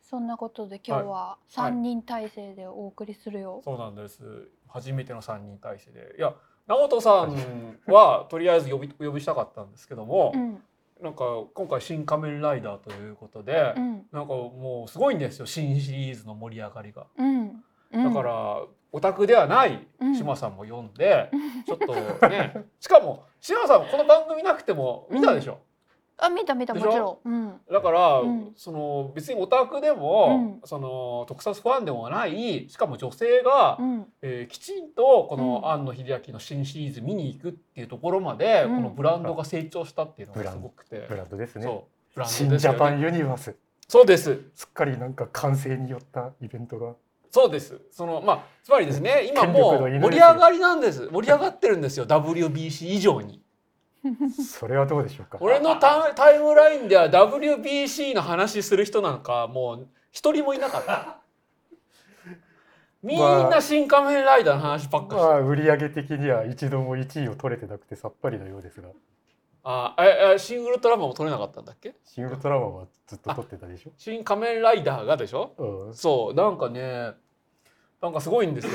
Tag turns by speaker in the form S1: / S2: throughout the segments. S1: そんなことで今日は3人体制でお送りするよ。
S2: そうなんです。初めての三人体制で、いや、直人さんはとりあえず呼びお呼びしたかったんですけども
S1: う、ん、
S2: なんか今回新仮面ライダーということで
S1: う、ん、
S2: なんかもうすごいんですよ。新シリーズの盛り上がりが。
S1: うん、うん
S2: だか、らオタクではない
S1: うん
S2: 島さんも読んで、ちょっとね、 しかも島さんもこの番組なくても見たでしょ。
S1: あ、見た見た、も
S2: で
S1: ち
S2: しょ
S1: ろん。うん、
S2: だから、
S1: うん
S2: その別にオタクでも、その特撮ファンでもないしかも女性が、
S1: うん、
S2: えーきちんとこの
S1: うん
S2: 庵野秀明の新シリーズ見に行くっていうところまで、
S1: うん
S2: このブランドが成長したっていうの
S3: ブ
S2: が
S3: ラ
S2: す
S3: ンド
S2: ごくて、
S3: ブランドですね。
S2: そうブランドですよ
S3: 新
S2: ね
S3: ジャパンユニバース、
S2: そうです
S3: すっかりなんか完成によったイベントが。
S2: そうですそのまあつまりですね今もう
S3: 権力の犬
S2: 盛り上がりなんです盛り上がってるんですよ WBC 以上に
S3: それはどうでしょうか。
S2: 俺のタイタイムラインでは WBC の話する人なんかもう一人もいなか ったみんな新仮面ライダーの話ばっか
S3: ま
S2: りして
S3: あ売上的には一度も1位を取れてなくてさっぱりのようですが、
S2: あええシングルトラマンも取れなかったんだっけ
S3: シンウルトラマンはずっと取ってたでしょ。
S2: 新仮面ライダーがでしょ
S3: うん、
S2: そうなんかねなんかすごいんですよ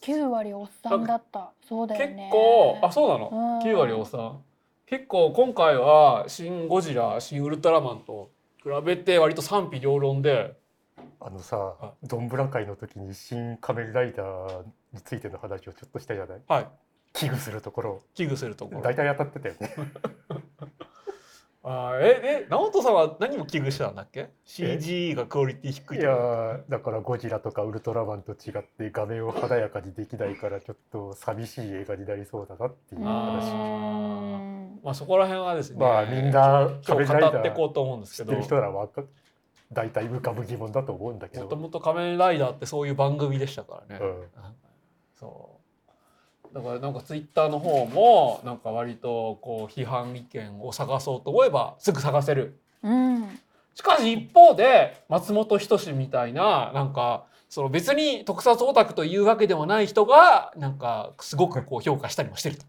S1: 9割おっさんだった。そう だよ
S2: 結
S1: ね。
S2: 構あそうなの
S1: うん
S2: 9割おっさん結構今回は「シン・ゴジラ」「シン・ウルトラマン」と比べて割と賛否両論で
S3: あのさ
S2: あ、
S3: ドンブラ会の時に新仮面ライダーについての話をちょっとしたじゃない。
S2: はい
S3: 危惧するところ、
S2: 危惧するところ
S3: 大体当たってたよね。
S2: あーええ直人さんは何も危惧してたんだっけ CG がクオリティ低い
S3: い
S2: と
S3: や
S2: か
S3: ーだからゴジラとかウルトラマンと違って画面を華やかにできないからちょっと寂しい映画になりそうだなっていう
S1: う
S3: 話。
S1: ん。
S2: まあそこら辺はですね
S3: まあみんな
S2: 今
S3: 仮
S2: 日
S3: 面ライダ
S2: 語っていこ
S3: ー
S2: うと思うんです
S3: 知
S2: け
S3: って
S2: ど
S3: る人ならわか大体浮かぶ疑問だと思うんだけ
S2: もと
S3: ど、
S2: もと「仮面ライダー」ってそういう番組でしたからね、
S3: うん
S2: そうだからなんかツイッターの方もなんか割とこう批判意見を探そうと思えばすぐ探せる
S1: うん。
S2: しかし一方で松本人志みたいななんかその別に特撮オタクというわけでもない人がなんかすごくこう評価したりもしてると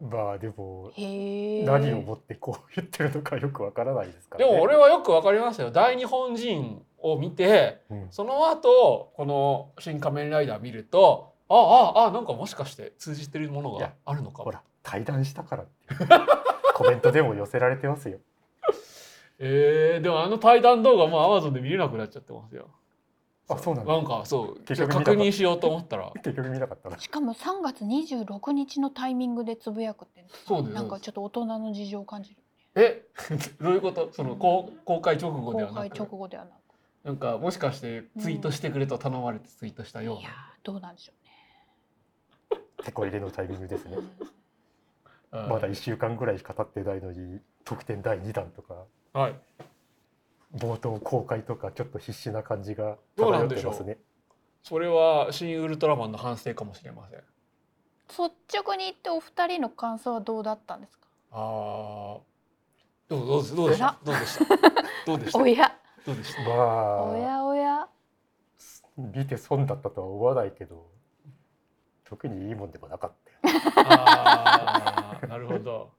S3: まあでも
S1: へえ。
S3: 何をもってこう言ってるのかよくわからないですか
S2: で
S3: ら、ね。
S2: も俺はよくわかりますよ大日本人を見て
S3: うん
S2: その後この「新仮面ライダー」見るとああああなんかもしかして通じてるもの
S3: い
S2: が
S3: や
S2: あるのか
S3: ほら対談したからっていうコメントでも寄せられてますよ。
S2: えー、でもあの対談動画もう Amazon で見れなくなっちゃってますよ。
S3: あそうなんだ
S2: なんかそう
S3: 結局
S2: ちょっと確
S3: 見たか
S2: 認しようと思ったら
S3: 結局見なかったな。
S1: しかも3月26日のタイミングでつぶやくって
S2: そうです
S1: なんかちょっと大人の事情を感じる
S2: え どういうことその公公開直後で
S1: 公
S2: はな
S1: 開直
S2: く
S1: 後ではなく
S2: なんかもしかしてツイートしてくれと頼まれてツイートしたよう
S1: いや
S2: な
S1: ーどうなんでしょ
S3: 手こ入れのタイミングですね
S1: う。ね
S2: うん
S3: まだ1週間ぐらいしか経ってないのに特典第2弾とか
S2: はい
S3: 冒頭公開とかちょっと必死な感じが
S2: どうな
S3: 漂
S2: ん
S3: っ
S2: で
S3: て
S2: しょう
S3: ますね。
S2: それは「新ウルトラマン」の反省かもしれません。
S1: 率直に言ってお二人の感想はどうだったんですか
S2: あーどうどうどうでし
S1: あ
S2: た
S1: ら
S2: どうでしたどうでした
S1: おや
S2: どうでした
S1: お
S3: まあ
S1: やおや
S3: 見て損だったとは思わないけど特にいいもんでもなかったよ。
S2: あーなるほど。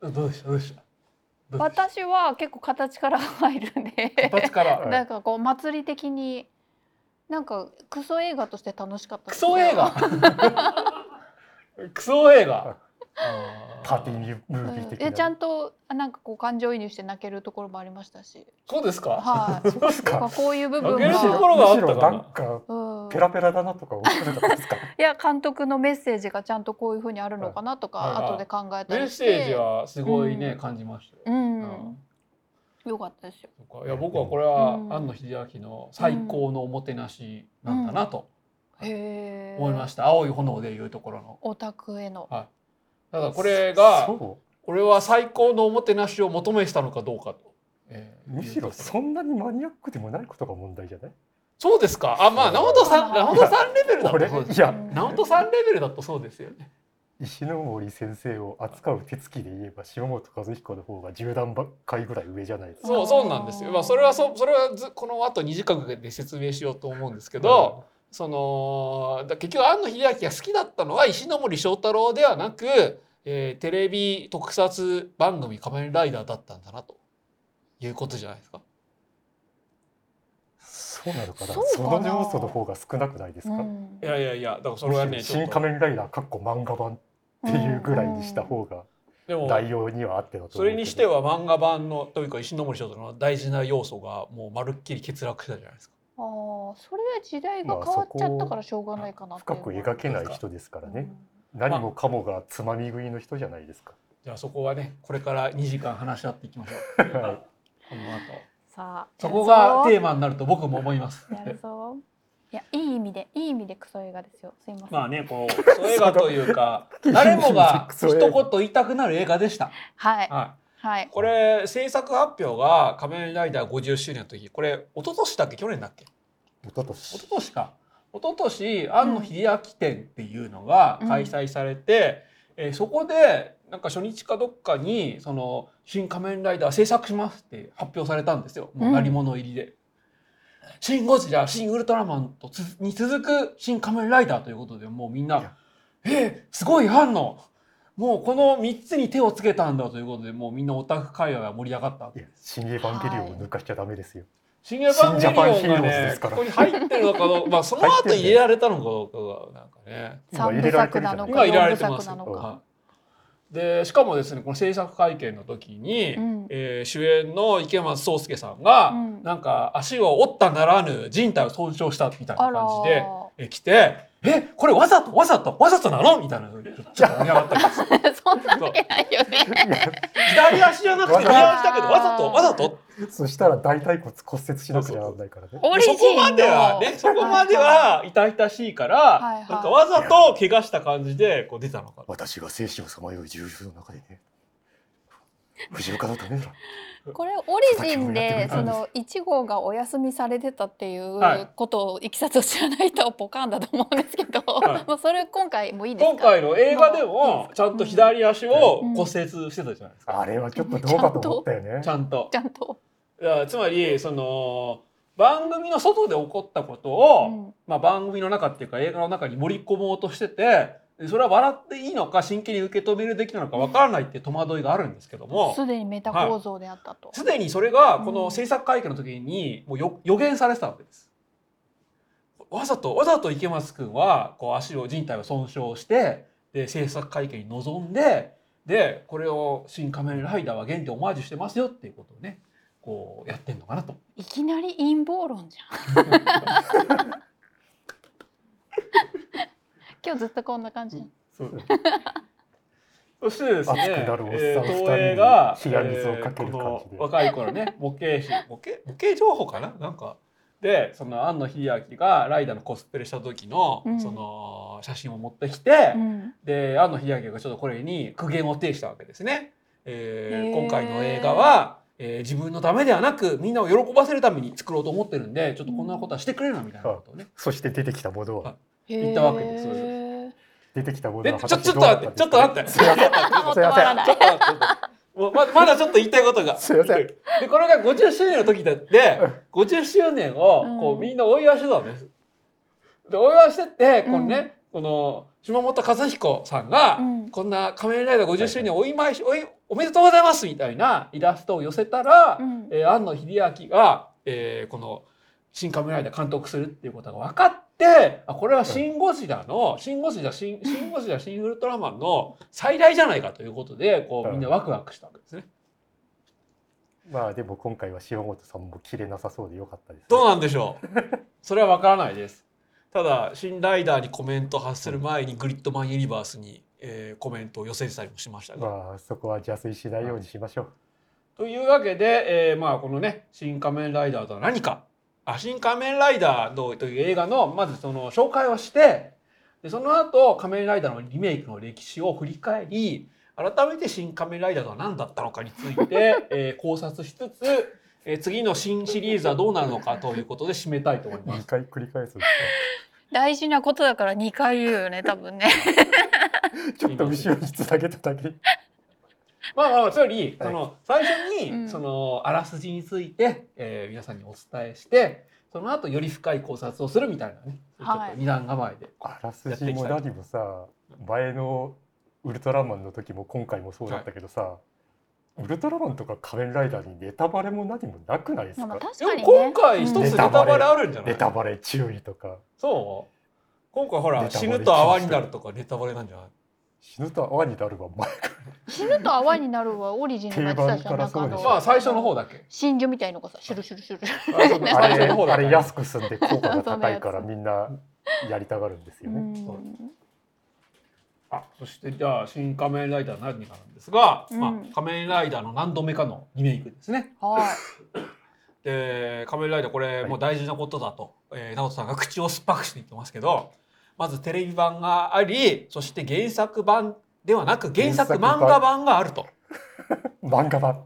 S2: どうでしたどうでしたどうでした
S1: 私は結構形から入るんで
S2: 形から
S3: はい
S1: なんかこう祭り的になんかクソ映画として楽しかった
S2: クソ映画 クソ映画
S3: パーティーミュム
S1: う
S3: ービー
S1: ん
S3: 的な。
S1: えちゃんとなんかこう感情移入して泣けるところもありましたし
S2: そうですか、
S1: はい
S3: そうです
S1: なん
S3: か
S1: か。こういう部分
S2: 泣けるとこ
S1: が
S2: ろがあったかな
S3: むしろなんか
S1: うん
S3: ペラペラだなとか思ってなかったですか。
S1: いや監督のメッセージがちゃんとこういうふうにあるのかなと
S2: はいは
S1: か
S2: い
S1: 後で考えた
S2: メッ
S1: りして
S2: セージはすごいね、
S1: うん
S2: 感じましたよ、
S1: うん、
S2: うん
S1: よかったですよ
S2: そっかいや僕はこれは
S1: うん
S2: 庵野秀明の最高のおもてなしなんだなと
S1: へえ
S2: 思いました、青い炎でいうところの
S1: オタクへの
S2: た だこれが
S3: そ
S2: これは最高のおもてなしを求めてたのかどうかと、え
S3: う
S2: ー
S3: むしろ
S2: いうとこ
S3: そんなにマニアックでもないことが問題じゃない。
S2: そうですかあまあ直人さん
S1: いや
S2: 直人さんレベルだ
S3: ことれ
S2: そうです
S3: い
S2: よ
S3: や
S1: うん
S2: 直人さんレベルだとそうですよね
S3: 石ノ森先生を扱う手つきで言えば島本和彦の方が十段階ぐらい上じゃないですか。
S2: そうそうなんですよ、まあ、それはそそれはずこの後2時間かけて説明しようと思うんですけど、そのだ結局庵野秀明が好きだったのは石ノ森章太郎ではなく、えーテレビ特撮番組「仮面ライダー」だったんだなということじゃないですか。
S3: そうなのかな
S1: そ
S3: そう
S1: かな
S3: の要素の方が少なくないですか、
S1: うん
S2: いやいやいやだからそ
S3: む
S2: れは
S3: し
S2: ね
S3: ろ
S2: ちょっ
S3: 新
S2: と
S3: 仮面ライダーかっこ漫画版っていうぐらいにした方が
S2: でも
S3: 内容には合ってたと
S2: そ
S3: 思うけ
S2: れ
S3: ど
S2: にしては漫画版のというか石ノ森章太郎の大事な要素がもうまるっきり欠落したじゃないですか。
S1: ああそれは時代が変わっちゃったからしょうがないかなってい
S3: 深
S1: うの
S3: く
S1: は
S3: 描けない人ですからね、
S1: う
S3: 何もかもがつまみ食いの人じゃないですか、
S2: じゃあそこはねこれから2時間話し合っていきましょう。
S3: はい
S2: この後
S1: さあ
S2: そこがテ
S1: や
S2: ーマになると僕も思います。
S1: るぞやるぞいやいい意味でいい意味でクソ映画ですよすいません、
S2: まあねこうクソ映画というか誰も が一言言いたくなる映画でした。
S1: はい
S2: は
S1: はい
S2: い、これ制作発表が「仮面ライダー50周年」の時これ一昨年だっけ去年だっけ
S3: 一昨
S2: 一
S3: 年
S2: 昨年か一昨年庵野秀明展っていうのが開催されて、えーそこでなんか初日かどっかに「その新仮面ライダー制作します」って発表されたんですよもう鳴り物入りで。新ゴジラ、新ウルトラマンとつに続く新仮面ライダーということで、もうみん
S3: いや
S2: な、えー、すごい反応もうこの3つに手をつけたんだということで、もうみんなオタク界隈が盛り上がったわ
S3: い
S2: け
S3: や新エヴァンゲリオンを抜かしちゃダメですよ、
S2: 新エヴァンゲリオンが
S3: 新ジャパンヒーローズで
S2: ね
S3: す
S2: こ
S3: から
S2: こに入ってるのかどう か、まあ、その後入れられたのかどうかがなんかね
S3: 今
S1: 三
S3: 入
S1: 部
S3: れられて
S1: 作
S3: るじ
S1: な
S3: ゃな
S1: の
S3: い
S1: か
S2: 今入れられてます
S1: 四部作なのか
S2: はいでしかもですねこの制作会見の時に、
S1: うん
S2: えー主演の池松壮亮さんが、
S1: うん
S2: なんか足を折ったならぬ靭帯を損傷したみたいな
S1: あら
S2: 感
S1: ー
S2: じでえ来て「えこれわざとわざとわざとなの?」みたいなのでちょっと盛り上がったん です よ
S1: そんなわけないよね
S3: いや
S2: 左足じゃなくて右足だけどわざとわざと
S3: そしたら大腿骨骨折しなくちゃならないからね
S1: オリジン
S2: そ
S1: の
S2: こまではねそこまでは痛々しいから、
S1: はいはい
S2: なんかわざと怪我した感じでこう出たのかな
S3: 私が精神をさまよう重要の中でね藤岡のためなら
S1: これオリジンでその1号がお休みされてたっていう
S2: はい
S1: ことをいきさつを知らない人はポカンだと思うんですけど、
S2: はい
S1: もうそれ今回もいいですか
S2: 今回の映画でもちゃんと左足を
S1: うん
S2: 骨折してたじゃないですか、
S3: あれはちょっとどうかと思ったよね
S2: ちゃんと
S1: ち。ゃんと、
S2: だからつまりその番組の外で起こったことを、
S1: うん
S2: まあ、番組の中っていうか映画の中に盛り込もうとしててでそれは笑っていいのか真剣に受け止めるべきなのかわからないっていう戸惑いがあるんですけども
S1: すでにメタ構造であったと、
S2: すでにそれがこの制作会見の時にもうよ予言されてたわけです。わざとわざと池松君はこう足を人体を損傷してで制作会見に臨んででこれを「新仮面ライダー」は現地オマージュしてますよっていうことをねこうやってんのかなと。
S1: いきなり陰謀論じゃん 今日ずっとこんな感じ、
S2: そうそしてですね、
S3: 熱くなるおっさん
S2: えー
S3: 二人に
S2: 東映が
S3: 冷や水をかけ
S2: えー
S3: る感じで
S2: この若い頃ね 模型師模型模型情報かななんかでその庵野秀明がライダーのコスプレした時の、
S1: うん
S2: その写真を持ってきて、
S1: うん、
S2: で庵野秀明がちょっとこれに苦言を呈したわけですね。え
S1: へ
S2: ー
S1: ー
S2: 今回の映画は、えー自分のためではなくみんなを喜ばせるために作ろうと思ってるんでちょっとこんなことはしてくれるなみたいなことをね。
S3: そして出てきたものは
S2: 言ったわけですそうです
S1: へー
S3: 出てきたも
S2: で
S3: の
S2: ち
S3: は
S2: ょちょっと待ってちょっと待って。
S3: すいません
S1: あ
S3: すいま
S1: 止まらない
S2: ちょ
S3: せ
S2: っと待ってもうまだまだちょっと言いたいことが。
S3: すいません
S2: でこれが50周年の時だって
S3: うん
S2: 50周年をこ
S1: う
S2: うんみんなお祝いしてたんです。でお祝いしてってこのね、この島本和彦さんが、
S1: うん
S2: こんな「仮面ライダー50周年お祝いし、おいおめでとうございます」みたいなイラストを寄せたら、
S1: うん
S2: えー庵野秀明が、えーこの「新仮面ライダー」監督するっていうことが分かってあこれは「シン・ゴジラ」の「シン・ゴジラ」新「シン・ゴジラ」「シン・ウルトラマン」の最大じゃないかということでこうみんなワクワクしたわけですね。
S3: まあでも今回は塩本さんも切れなさそうでよかったです
S2: どうなんでしょう それは分からないです。ただ新ライダーにコメントを発する前にグリッドマンユニバースに、えーコメントを寄せてたりもしましたが、
S3: まあそこは邪推しないようにしましょう
S2: というわけで、えーまあこのね「新仮面ライダー」とは何か「あ新仮面ライダーの」という映画のまずその紹介をしてでその後仮面ライダー」のリメイクの歴史を振り返り改めて「新仮面ライダー」とは何だったのかについて、 えー考察しつつ、えー次の新シリーズはどうなるのかということで締めたいと思います
S3: 2。回繰り返 す
S1: 大事なことだから2回言うよね多分ね
S3: ちょっと後ろにつなげただ
S2: ま
S3: け
S2: あまあまあつまり、その最初に、
S1: うん
S2: そのあらすじについて、えー皆さんにお伝えしてその後より深い考察をするみたいなねちょ
S1: はい
S2: っと二段構えで、
S3: あらすじも何もさ前のウルトラマンの時も今回もそうだったけどさ、ウルトラマンとか仮面ライダーにネタバレも何もなくないです
S1: まあまあ
S3: か
S1: 確かに
S2: でも
S1: ね。
S2: 今回一つネ
S1: うん
S2: タバレあるんじゃな
S3: ネ
S2: い
S3: タバレ注意とか
S2: そう今回ほら
S3: ネタバ
S2: 死
S3: レ
S2: ぬと泡になるとかネタバレなんじゃない
S3: 死ぬと泡になるが 前から
S1: 死ぬと泡になるはオリジンでもやってたじゃん。な
S3: 定
S1: ん
S3: 番
S1: か
S3: か
S1: あ
S3: らそうで
S1: の
S3: しょ
S2: まあ最初の方だけ
S1: 真珠みたいのがさ、シュルシュルシュルシュ
S2: 最初の
S3: あ
S2: 最初
S3: れ
S2: の方だ
S3: あ
S2: け
S3: れ安く済んで効果が高いから
S1: そうそう
S3: みんなやりたがるんです
S1: ル。
S3: よ
S1: う
S3: ね。
S1: ん
S2: あそしてじゃあ「新仮面ライダー何か」なんですが、
S1: うん
S2: まあ、仮面ライダーの何度目かのリメイクですね。
S1: はい。
S2: で仮面ライダーこれ
S3: はい
S2: もう大事なことだと、えー直人さんが口を酸っぱくして言ってますけどまずテレビ版がありそして原作版ではなく原作
S3: 原
S2: 漫
S3: 作版
S2: 画版があると
S3: 漫画版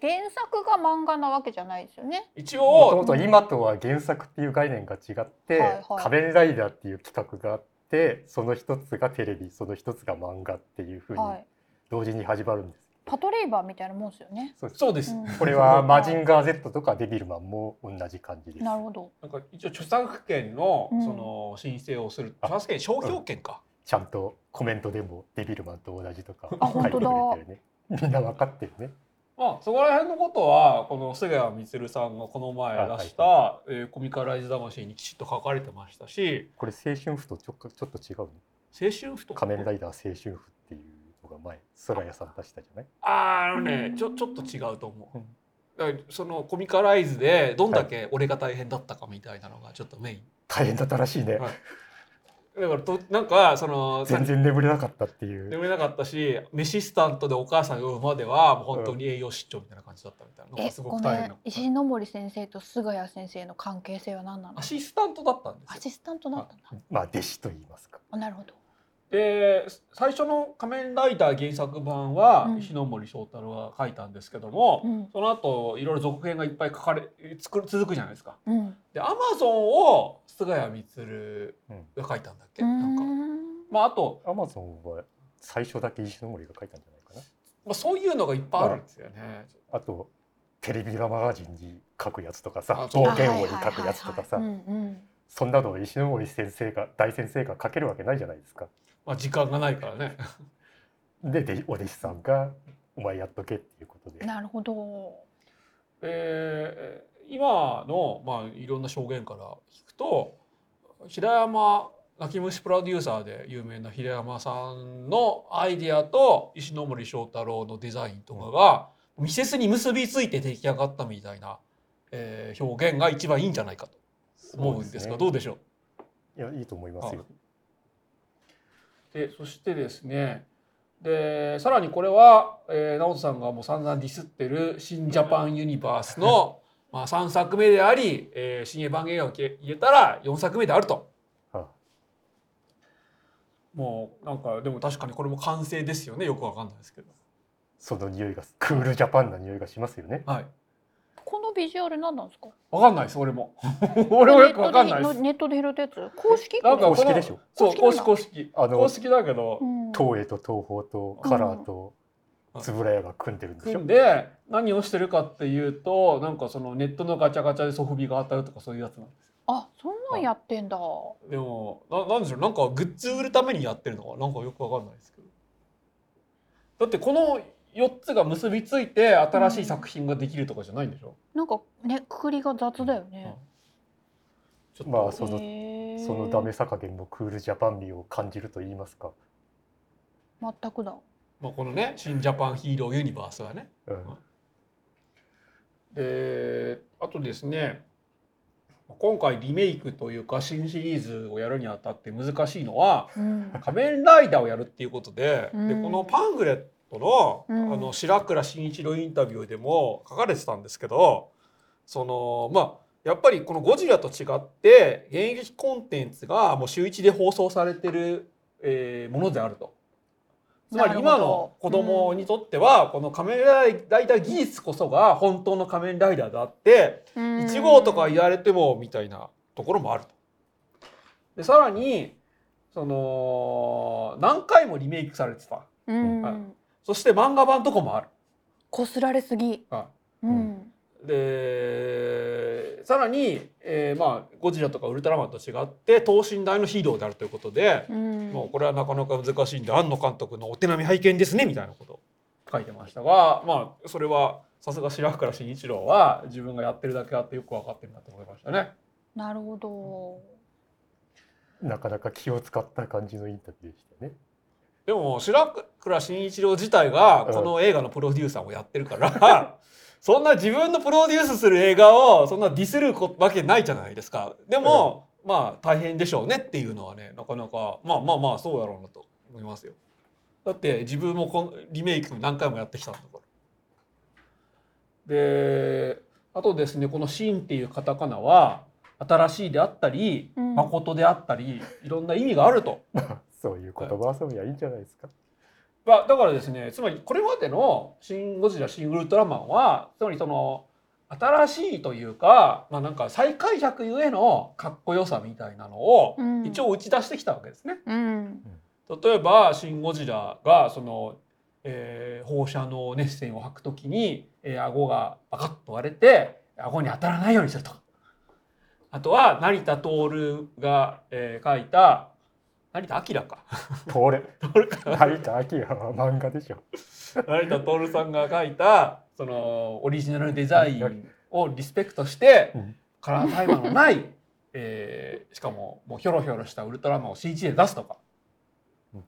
S1: 原作が漫画なわけじゃないですよね。
S2: 一
S3: もと
S2: 応
S3: もと今とは原作っていう概念が違って、
S1: はいはい
S3: 仮面ライダーっていう企画があってその一つがテレビその一つが漫画っていうふうに
S1: はい。
S3: 同時に始まるんです。
S1: パトレイバーみたいなもんですよね。
S3: そうです
S2: そうです、
S1: うん
S3: これはマジンガー Z とかデビルマンも同じ感じです。
S1: なるほど。
S2: なんか一応著作権の
S1: うん
S2: その申請をする、著作権商標権か、
S3: ちゃんとコメントでもデビルマンと同じとか
S2: あ
S3: 書いてくれ
S1: 本
S3: てるね。みんなわかってるね。
S2: まあそこら辺のことはこの菅谷充さんがこの前出した「えーコミカライズ魂」にきちっと書かれてましたし
S3: これ青春婦とちょっとちょっと違うね。
S2: 青春ふと
S3: 仮面ライダー青春婦っていうのが前空屋さん出したじゃない。
S2: あーあのねちょちょっと違うと思う。だからそのコミカライズでどんだけ俺が大変だったかみたいなのがちょっとメイン。
S3: 大変だったらしいね。
S2: はいだからとなんかその
S3: 全然眠れなかったっていう。
S2: 眠れなかったしメシスタントでお母さんが産むまではもう本当に栄養失調みたいな感じだったみたいなの
S1: え
S2: が、すご
S1: ご
S2: く
S1: め。
S2: 大変なん
S1: 石森先生と菅谷先生の関係性は何なの
S2: ア？シスタントだったんです
S1: ア
S2: よ。
S1: シスタントだったんだ。
S3: まあ弟子と言いますか。
S1: あ、なるほど。
S2: で最初の「仮面ライダー」原作版は
S1: うん
S2: 石ノ森章太郎が書いたんですけども、
S1: うん。
S2: その後いろいろ続編がいっぱい書かれ作る続くじゃないですか。
S1: うん。
S2: でアマゾンを菅谷充が書いたんだっけ、
S1: うー
S2: なんか、
S1: ん。
S2: まあ、あと
S3: アマゾンは最初だけ石森が書いたんじゃないかな。
S2: まあ、そういうのがいっぱいあるんですよね。
S3: あとテレビラマガジンに書くやつとか
S2: あ
S3: さ、
S2: そう
S3: 冒険王に書くやつとか
S1: あ
S3: さ
S1: はい、はいはいはいうんうん。
S3: そんなのを石森先生が大先生が書けるわけないじゃないですか。
S2: まあ、時間がないからね。
S3: ででお弟子さんがお前やっとけっていうことで。
S1: なるほど。
S2: えー今の、まあ、いろんな証言から聞くと平山泣き虫プロデューサーで有名な平山さんのアイデアと石ノ森章太郎のデザインとかが密接に結びついて出来上がったみたいな、えー表現が一番いいんじゃないかと思うんですが
S3: そう
S2: どうでしょう
S3: いやいいと思いますよ。
S2: でそしてですねでさらにこれは、えー、直人さんがもう散々ディスってる「新ジャパンユニバースの」 まあ3作目であり「えー、新エヴァンゲリオン」を入れたら4作目であると
S3: は
S2: もうなんかでも確かにこれも完成ですよねよくわかんないですけど
S3: その匂いがクールジャパンな匂いがしますよね。
S2: はい
S1: このビジュアル何なんですか？
S2: わかんないです俺も 俺もよくわかんな
S1: ネット
S2: いです
S1: でネットで拾ったやつ？公式？
S2: なんか
S3: 公
S2: この
S3: 式でしょ。
S2: そう公
S1: 公式
S2: 式
S1: なの
S2: 公式
S3: あの
S2: 公式だけど
S1: うん
S3: 東映と東宝とカラーと
S2: うん
S3: 円谷が組んでるんでし
S2: 組
S3: ょ
S2: ん。で何をしてるかっていうとなんかそのネットのガチャガチャでソフビが当たるとかそういうやつなんです
S1: あ、そんなんやってんだ。
S2: でもななんでしょうなんかグッズ売るためにやってるのかなんかよくわかんないですけどだってこの4つが結びついて新しい作品ができるとかじゃないんでしょ、
S1: なんかね、くくりが雑だよね。
S2: ちょっと
S3: まあその
S1: へー
S3: そのダメさ加減もクールジャパン味を感じると言いますか。
S1: 全くだ。
S2: まあ、このね「新ジャパンヒーローユニバース」はね
S3: うん
S2: であとですね今回リメイクというか新シリーズをやるにあたって難しいのは
S1: うん。
S2: 仮面ライダーをやるっていうことで,、で
S1: うん
S2: このパンフレットの,、
S1: うん
S2: あの白倉慎一郎インタビューでも書かれてたんですけどそのまあやっぱりこの「ゴジラ」と違って現役コンテンツがもう週一で放送されてる、えーものであると。つまり今の子供にとっては、この仮面ライダー技術こそが本当の仮面ライダーであって、1号とか言われてもみたいなところもあると。でさらにその何回もリメイクされてた
S1: う
S2: はい
S1: ん。
S2: そして漫画版とかもある。
S1: こすられすぎ。
S2: は
S1: うん。
S2: いでさらに、えーまあ、ゴジラとかウルトラマンと違って等身大のヒーローであるということで、
S1: うん。
S2: もうこれはなかなか難しいんで庵野監督のお手並み拝見ですねみたいなことを書いてましたが、まあ、それはさすが白倉慎一郎は自分がやってるだけあってよく分かってるなと思いましたね。
S1: なるほど。
S3: なかなか気を使った感じのインタビューでしたね。
S2: でも白倉慎一郎自体がこの映画のプロデューサーをやってるから、 そんな自分のプロデュースする映画をそんなディスるこわけないじゃないですか。でも、まあ大変でしょうねっていうのはねなかなかまあまあまあそうだろうなと思いますよ。だって自分もこのリメイク何回もやってきたんだから。であとですねこの「シン」っていうカタカナは新しいであったり
S1: うん
S2: 誠であったりいろんな意味があると。
S3: そういう言葉遊びはいいんじゃないですか。
S2: まあ、だからですねつまりこれまでの「シン・ゴジラ」「シン・ウルトラマンは」つまりその新しいというか、まあ、なんか再解釈ゆえのかっこよさみたいなのを
S1: うん
S2: 一応打ち出してきたわけですね。
S1: うん。
S2: 例えば「シン・ゴジラ」がその、えー放射能熱線を吐くときに、えー顎がバカッと割れて顎に当たらないようにするとかあとは成田徹が、えー書いた成田明か
S3: これ、
S2: 徹か
S3: 成田昭は漫画でしょ。
S2: 成田徹さんが書いたそのオリジナルデザインをリスペクトして
S3: うん
S2: カラータイマーのない、 えーしかももうひょろひょろしたウルトラマンを CG で出すとか
S3: うん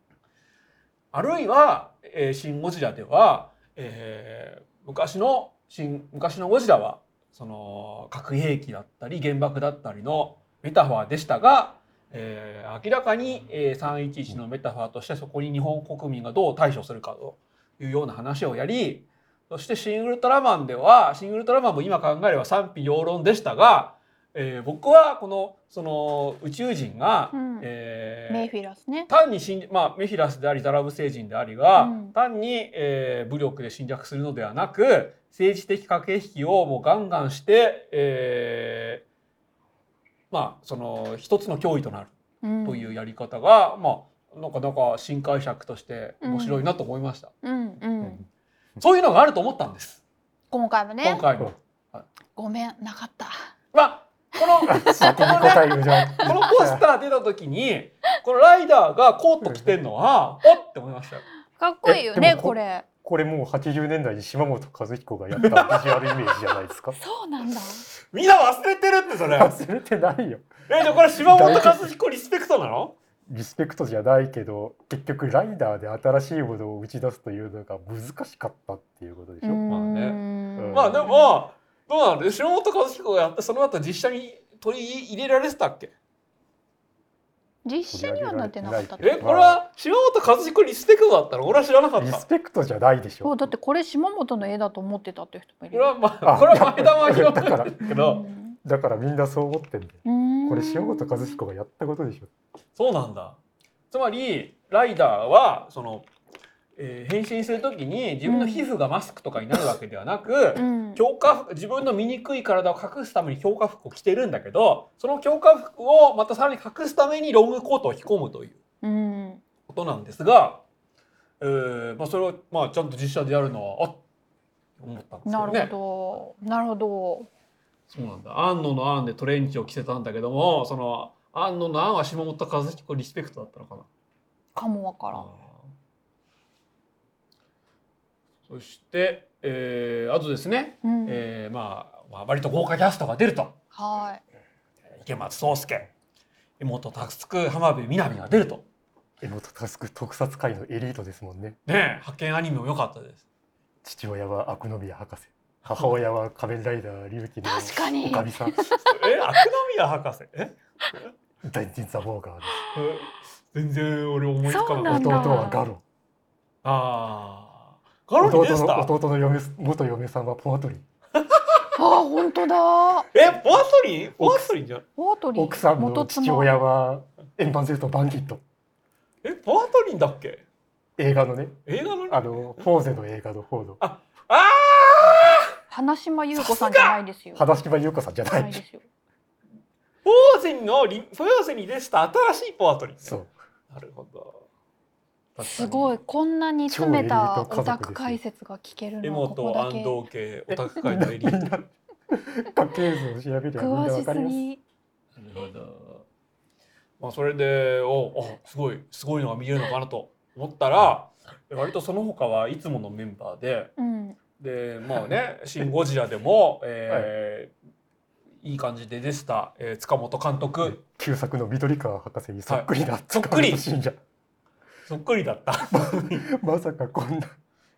S2: あるいは「えーシン・ゴジラ」では、えー昔の新昔のゴジラはその核兵器だったり原爆だったりのメタファーでしたが、えー明らかに、えー311のメタファーとしてそこに日本国民がどう対処するかというような話をやりそして「シン・ウルトラマン」では「シン・ウルトラマン」も今考えれば賛否両論でしたが、えー僕はこのその宇宙人が、
S1: うん
S2: えー
S1: メイフィラスね。
S2: 単に死んまあ、メフィラスでありザラブ星人でありが、
S1: うん
S2: 単に、えー武力で侵略するのではなく政治的駆け引きをもうガンガンして、えーまあその一つの脅威となる
S1: うん
S2: というやり方が、まあなかなか新解釈として面白いなと思いました、
S1: うんうん。
S2: そういうのがあると思ったんです
S1: 今回も
S2: 今
S1: ね。
S2: 回の。
S1: ごめんなかった。
S2: まあこの
S3: 先に答えるじゃん。
S2: このポスター出た時にこのライダーがコート着てんのはおっって思いましたよ
S1: かっこいいよ
S3: えで
S1: ね
S3: もこ
S1: これ。。
S3: これもう80年代に島本和彦がやったビジュアルイメージじゃないですか
S1: そうなんだ。
S2: みんな忘れてるってそ れ
S3: 忘れてないよ。
S2: えじゃあこれ島本和彦リスペクトなの
S3: リスペクトじゃないけど結局ライダーで新しいものを打ち出すというのが難しかったっていうことでしょ。
S2: まあね
S1: ね
S2: まあで。もどうなの島本和彦がやってその後実写に取り入れられてたっけ
S1: 実写にはなってなかったって
S2: えこれは島本和彦リスペクトだったの俺は知らなかっ
S3: リ
S2: た
S3: スペクトじゃないでし
S1: そう
S3: ょ。
S1: だってこれ島本の絵だと思ってたっていう人もい
S2: こ
S1: る
S2: れ
S1: よ。
S2: は、まあ、
S3: あ
S2: これは前玉広
S3: だから
S2: だけど
S3: だからみんなそう思ってんだよ。
S1: うん
S3: これ塩本和彦がやったことでしょ。
S2: そうなんだつまりライダーはその、えー変身するときに自分の皮膚がマスクとかになるわけではなく、
S1: うん
S2: 強化服自分の醜い体を隠すために強化服を着てるんだけどその強化服をまたさらに隠すためにロングコートを着込むとい
S1: う
S2: う
S1: ん
S2: ことなんですが、えーまあ、それを、まあ、ちゃんと実写でやるのはあっ思ったんですけ
S1: な
S2: どね
S1: るほどなるほど
S2: そうなんだ安野の安でトレンチを着せたんだけどもその安野の安は島本和彦リスペクトだったのかな
S1: かもわからん。
S2: そして、えーあとですね、
S1: うん
S2: えーまあ、まあ割と豪華キャストが出ると。
S1: は
S2: 池松壮亮妹タクツク浜辺美波が出ると
S3: 江本佑特撮界のエリートですもんね。
S2: ねえ派遣アニメも良かっ たです
S3: 父親は悪の宮博士。母親は仮面ライダー龍騎の
S1: 確かに
S3: おかみさん。
S2: え悪宮博士え
S3: 大臣ザボーガーで
S2: 全然俺思いつか
S1: そう
S2: な
S1: な
S2: か
S1: ん
S2: っ
S1: だ
S3: す。弟
S2: た
S3: はガロ。
S2: あーガロに
S3: 弟
S2: 出て
S3: の
S2: た
S3: 弟の嫁す元嫁さんはポアトリ。
S1: い。あ本当だ。
S2: えボアソリンボアソリンじゃん
S1: オートリー
S3: 奥さんの
S1: 元妻
S3: 父親は円盤ゼルとバンキット。
S2: えボアソリンだっけ
S3: 映画のね、
S2: 映画の
S3: あのフォーゼの映画の方の
S2: あ
S1: 花島優子さんじゃないですよ。
S3: 肌島優子さんじゃな
S1: ない
S3: い
S1: で。すよ。
S2: ーボアゼンのリボアゼンに出てた新しいボアソリン
S3: そう。
S2: なるほど
S1: すごいこんなに詰めたオタク解説が聞ける
S2: エ
S1: のは
S2: モ
S1: ことこだ
S2: 安
S1: け
S2: 藤家オタク界のエリ
S3: みん
S2: ート
S3: な家系図を調べてみんな
S1: 詳
S3: わ
S1: し
S3: か
S1: す
S3: ります。
S1: ぎ。
S2: なるほど。まあそれでおおすごいすごいのが見えるのかなと思ったら、割とその他はいつものメンバーで
S1: うん
S2: でまあ ね「シン・ゴジラ」でも、えーい、い感じで出てた、えー塚本監督
S3: 旧作の緑川博士にそっくりだ
S2: そっくり
S3: 信者
S2: そっくりだった
S3: まさかこんな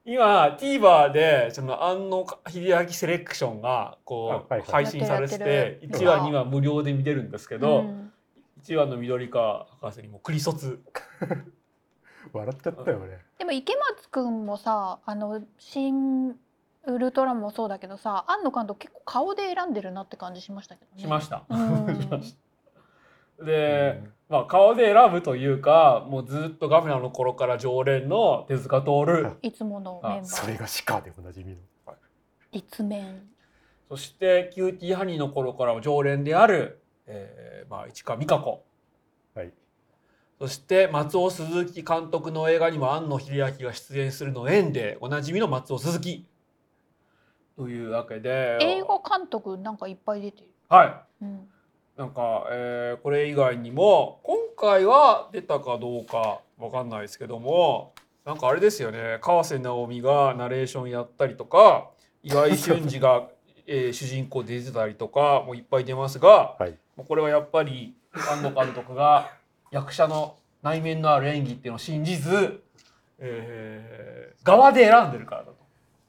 S2: 今 TVer でその庵野秀明セレクションがこう、
S3: あはいはい
S2: 配信されて
S1: やってるや
S2: て
S1: ってる
S2: 1話2話無料で見れるんですけど、
S1: うん
S2: 1話の緑川博士にもクリソツ
S3: 笑っちゃったよ俺
S1: でも池松くんもさあの新ウルトラもそうだけどさ庵野監督結構顔で選んでるなって感じしましたけどね。
S2: しました。
S1: うん
S2: しましたで、まあ、顔で選ぶというかもうずっとガフナの頃から常連の手塚徹
S1: いつものメンバ
S2: あ
S3: そ
S1: ー
S3: れがシカでおなじみの
S1: 一面
S2: そしてキューティーハニーの頃から常連である、えーまあ、市川美香子
S3: はい
S2: そして松尾鈴木監督の映画にも庵野秀明が出演するの縁でおなじみの松尾鈴木というわけで
S1: 映画監督なんかいっぱい出てる。
S2: はい
S1: うん、
S2: なんか、えーこれ以外にも今回は出たかどうかわかんないですけどもなんかあれですよね川瀬直美がナレーションやったりとか岩井俊二が、 えー主人公で出てたりとかもういっぱい出ますが、
S3: はい
S2: もうこれはやっぱり庵野監督が役者の内面のある演技っていうのを信じず、えー側で選んでるからだと。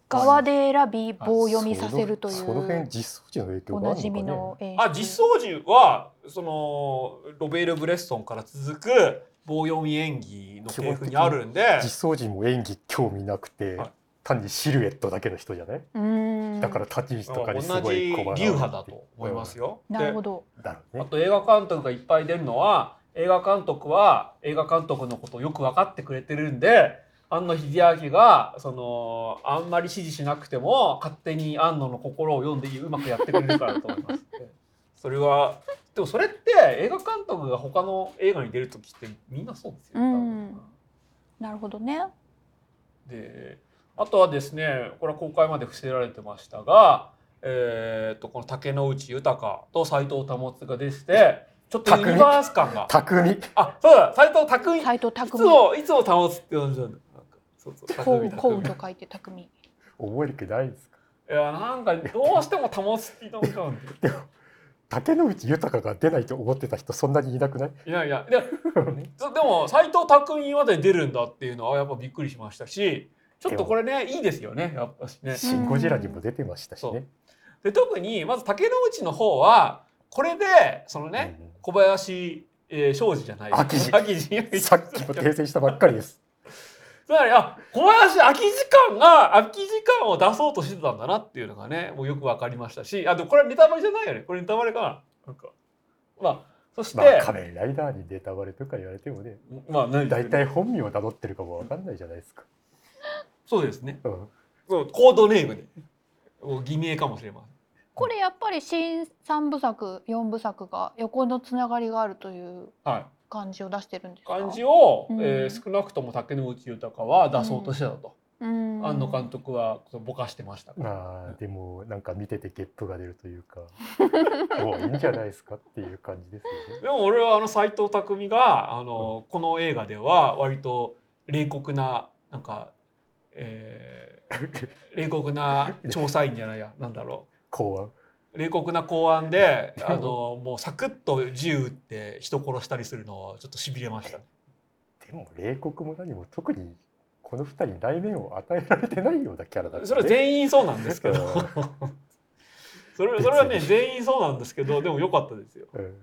S1: 側で選び棒読みさせるとい
S3: その辺
S1: う
S3: 実装時の影響
S1: お
S3: があ
S1: な
S3: る
S1: じみ
S3: の
S1: の
S3: かね
S1: 演出。
S2: あ実装時はそのロベール・ブレストンから続く棒読み演技の系譜にあるんで
S3: 実装時も演技興味なくて
S2: はい
S3: 単にシルエットだけの人じゃない
S1: うん
S3: だから立ち位置とか
S2: 同
S3: にすごい
S2: じ流
S3: 小腹
S2: 派だと思いますよ。
S1: なるほど。
S3: だろう
S2: であ
S3: ね
S2: と映画監督がいっぱい出るのは映画監督は映画監督のことをよく分かってくれてるんで庵野秀明がそのあんまり指示しなくても勝手に庵野の心を読んでうまくやってくれるからだと思います。 それはでもそれって映画監督が他の映画に出る時ってみんなそうですよね。多分
S1: うんなるほどね。
S2: であとはですねこれは公開まで伏せられてましたが、えー、とこの竹野内豊と斎藤保が出ててちょっとユニバース感が
S3: 匠
S2: あそうだ斎藤匠い
S1: 斎藤
S2: つ
S1: 匠。こ
S2: もいつも保つって呼んじゃうんだなんかそうそう
S1: う
S2: 匠
S1: こう
S2: 匠
S1: と書いて匠。
S3: 覚える気ないですか
S2: いやなんかどうしても保つって言ってもらうんだよ
S3: 竹野内豊が出ないと思ってた人そんなにいなくない
S2: いや いやでそうでも斎藤匠まで出るんだっていうのはやっぱびっくりしましたしちょっとこれねいいですよねやっぱしね。
S3: シン・ゴジラにも出てましたしね。
S2: で特にまず竹之内の方はこれでそのね、
S3: うん
S2: 小林、えー、庄司じゃない
S3: 秋司
S2: 秋司
S3: さっきも訂正したばっかり です。
S2: つまりあ小林空き時間が空き時間を出そうとしてたんだなっていうのがねもうよくわかりましたしあでもこれはネタバレじゃないよねこれネタバレかななんかまあそして、
S3: まあ仮面ライダーにネタバレとか言われてもね、
S2: まあ何
S3: 大体本名を名乗ってるかもわかんないじゃないですか。
S2: そうですね
S3: うん、
S2: そうコードネームでもう偽名かもしれません
S1: これやっぱり新三部作四部作が横のつながりがあるという
S2: はい
S1: 感じを出してるんですか。
S2: 漢字を、
S1: うん
S2: えー少なくとも竹之内豊は出そうとしてたと、
S1: うん。
S2: 庵野監督はそうぼかしてましたから
S3: まあでもなんか見ててゲップが出るとい うか、もういいんじゃないですかっていう感じですよね。
S2: でも俺はあの斎藤工があのこの映画では割と冷酷ななんか、えー冷酷 な調査員じゃないやなんだろ
S3: 公安
S2: う冷酷な公安で あのもうサクッと銃撃って人殺したりするのはちょっとしびれましたね。
S3: でも冷酷も何も特にこの二人に内面を与えられてないようなキャラだから、ね。
S2: それは全員そうなんですけど それそれはね
S3: 別に
S2: 全員そうなんですけどでも良かったですよ。
S3: うん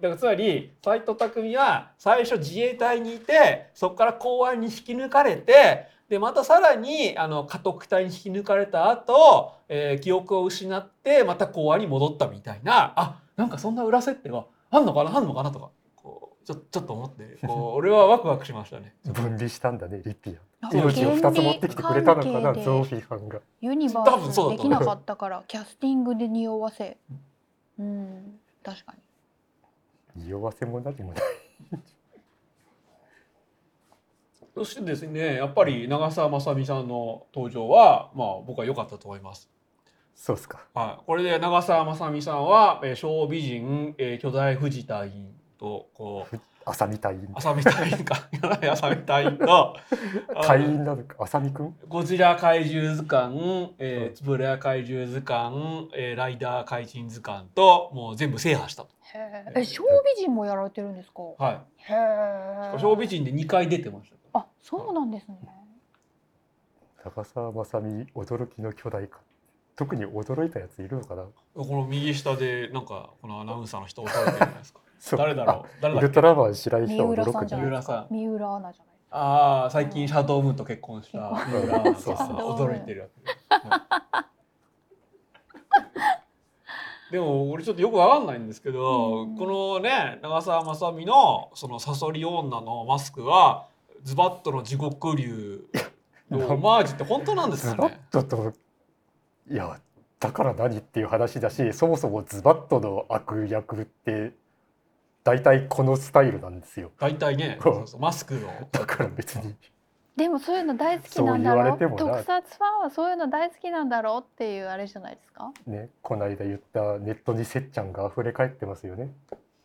S2: だからつまり斎藤工は最初自衛隊にいてそこから公安に引き抜かれてでまたさらにあの家督隊に引き抜かれた後、えー記憶を失ってまた公安に戻ったみたいなあなんかそんな裏設定があんのかなあんのかなとかこうちょちょっと思ってこう俺はワクワクしましたね。
S3: 分離したんだねリピア
S1: あ
S3: ン。命を二つ
S1: 権利
S3: 持ってきてくれたのかな
S1: 関係で
S3: ゾーフィーファンが。
S1: ユニバ
S2: 多分
S1: ー
S2: そ
S1: スで
S2: うだと思
S1: き
S2: う
S1: なかったからキャスティングで匂わせ。うん確かに。
S3: 匂わせも何もない。
S2: そしてですねやっぱり長澤まさみさんの登場はまあ僕は良かったと思います。
S3: そうっすか。
S2: はい、これで長澤まさみさんは、えー小美人、えー巨大藤田委員とこう
S3: 浅見隊員
S2: 浅見隊員か 浅見隊員とあの
S3: 隊員なのか浅見くん
S2: ゴジラ怪獣図鑑、えー、つぶらや怪獣図鑑、えー、ライダー怪人図鑑ともう全部制覇したと。
S1: へ
S2: え
S1: え。え、小美人もやられてるんですか。
S2: は
S1: へえ
S2: い。。小美。人で2回出てました。
S1: あ、そうなんですね。
S3: 長澤まさみ驚きの巨大化特に驚いたやついるのかな
S2: この右下でなんかこのアナウンサーの人押されてるじゃないですか。
S3: そ う
S2: 誰だろう誰
S3: ウ
S2: だっ
S3: ル
S2: け
S3: トラマン知らん人
S1: 三
S3: は
S1: 浦
S3: 驚
S1: さ
S3: く
S1: ん
S3: ん
S1: じ
S3: じ
S1: ゃ
S3: ゃ
S1: な
S3: ない
S1: で
S2: 三浦
S3: い
S1: す
S2: さ
S1: か
S2: ん。。
S1: 三浦アナじゃないですか。
S2: ああ最近シャドームーンと結婚した三浦アナ
S3: そう
S2: さ
S3: そ
S2: ん
S3: う
S2: 驚いてるやつ。はいでも俺ちょっとよくわかんないんですけど、
S1: うん
S2: このね長澤まさみのそのサソリ女のマスクはズバッとの地獄竜のオマージュって本当なんです
S3: ズ
S2: か
S3: バッ
S2: ね。
S3: とといやだから何っていう話だしそもそもズバッとの悪役って大体このスタイルなんですよ
S2: 大体ね、そうそうマスクの
S3: だから別に
S1: でもそういうの大好きなんだ
S3: そう言
S1: ろ
S3: われても
S1: う。
S3: な
S1: 特撮ファンはそういうの大好きなんだろうっていうあれじゃないですか。
S3: ねこないだ言ったネットにせっちゃんが溢れ返ってますよね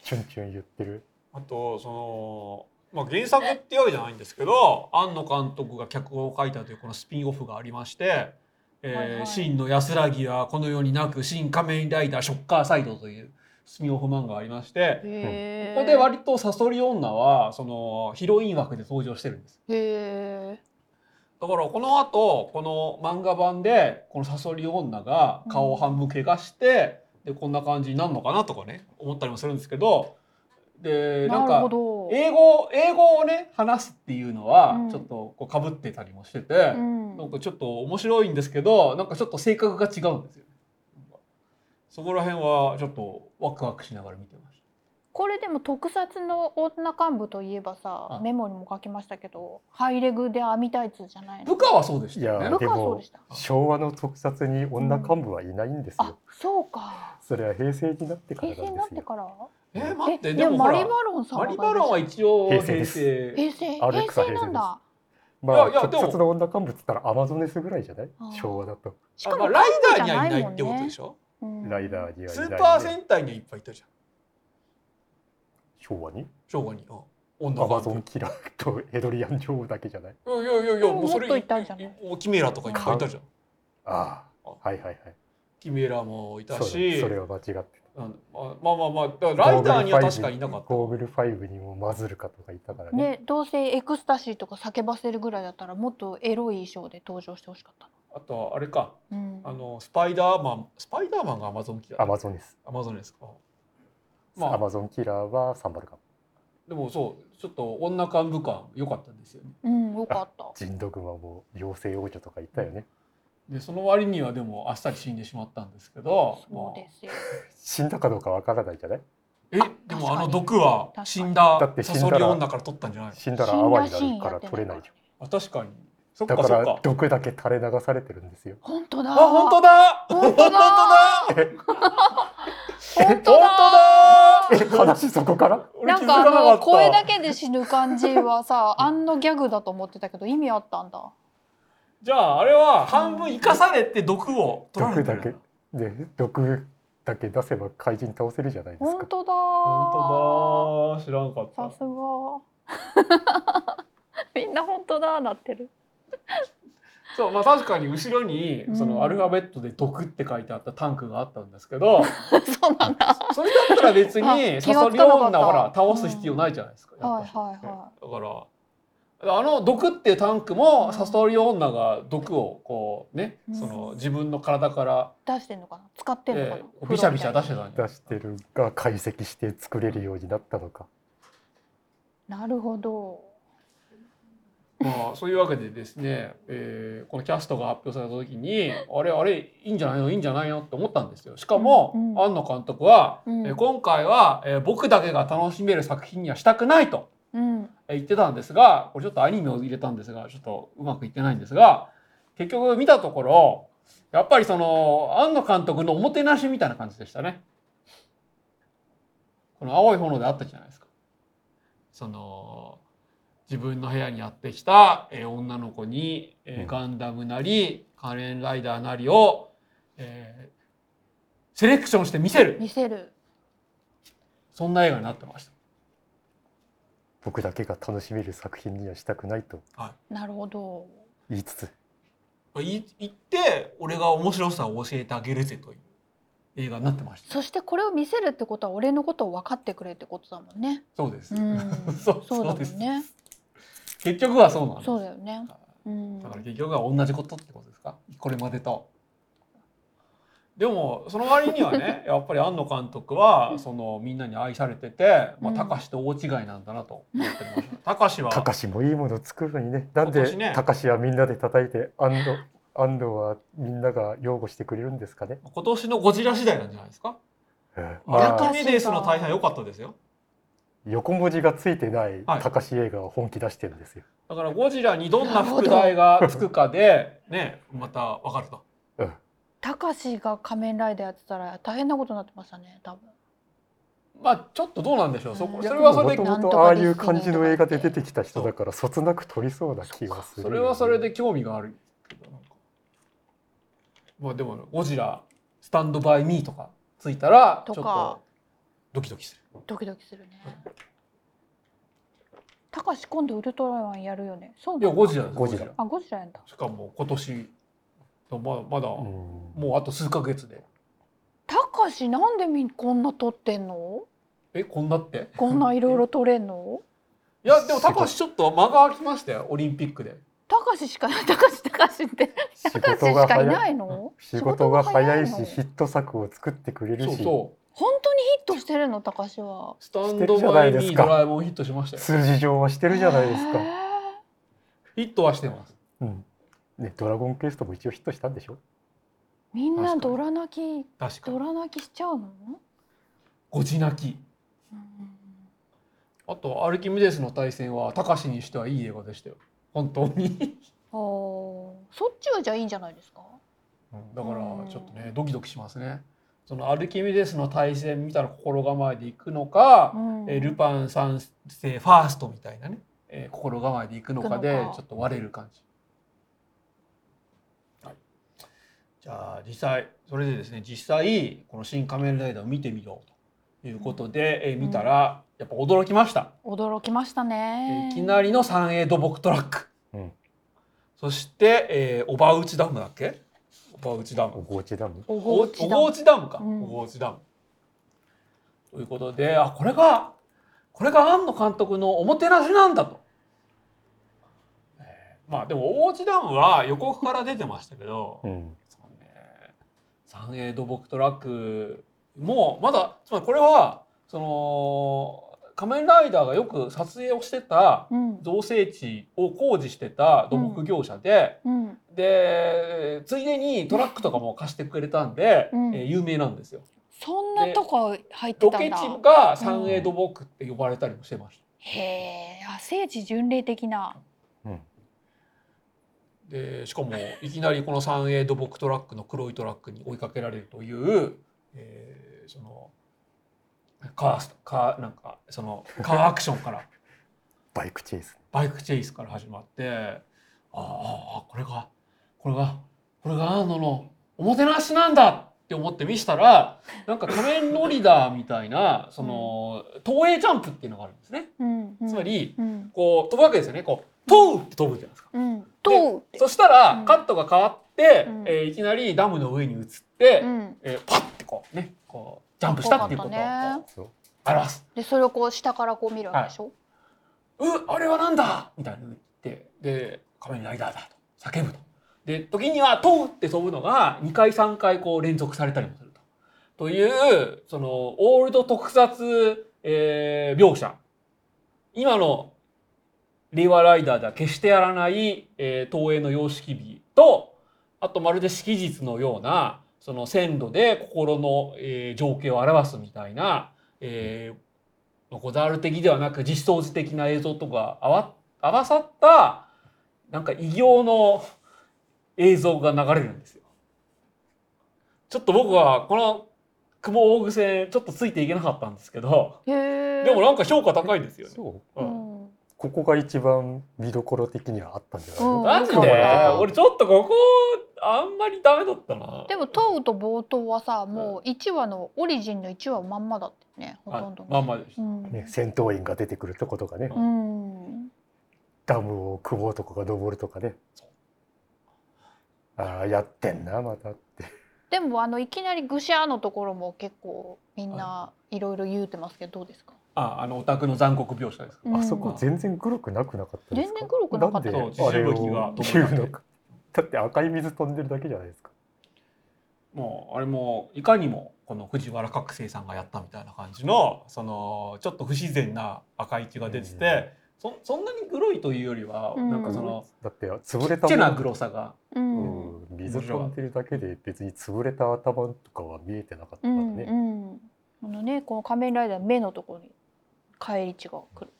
S3: チュンチュン言ってる
S2: あとその、まあ、原作っていうわけじゃないんですけど庵野監督が脚本を書いたというこのスピンオフがありまして「えー
S1: はいはい
S2: 真の安らぎはこの世になく新仮面ライダーショッカーサイド」というスピンオフ漫画がありまして
S1: へえ。
S2: ここで割とサソリ女はそのヒロイン枠で登場してるんです。
S1: へえ。
S2: だからこの後この漫画版でこのサソリ女が顔を半分怪我して、でこんな感じになるのかなとかね思ったりもするんですけどでな
S1: なんる
S2: か
S1: ほど。
S2: 英語英語をね話すっていうのは
S1: うん
S2: ちょっとこうかぶってたりもしてて、
S1: うん。
S2: なんかちょっと面白いんですけどなんかちょっと性格が違うんですよそこら辺はちょっとワクワクしながら見てまし
S1: これでも特撮の女幹部といえばさ
S2: う、ん
S1: メモにも書きましたけど、ハイレグで網タイツじゃない
S2: た
S1: の。
S2: 部下はそうでし
S3: い
S2: たよ
S3: や
S2: ね
S1: 部
S3: で
S1: 下はそう
S3: も
S1: でした
S3: 昭和の特撮に女幹部はいないんです
S1: あ
S3: よ、
S1: そうか。
S3: それは平成になってから
S1: 平
S3: な
S1: 成に
S3: んで
S1: なっ
S3: す
S1: て
S3: よ
S1: から。
S2: えー待って
S1: え
S2: でもほ
S1: マリ
S2: ら
S1: バロンさん
S2: マリバロンは一応平
S3: 平
S2: 成
S3: 成です
S1: 平成
S3: アレ
S1: 平
S3: クサ
S1: 成なんだ。
S3: ま
S2: い
S3: あ
S2: やいやでも
S3: 特撮の女幹部っつったらアマゾネスぐらいじゃない
S1: あー
S3: 昭和だと
S1: し
S2: あ
S1: か
S2: まあ
S1: も
S2: ライダーに
S1: 幹部じゃ
S2: はい
S1: な
S2: ない
S1: もん
S2: いってことで
S1: ね
S2: し。ょ、
S1: うん
S3: ライダーにはいないん
S2: ス
S3: で
S2: ーパー戦隊にはいっぱいいたじゃん
S3: 昭和に
S2: 昭和にうん女
S3: ア
S2: が
S3: マゾンキラーとヘドリアン女王だけじゃない
S2: いやいやいやいやもうそれ
S1: もっといたんじゃない
S2: もうキメラとかいっぱいいたじゃん
S3: ああ
S2: あ
S3: はいはいはい
S2: キメラもいた
S3: そう
S2: し
S3: だそれは間違って
S2: うんまあまあまあまあだからライダーには確かにいなかった
S3: ゴーグル5にもマズルカとかいたからね
S1: ね、どうせエクスタシーとか叫ばせるぐらいだったらもっとエロい衣装で登場してほしかった
S2: あとはあれか
S1: の。うん
S2: あのスパイダーマンスパイダーマンがアマゾンキラ
S3: ア
S2: ー
S3: マゾンです
S2: アマゾンですかま
S3: ア
S2: あ
S3: マゾンキラーはサンバルカ
S2: でもそうちょっと女幹部感良かったんですよね
S1: うん、よかった。
S3: ジンドグマも妖精王女とかいたよね
S2: でその割にはでもあっさり死んでしまったんですけど
S1: そうですよ。
S3: 死んだかどうかわからないじゃない
S2: まあえでもあの毒
S1: 確
S2: は
S1: かに
S2: 死ん
S3: だ
S2: だ
S3: って死
S2: サ
S3: んだ
S2: ソ
S3: ら
S2: リ女から取ったんじゃない
S3: 死ん
S1: 死
S3: だら
S1: んだ
S3: 哀に
S1: シーン
S3: な
S1: や
S3: る
S1: っ
S3: か
S1: て
S3: ら取れないじ
S1: ゃん。
S2: あ確かにそっ
S3: ゃんだ
S2: か
S3: か
S2: そっ
S3: ら
S2: か
S3: 毒だけ垂れ流されてるんですよ
S1: 本当だ。
S2: あ本当だ
S1: 本当だ
S2: 本当だ
S1: 本当
S2: 本
S1: だ。
S2: 当だ
S3: え話そこから
S2: 俺
S1: な
S2: 気づ
S1: ん
S2: か
S1: か
S2: なか
S1: あの
S2: った
S1: 声だけで死ぬ感じはさ、あんのギャグだと思ってたけど意味あったんだ。
S2: じゃああれは半分生かされて毒を取られてるん
S3: 毒だけで毒だけ出せば怪人倒せるじゃないです
S1: 本
S3: か
S1: 当だ。
S2: 本当だ知らんかっ
S1: さ
S2: た
S1: すが。 みんな本当だなってる。
S2: そうまあ確かに後ろに
S1: うん
S2: そのアルファベットで「毒」って書いてあったタンクがあったんですけど
S1: そうなんだ。
S2: それだったら別に
S1: あ
S2: サ
S1: 気
S2: ソ
S1: がつ
S2: リ
S1: かなか
S2: 女
S1: った
S2: ほら倒す必要ないじゃないですか、やっ
S1: は
S2: ぱ
S1: い
S2: り
S1: はいは
S2: だからあの「毒」っていうタンクもサソリ女が毒をこうね、
S1: うん
S2: その自分の体から、
S1: い。出してんのかな。使ってんのかな
S2: え。ービシャビシャ出してたんじゃ
S3: 出
S2: ない
S3: してるが解析して作れるようになったのか
S1: なるほど。
S2: まあそういうわけでですね、えーこのキャストが発表された時にあれあれいいんじゃないのいいんじゃないのって思ったんですよ。しかも、
S1: うんうん
S2: 庵野監督は、
S1: うん
S2: えー今回は、えー僕だけが楽しめる作品にはしたくないと
S1: うん。
S2: えー言ってたんですがこれちょっとアニメを入れたんですがちょっとうまくいってないんですが結局見たところやっぱりその庵野監督のおもてなしみたいな感じでしたね。この青い炎であったじゃないですか。その自分の部屋にやってきた、えー女の子に、えー
S3: うん
S2: ガンダムなり仮面ライダーなりを、えーセレクションして見せる
S1: 見せる。
S2: そんな映画になってました。
S3: 僕だけが楽しめる作品にはしたくないと
S1: なるほど。
S3: 言いつつ
S2: い行って俺が面白さを教えてあげるぜという映画になってました
S1: そしてこれを見せるってことは俺のことを分かってくれってことだもんね。
S2: そうです、
S1: うん、 そ
S2: そう
S1: うだ
S2: そ
S1: も
S2: うです
S1: んね。
S2: 結局はそうなんです
S1: そうだよね。うん
S2: だ。から結局は同じことってことですかこれまでと。でもその割にはねやっぱり庵野監督はそのみんなに愛されててまあ
S1: うん
S2: 高志と大違いなんだなと思ってました。高志は
S3: たかしもいいもの作るのにねなん
S2: たかしね
S3: でたかしはみんなで叩いて安藤安藤はみんなが擁護してくれるんですかね、
S2: 今年のゴジラ次第なんじゃないですか。
S3: うん
S2: ブラック
S3: まあ、
S2: メデースの大敗良かったですよ。
S3: 横文字がついてない
S2: はい
S3: たかし映画を本気出してるんですよ、
S2: だからゴジラにどんな副題がつくかでねまたわかると。
S3: うん、
S1: たかしが仮面ライダーやってたら大変なことになってましたね。多分。
S2: まあちょっとどうなんでしょう。そこ
S1: うん
S2: それ
S1: い
S2: は
S1: や
S2: そ
S3: も
S2: れ
S1: で
S3: と
S2: で
S1: も
S3: もとああいう感じの映画で出てきた人だからそつなく取りそうな気がする
S2: それはそれで興味があるけどなんかまあでもゴジラスタンドバイミーとかついたらちょ
S1: と
S2: っ
S1: か
S2: とドキドキする
S1: ドキドキするね。たかし今度ウルトラマンやるよね。そう
S2: いや
S1: なの
S2: ゴジラです
S3: ゴジラ
S1: あゴジラやんだ。
S2: しかも今年まだまだ、
S3: うん
S2: もうあと数ヶ月で
S1: たかしなんでみんこんな撮ってんの？
S2: えこんなって
S1: こんないろいろ撮れんの？
S2: いやでも高橋ちょっと間が空きましたよオリンピックで
S1: たかししかたかしたかしって
S3: 仕
S1: たかし
S3: 事
S1: し
S3: が
S1: かい
S3: 早
S1: ないいの？
S3: 仕事が早いし
S1: 仕事が
S3: ヒ
S1: の
S3: ット作を作ってくれる
S2: そう
S3: し
S2: そう
S1: 本当にヒットしてるのたかしは。
S2: スタンドバイミ
S3: してるじゃないです
S2: ー
S3: か
S2: ドラえもんヒットしましたよ
S3: 数字上はしてるじゃないですか
S1: へー。
S2: ヒットはしてます
S3: うんね、ドラゴンクエストも一応ヒットしたんでしょ
S1: みんなドラ泣き
S2: 確か
S1: ド
S2: に
S1: ラ泣きしちゃうの？
S2: ゴジ泣き
S1: うん
S2: あとアルキメデスの対戦は高橋にしてはいい映画でしたよ本当に
S1: あーそっちはじゃあいいんじゃないですか？
S2: だから
S1: うん
S2: ちょっとねドキドキしますね。そのアルキメデスの対戦みたいな心構えでいくのか、
S1: うん
S2: えールパン三世ファーストみたいなね、えー心構えでいくのかで
S1: いくのか
S2: ちょっと割れる感じ。はい、じゃあ実際それでですね実際この「新仮面ライダー」を見てみようということで、えー見たらやっぱ驚きました。
S1: 驚きましたね。
S2: いきなりの三栄土木トラック、
S3: うん
S2: そして、えー、小川内ダムだっけ小川内ダム
S3: おごちだもん。
S1: おご
S2: お
S1: うちだ
S2: ごうちダムか、
S1: うん
S2: おごうちダム。ということであこれがこれが庵野監督のおもてなしなんだと。えーまあでも大内ダムは予告から出てましたけど、
S3: うん、
S2: そうね三栄土木トラックもまだつまりこれはその仮面ライダーがよく撮影をしてた
S1: うん
S2: 造成地を工事してた土木業者で。
S1: うん
S2: でついでにトラックとかも貸してくれたんで、
S1: うん
S2: えー有名なんですよ
S1: そんなとこ入って
S2: ロ
S1: たん
S2: ケ地
S1: だ。
S2: が三栄土木って呼ばれたりもしてまし
S1: へえ、あ聖地巡礼的な。
S3: うん、
S2: たでしかもいきなりこの三栄土木トラックの黒いトラックに追いかけられるという、えーそのカースカーなんかそのカーアクションから
S3: バイクチェイス。
S2: バイクチェイスから始まってああああこれがこれがこれがアーノのおもてなしなんだって思って見せたらなんか仮面ロリダーみたいなその投影ジャンプっていうのがあるんですね。
S1: うん、うん
S2: つま。り
S1: うん。
S2: こう飛ぶわけですよね。こう飛ぶって飛ぶじゃないですか。
S1: うん。と。
S2: そしたら
S1: うん
S2: カットが変わって、
S1: うん
S2: えーいきなりダムの上に移って、
S1: うん。
S2: えーパッてこうねこうジャンプしたっていうことをこ
S1: かっこよかったね
S2: う
S3: そう
S2: 表す。
S1: で、それをこう下からこう見るわけでしょ。
S2: うあれはなんだみたいな言ってで「仮面ライダーだ」と叫ぶとで時には「飛ぶ」って飛ぶのが2回3回こう連続されたりもすると。というそのオールド特撮、えー描写今の令和ライダーでは決してやらない、えー東映の様式美とあとまるで式日のようなその線路で心の、えー情景を表すみたいな、えーまあこだわる的ではなく実装図的な映像とか合わ合わさったなんか異形の映像が流れるんですよ。ちょっと僕はこの雲大癖ちょっとついていけなかったんですけど
S1: へえ。
S2: でもなんか評価高いですよね。
S3: そう
S1: う
S2: うん
S1: ん。
S3: ここが一番見どころ的にはあったんじゃないの、
S1: うん
S2: マジで
S1: うん
S2: 俺ちょっとここあんまりダメだったな
S1: でも問うと冒頭はさもう1話のオリジンの1話まんまだってねほとんど
S2: あまあまあでし
S1: う
S2: た、
S1: ん
S3: ね、戦闘員が出てくるとことかね、
S1: うん
S3: ダムを組もうとかが登るとかねああやってんなまたって
S1: でもあのいきなりぐしゃーのところも結構みんないろいろ言うてますけどどうですか
S2: ああのオタクの残酷描写ですか
S1: うん
S3: あそこ全然黒くなくなかったですか
S1: 全然黒くなかった
S3: なんで
S2: そう
S3: あれを
S2: 地吹雪が
S3: 言うのかだって赤い水飛んでるだけじゃないですか
S2: もうあれもいかにもこの藤原覚醒さんがやったみたいな感じのそのちょっと不自然な赤い血が出てて、そそんなに黒いというよりは、
S1: うん
S2: なんかその
S3: だって潰れ
S2: ち
S3: た
S2: っちゃな黒さが
S1: う
S3: うんん、水飛んでるだけで別に潰れた頭とかは見えてなかった
S1: う
S3: から
S1: ん
S3: ね、
S1: うんこのねこの仮面ライダーの目のところに返り血が来る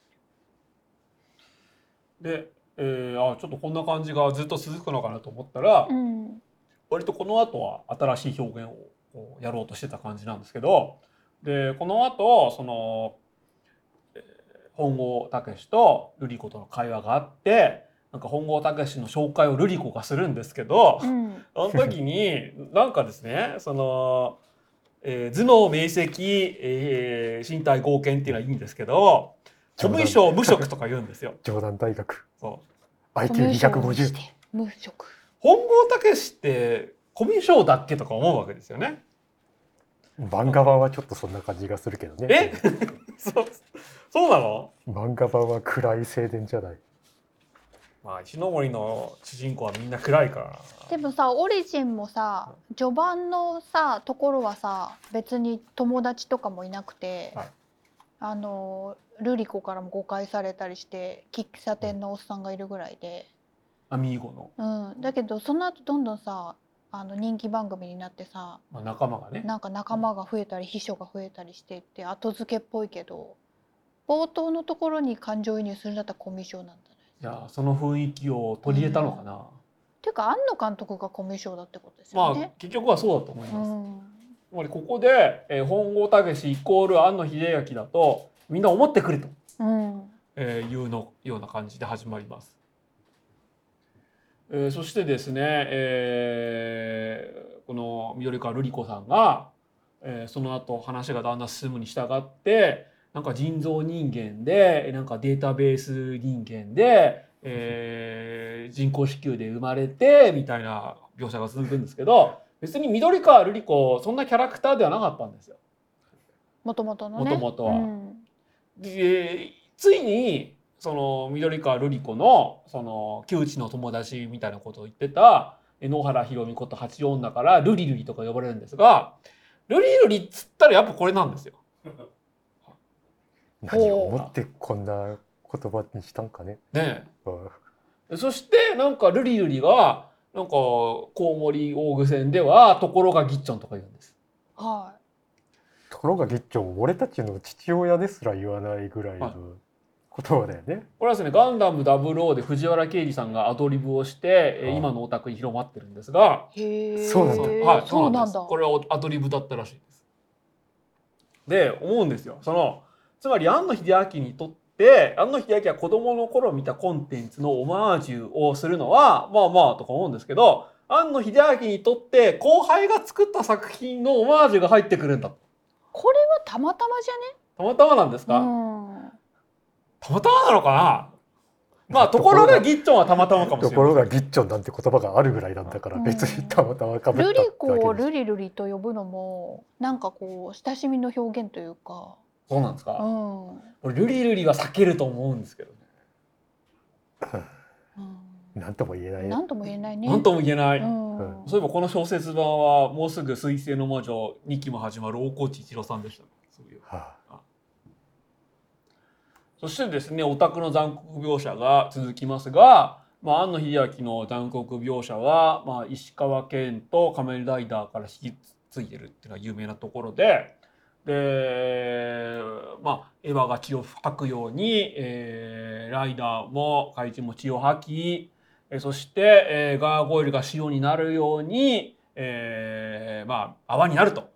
S2: で、えーあちょっとこんな感じがずっと続くのかなと思ったら、
S1: うん
S2: 割とこの後は新しい表現をこうやろうとしてた感じなんですけどでこの後その、えー本郷武と瑠璃子との会話があってなんか本郷武の紹介を瑠璃子がするんですけど、
S1: うん
S2: あの時になんかですねその、えー頭脳明晰、えー身体剛健っていうのはいいんですけど
S3: 冗
S2: 古
S3: 談
S2: 文書無職とか言うんですよ。
S3: 冗談大学
S2: そう
S1: 無職
S3: IQ250
S1: して無職
S2: 本郷武って古文書だっけとか思うわけですよね。
S3: 漫画版はちょっとそんな感じがするけど
S2: え
S3: ね
S2: そうそうなの
S3: 漫画版は暗い青年じゃない
S2: まあ石ノ森の主人公はみんな暗いからな
S1: でもさオリジンもさ序盤のさところはさ別に友達とかもいなくて、
S2: はい
S1: あのルリ子からも誤解されたりして喫茶店のおっさんがいるぐらいで、
S2: アミーゴの、
S1: うん、だけどその後どんどんさあの人気番組になってさ
S2: まあ、仲間がね
S1: なんか仲間が増えたり秘書が増えたりしてって後付けっぽいけど冒頭のところに感情移入するんだったらコミュ障なんだね。
S2: じゃあその雰囲気を取り入れたのかな、
S1: ていうか庵野監督がコミュ障だってことです
S2: ま
S1: よ
S2: あ
S1: ね。
S2: 結局はそうだと思います、
S1: うん
S2: つまりここで、えー本郷武イコール庵野秀明だとみんな思ってくれと、
S1: うん
S2: えーいうのような感じで始まります、えーそしてですね、えーこの緑川瑠璃子さんが、えーその後話がだんだん進むに従ってなんか人造人間でなんかデータベース人間で、えー人工子宮で生まれてみたいな描写が続くんですけど別に緑川瑠璃子そんなキャラクターではなかったんですよ。
S1: もともとのね。
S2: 元々は
S1: うん
S2: でついにその緑川瑠璃子のその旧知の友達みたいなことを言ってたえ野原ひろみこと八女からルリルリとか呼ばれるんですがルリルリっつったらやっぱこれなんですよ。
S3: 何を思ってこんな言葉にしたんかね、
S2: ね
S3: うん
S2: えそしてなんかルリルリがなんかコウモリ大具戦ではところがギッチョンとか言うんです。
S1: は
S3: ところがギッチョン俺たちの父親ですら言わないぐらい
S2: はい
S3: の言葉だよね、
S2: これはですね「ガンダム00」で藤原啓治さんがアドリブをしてえ
S3: ああ
S2: 今のお宅に広まってるんですが。
S1: い。へえ。
S3: そうなんだ
S2: はい、そ
S1: そう
S2: うな
S1: なんん
S2: です
S1: だ。
S2: これはアドリブだったらしいです。で思うんですよそのつまり庵野秀明にとって庵野秀明は子供の頃見たコンテンツのオマージュをするのはまあまあとか思うんですけど庵野秀明にとって後輩が作った作品のオマージュが入ってくるんだ
S1: これはたまたまじ
S2: たまたまなんです
S1: ゃ
S2: か、
S1: ね。
S2: たまたまなのかなまあところがギッチョンはたまたまかもしれ
S3: と
S2: ない
S3: ころがギッチョンなんて言葉があるぐらいなんだから
S1: うん
S3: 別にたまたまか
S1: うん。
S3: ぶっ
S1: ル
S3: たっ
S1: リ
S3: て
S1: コを
S3: わけ
S1: ル
S3: で
S1: リルリと呼ぶのもなんかこう親しみの表現というか。
S2: そうなんです
S1: う
S2: か、
S1: ん。うん
S2: 俺ルリルリは避けると思うんですけどね
S3: 何とも言えない
S1: なんとも言えないね。
S2: 何とも言えない、
S1: うん。
S2: そういえばこの小説版はもうすぐ「水星の魔女」2期も始まる大河内一郎さんでしたね、そういえば
S3: は
S2: そしてですねオタクの残酷描写が続きますが、まあ、庵野秀明の残酷描写は、まあ、石川県と仮面ライダーから引き継いでるっていうのが有名なところで。でまあ、エヴァが血を吐くように、えーライダーも怪人も血を吐き、えーそして、えーガーゴイルが塩になるように、えーまあ、泡になると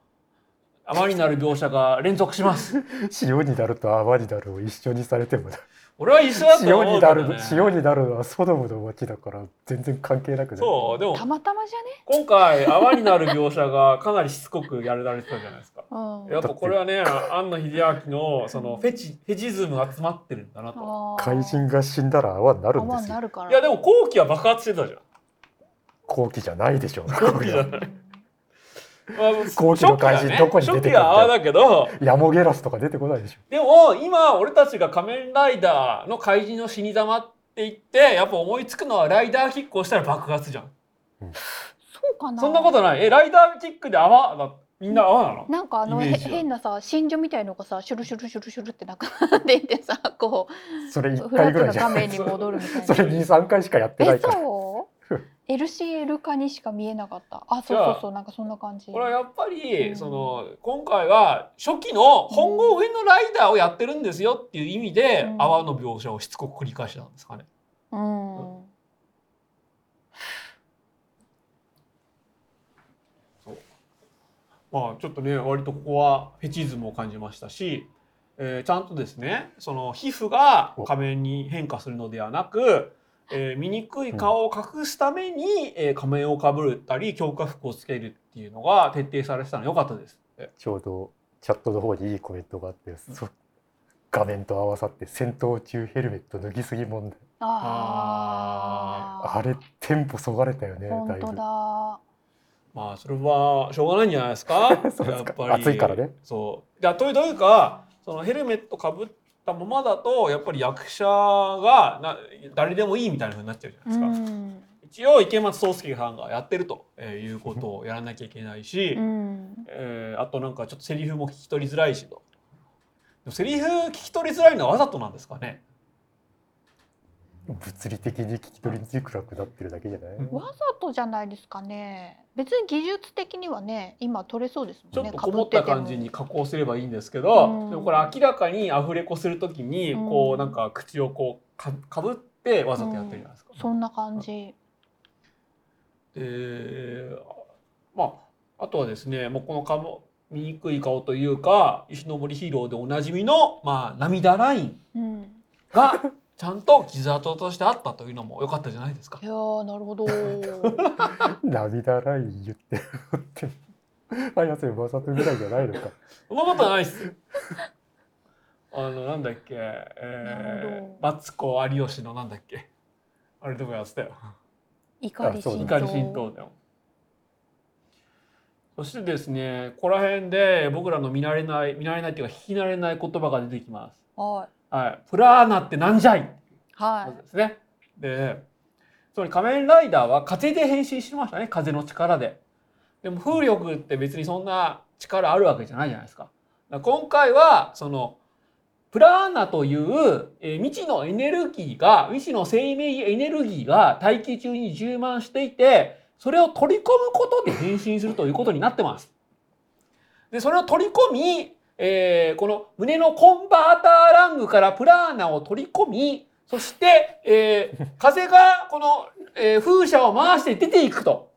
S2: 余りなる描写が連続し ます。
S3: 塩になると泡になるを一緒にされても
S2: 俺は一緒だと
S3: 塩
S2: 思
S3: に
S2: うけ
S3: な
S2: ど
S3: る
S2: ね。
S3: 塩になるのはソドムの街だから全然関係なくない
S2: そうでも
S1: たまたまじ
S2: 今回泡になる描写がかなりしつこくやられてたじゃないですか。
S1: ゃね。
S2: やっぱこれはね、庵野秀明のそのフェチフェチズムが詰まってるんだなと。
S1: あー
S3: 怪人が死んだら泡になるんで
S1: 泡に
S3: す
S1: な
S3: よ
S1: るから。
S2: いやでも後期は爆発してたじゃん。
S3: 後期じゃないでしょう
S2: 後期じゃない。まあ
S3: 後期の怪人どこに
S2: 初
S3: 出てくるんだ
S2: 期
S3: よ
S2: は泡だけど、
S3: ヤモゲラスとか出てこないでしょ
S2: でも今俺たちが仮面ライダーの怪人の死に様って言って、やっぱ思いつくのはライダーキックをしたら爆発じゃん。
S1: そうかな。
S2: そんなことない。え、ライダーキックで泡だ。みんな泡なの
S1: なんかあの
S2: イ
S1: へ
S2: メージは
S1: 変なさ真珠みたいのがさシュルシュルシュルシュルってなんか出てさこ
S3: それ
S1: う
S3: 一
S1: フラッ
S3: 回
S1: ト
S3: ぐらい
S1: な
S3: じゃ
S1: 画
S3: ない
S1: 面に戻るみたい
S3: そ
S1: な。
S3: れ二三回しかやってな
S1: え
S3: いから
S1: そう LCL 化にしか見えなかったあそう
S2: じゃ
S1: そう
S2: あ
S1: そうなんかそんな感じ
S2: これはやっぱり、
S1: うん
S2: その今回は初期の本郷上のライダーをやってるんですよっていう意味で、
S1: うん
S2: 泡の描写をしつこく繰り返したんですかね。
S1: うん
S2: まあちょっとね割とここはフェチズムを感じましたし、えーちゃんとですねその皮膚が仮面に変化するのではなく、えー醜い顔を隠すために、えー仮面をかぶったり強化服をつけるっていうのが徹底されてたの良かったです。え
S3: ちょうどチャットの方にいいコメントがあってそ画面と合わさって戦闘中ヘルメット脱ぎすぎ問題
S1: あー
S3: あれテンポそがれたよねだ
S1: 本
S3: い
S1: 当
S3: ぶ
S1: だ
S2: まあそれはしょうがないんじゃないですか
S3: そうで
S2: やっ
S3: すか
S2: ぱり
S3: 暑いからね
S2: そうだというというかそのヘルメットかぶったままだとやっぱり役者がな誰でもいいみたいなふうになっちゃうじゃな
S1: う
S2: いですか、
S1: ん
S2: 一応池松壮亮さんがやってるとえーいうことをやらなきゃいけないし、
S1: うん
S2: えーあとなんかちょっとセリフも聞き取りづらいしとでもセリフ聞き取りづらいのはわざとなんですかね
S3: 物理的に聞き取りづらくなってるだけじゃない、
S2: うん
S1: わざとじゃないですかね別に技術的にはね今取れそうです
S2: ち
S1: も
S2: ょ
S1: ん
S2: っ
S1: ね
S2: とこもった感じに加工すればいいんですけど、
S1: うん
S2: でもこれ明らかにアフレコするときに
S1: うん
S2: こうなんか口をこうかかぶってわざとやってるじゃないですか。
S1: そんな感じ
S2: えーまああとはですねもうこのかも醜い顔というか石ノ森ヒーローでおなじみの、まあ、涙ライン
S1: うん
S2: がちゃんと傷跡としてあったというのも良かったじゃないですか
S1: い。やーなる ほど
S3: 涙ライン言ってるって綾瀬正人ぐらいじゃないのか
S2: そんなことはないっすよ。あのなんだっけ、
S1: なる
S2: え
S1: ほど
S2: ー、マツコ有吉のなんだっけあれとかやってたよ。
S1: 怒り
S3: あそう
S1: 浸
S2: 怒り
S1: 透
S2: 浸透だよ。そしてですね、ここら辺で僕らの見慣れない見慣れないっていうか聞き慣れない言葉が出てきます。
S1: はい
S2: はい、プラーナってなんじゃいって
S1: は
S2: ことですね。で、つまり仮面ライダーは風で変身しましたね、風の力で。でも風力って別にそんな力あるわけじゃないじゃないですか。だから今回はそのプラーナという、えー未知のエネルギーが未知の生命エネルギーが大気中に充満していてそれを取り込むことで変身するということになってます。でそれを取り込み、えーこの胸のコンバーターラングからプラーナを取り込みそして、え ー風がこの、えー風車を回して出ていくと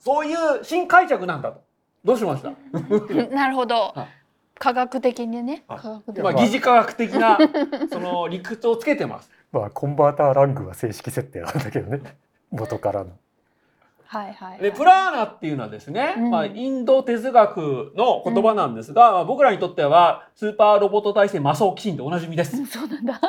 S2: そういう新解釈なんだと。どうしました
S1: い なるほど
S2: はい
S1: 科学的にね
S2: はい
S1: 科学的
S2: まあ、
S1: に
S2: 疑似科学的なその理屈をつけてます。
S3: まあコンバーターラングは正式設定なんだけどね元からの
S1: はいはい
S2: でプラーナっていうのはですね、
S1: うん
S2: まあ、インド哲学の言葉なんですが、まあ僕らにとってはスーパーロボット体制マソーキシンとおなじみです。
S1: そうなんだ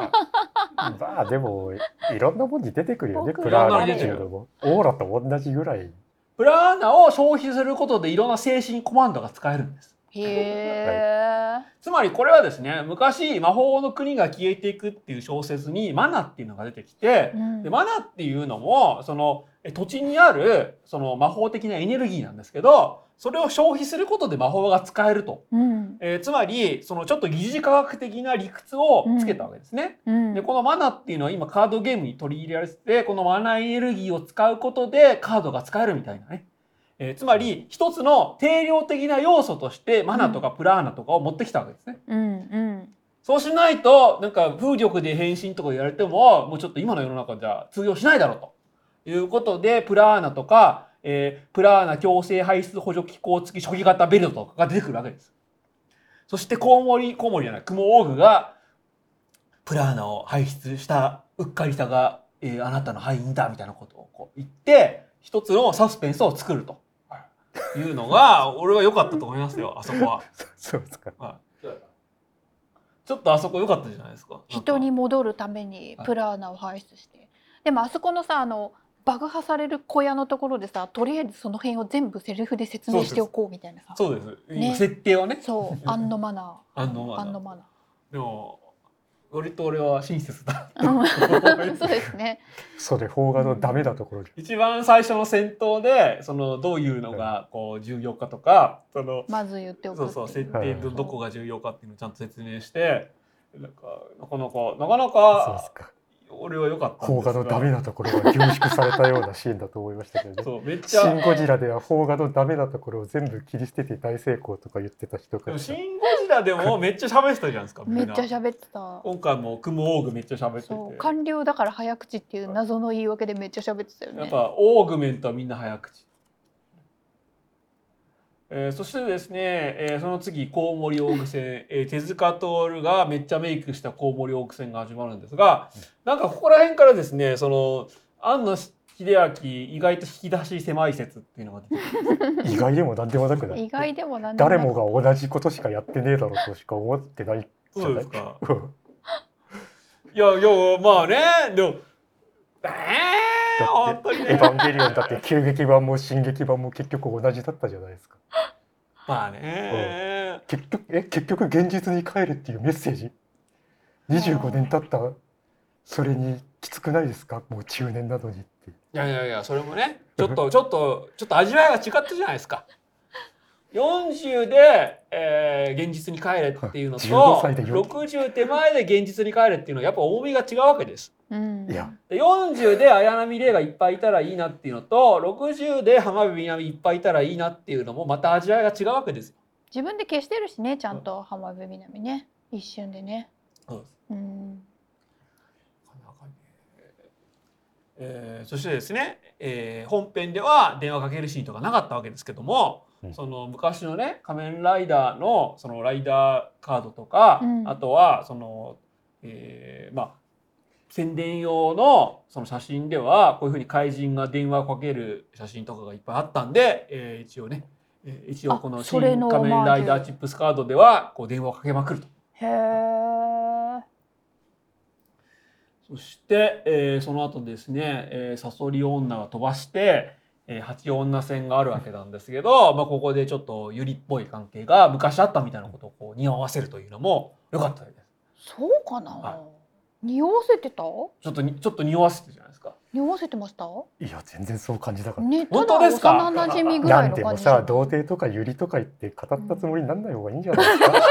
S3: まあでもいろんなもんに出てくるよね
S1: 僕
S3: プラーナっていうのもオーラと同じぐらい
S2: プラーナを消費することでいろんな精神コマンドが使えるんです。
S1: へえ
S2: つまりこれはですね昔魔法の国が消えていくっていう小説にマナっていうのが出てきて、
S1: うん
S2: でマナっていうのもそのえ土地にあるその魔法的なエネルギーなんですけどそれを消費することで魔法が使えると。
S1: うん
S2: えーつまりそのちょっと疑似科学的な理屈をつけたわけですね。
S1: うん
S2: でこのマナっていうのは今カードゲームに取り入れられててこのマナエネルギーを使うことでカードが使えるみたいなね。えーつまり一つの定量的な要素としてマナとかプラーナとかを持ってきたわけですね。
S1: うんうん
S2: そうしないとなんか風力で変身とか言われてももうちょっと今の世の中じゃ通用しないだろうということでプラーナとか、ええープラーナ強制排出補助機構付き初期型ベルトとかが出てくるわけです。そしてコウモリ、コウモリじゃない、クモオーグが、プラーナを排出した、うっかりさが、えーあなたの敗因だ、みたいなことをこう言って、一つのサスペンスを作ると。いうのが、俺は良かったと思いますよ、あそこ は。
S3: そうですか。
S2: はいちょっとあそこ良かったじゃないですか。
S1: 人に戻るためにプラーナを排出してでもあそこのさあの爆破される小屋のところでさとりあえずその辺を全部セリフで説明しておこうみたいなさ
S2: そうです。
S1: ね
S2: 設定はね。
S1: そうアンのマナー
S2: アンノマナー
S1: ンノマナ
S2: でも、割と俺は親切だ。
S1: ーそうですね
S3: それ邦画のダメなところで。
S2: 一番最初の戦闘で、その、どういうのがこう重要かとか、その、
S1: まず言っておく
S2: そ
S1: っていう
S2: そう、
S1: う
S2: 設
S3: は
S2: 定
S3: い
S2: とどこが重要かっていうのをちゃんと説明して、なんか、なかなか、なかなか
S3: そうです、か。
S2: 俺は良かったんで
S3: 邦
S2: すが。
S3: 画のダメなところが凝縮されたようなシーンだと思いましたけどね。
S2: そう、めっち
S3: シ
S2: ゃ。
S3: ン・ゴジラでは邦画のダメなところを全部切り捨てて大成功とか言ってた人
S2: で
S3: か
S2: も
S3: ら
S2: シン・ゴジラでもめっちゃ喋ってたじゃないですか。みん
S1: め
S2: な
S1: っちゃ喋ってた
S2: 今回もクモオーグめっちゃ喋ってて。
S1: そう官僚だから早口っていう謎の言い訳でめっちゃ喋ってたよ
S2: やっ
S1: ね
S2: ぱオーグメントはみんな早口。えーそしてですね、えーその次コウモリオーグ戦、えー手塚徹がめっちゃメイクしたコウモリオーグ戦が始まるんですが、なんかここら辺からですねその庵野秀明意外と引き出し狭い説っていうのが出てくる
S3: 意外でも何でもなくない
S1: 意外でもなんで
S3: 誰
S1: ない
S3: もが同じことしかやってねえだろうとしか思ってないじゃ
S2: そう
S3: な
S2: で
S3: い
S2: すか。
S3: うん
S2: いやいやまあねでもえー、本当に
S3: エヴ
S2: ね
S3: ァンゲリオンだって急激版も進撃版も結局同じだったじゃないですか
S2: まあね
S3: 結局え結局現実に帰るっていうメッセージ25年経ったそれにきつくないですかもう中年なのにって
S2: いやいやいやそれもねちょっと ちょっとちょっと味わいが違ったじゃないですか。40で、えー現実に帰れっていうのと
S3: 15歳でよ
S2: 60手前で現実に帰れっていうのはやっぱ重みが違うわけです。
S1: うん
S3: いや
S2: で40で綾波レイがいっぱいいたらいいなっていうのと60で浜辺美波いっぱいいたらいいなっていうのもまた味わいが違うわけですよ。
S1: 自分で消してるしねちゃんと浜辺美波ね一瞬でねうん
S2: えーそしてですね、えー本編では電話かけるシーンとかなかったわけですけども、
S3: うん
S2: その昔のね「仮面ライダーの」そのライダーカードとか、
S1: うん
S2: あとはその、えーまあ宣伝用のその写真ではこういうふうに怪人が電話をかける写真とかがいっぱいあったんで、えー一応ね、えー一応こ
S1: あ
S2: の「新
S1: そ
S2: 仮
S1: れの
S2: 面ライダーチップスカード」ではこう電話をかけまくると。
S1: へえ
S2: そして、えーその後ですね、えーサソリ女が飛ばして、えー八女戦があるわけなんですけど、 まあ、ここでちょっとユリっぽい関係が昔あったみたいなことをこう匂わせるというのも良かったです。
S1: そうかな、
S2: は
S1: 匂わせてた
S2: ちょっとにちょっと匂わせてるじゃないですか。
S1: 匂わせてました
S3: いや全然そう感じなかった
S1: ね
S2: 本
S1: た
S2: 当
S1: だ
S2: ですか
S1: 幼馴染みぐ
S3: な
S1: らい
S3: ん
S1: の
S3: で
S1: 感
S3: も
S1: じじゃ
S3: さ
S1: ん
S3: 童貞とかユリとか言って語ったつもりになんない方がいいんじゃないですか、
S1: ね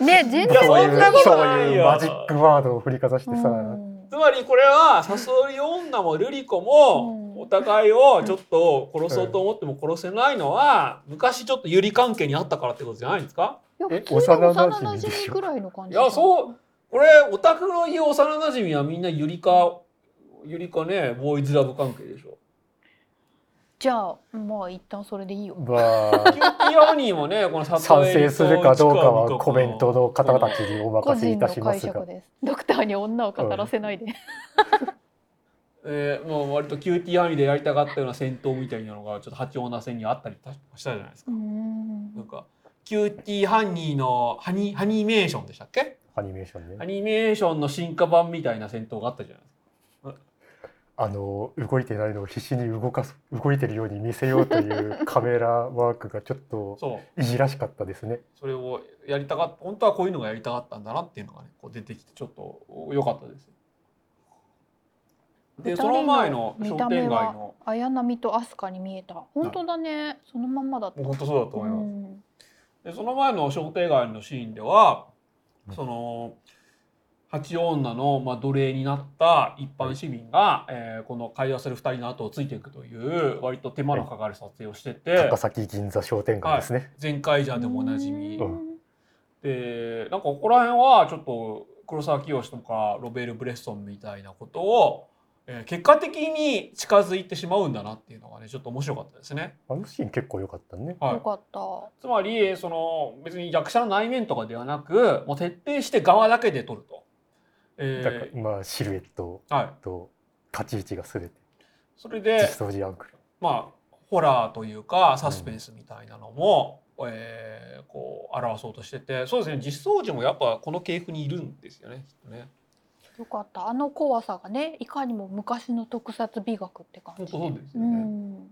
S1: 全然
S2: いや
S3: そう
S2: そんなこ
S3: いう
S2: と
S3: そう
S2: ないよ
S3: いうマジックワードを振りかざしてさ、
S1: うん
S2: つまりこれはサソリ女もルリコも
S1: うん
S2: お互いをちょっと殺そうと思っても殺せないのは昔ちょっとユリ関係にあったからってことじゃないんですか
S1: いや
S3: え
S1: 普通に幼
S3: 幼
S1: 馴
S3: 馴染で
S1: 染
S3: し
S1: み
S3: ょ
S1: ぐらいの感
S2: い
S1: じ
S2: や
S1: う
S2: そうこれオタクの言う幼馴染はみんなユリかユリかねボーイズラブ関係でしょ。
S1: じゃあまあ一旦それでいいよ
S3: まあ
S2: キューティーオニーもねこの
S3: 賛成するかどうかはコメントの方たちにお
S1: 個
S3: 任せ
S1: 人
S3: いた
S1: の
S3: しま
S1: 解
S3: すが
S1: 釈ですドクターに女を語らせないで、
S2: えー、もう割とキューティーアニーでやりたかったような戦闘みたいなのがちょっと八王な戦にあったりしたじゃないですか。
S1: うん
S2: なんかキューティーハニーのハニーハニーメーションでしたっけ？
S3: アニメーション
S2: ハ
S3: ね
S2: ニーメーションの進化版みたいな戦闘があったじゃないですか。
S3: あの動いてないのを必死に動かす動いてるように見せようというカメラワークがちょっと
S2: そう
S3: いじらしかったですね
S2: それをやりたかった本当はこういうのがやりたかったんだなっていうのがねこう出てきてちょっと良かったです。で
S1: 二
S2: そ
S1: 人
S2: の前の
S1: 見
S2: 商
S1: た目
S2: 店街
S1: は
S2: の
S1: 綾波とアスカに見えた本当だねそのまんまだった
S2: もう本当そうだと思います。
S1: うん
S2: でその前の商店街のシーンでは、
S3: うん
S2: その八女の、まあ、奴隷になった一般市民が、えーこの会話する2人の後をついていくという割と手間のかかる撮影をしてて、
S3: 高崎銀座商店街ですね、
S2: 前回じゃでもおなじみ、
S1: うん
S2: でなんかここら辺はちょっと黒沢清とかロベール・ブレッソンみたいなことをえー結果的に近づいてしまうんだなっていうのがねちょっと面白かったですね。
S3: あのシーン結構良かったね。
S2: はい
S1: よかった。
S2: つまりえーその別に役者の内面とかではなくもう徹底して側だけで撮ると、
S3: だから
S2: えー
S3: まあシルエット
S2: はい、
S3: と立ち位置がすべて
S2: それ
S3: 実
S2: で、
S3: 相寺アンクル。
S2: まあ、ホラーというかサスペンスみたいなのも、えーこう表そうとしててそうですね実相寺もやっぱこの系譜にいるんですよねきっとね。
S1: よかった。あの怖さがね、いかにも昔の特撮美学って感
S2: 本
S1: じ。
S2: 当そうです
S1: う
S2: よね、
S1: ん。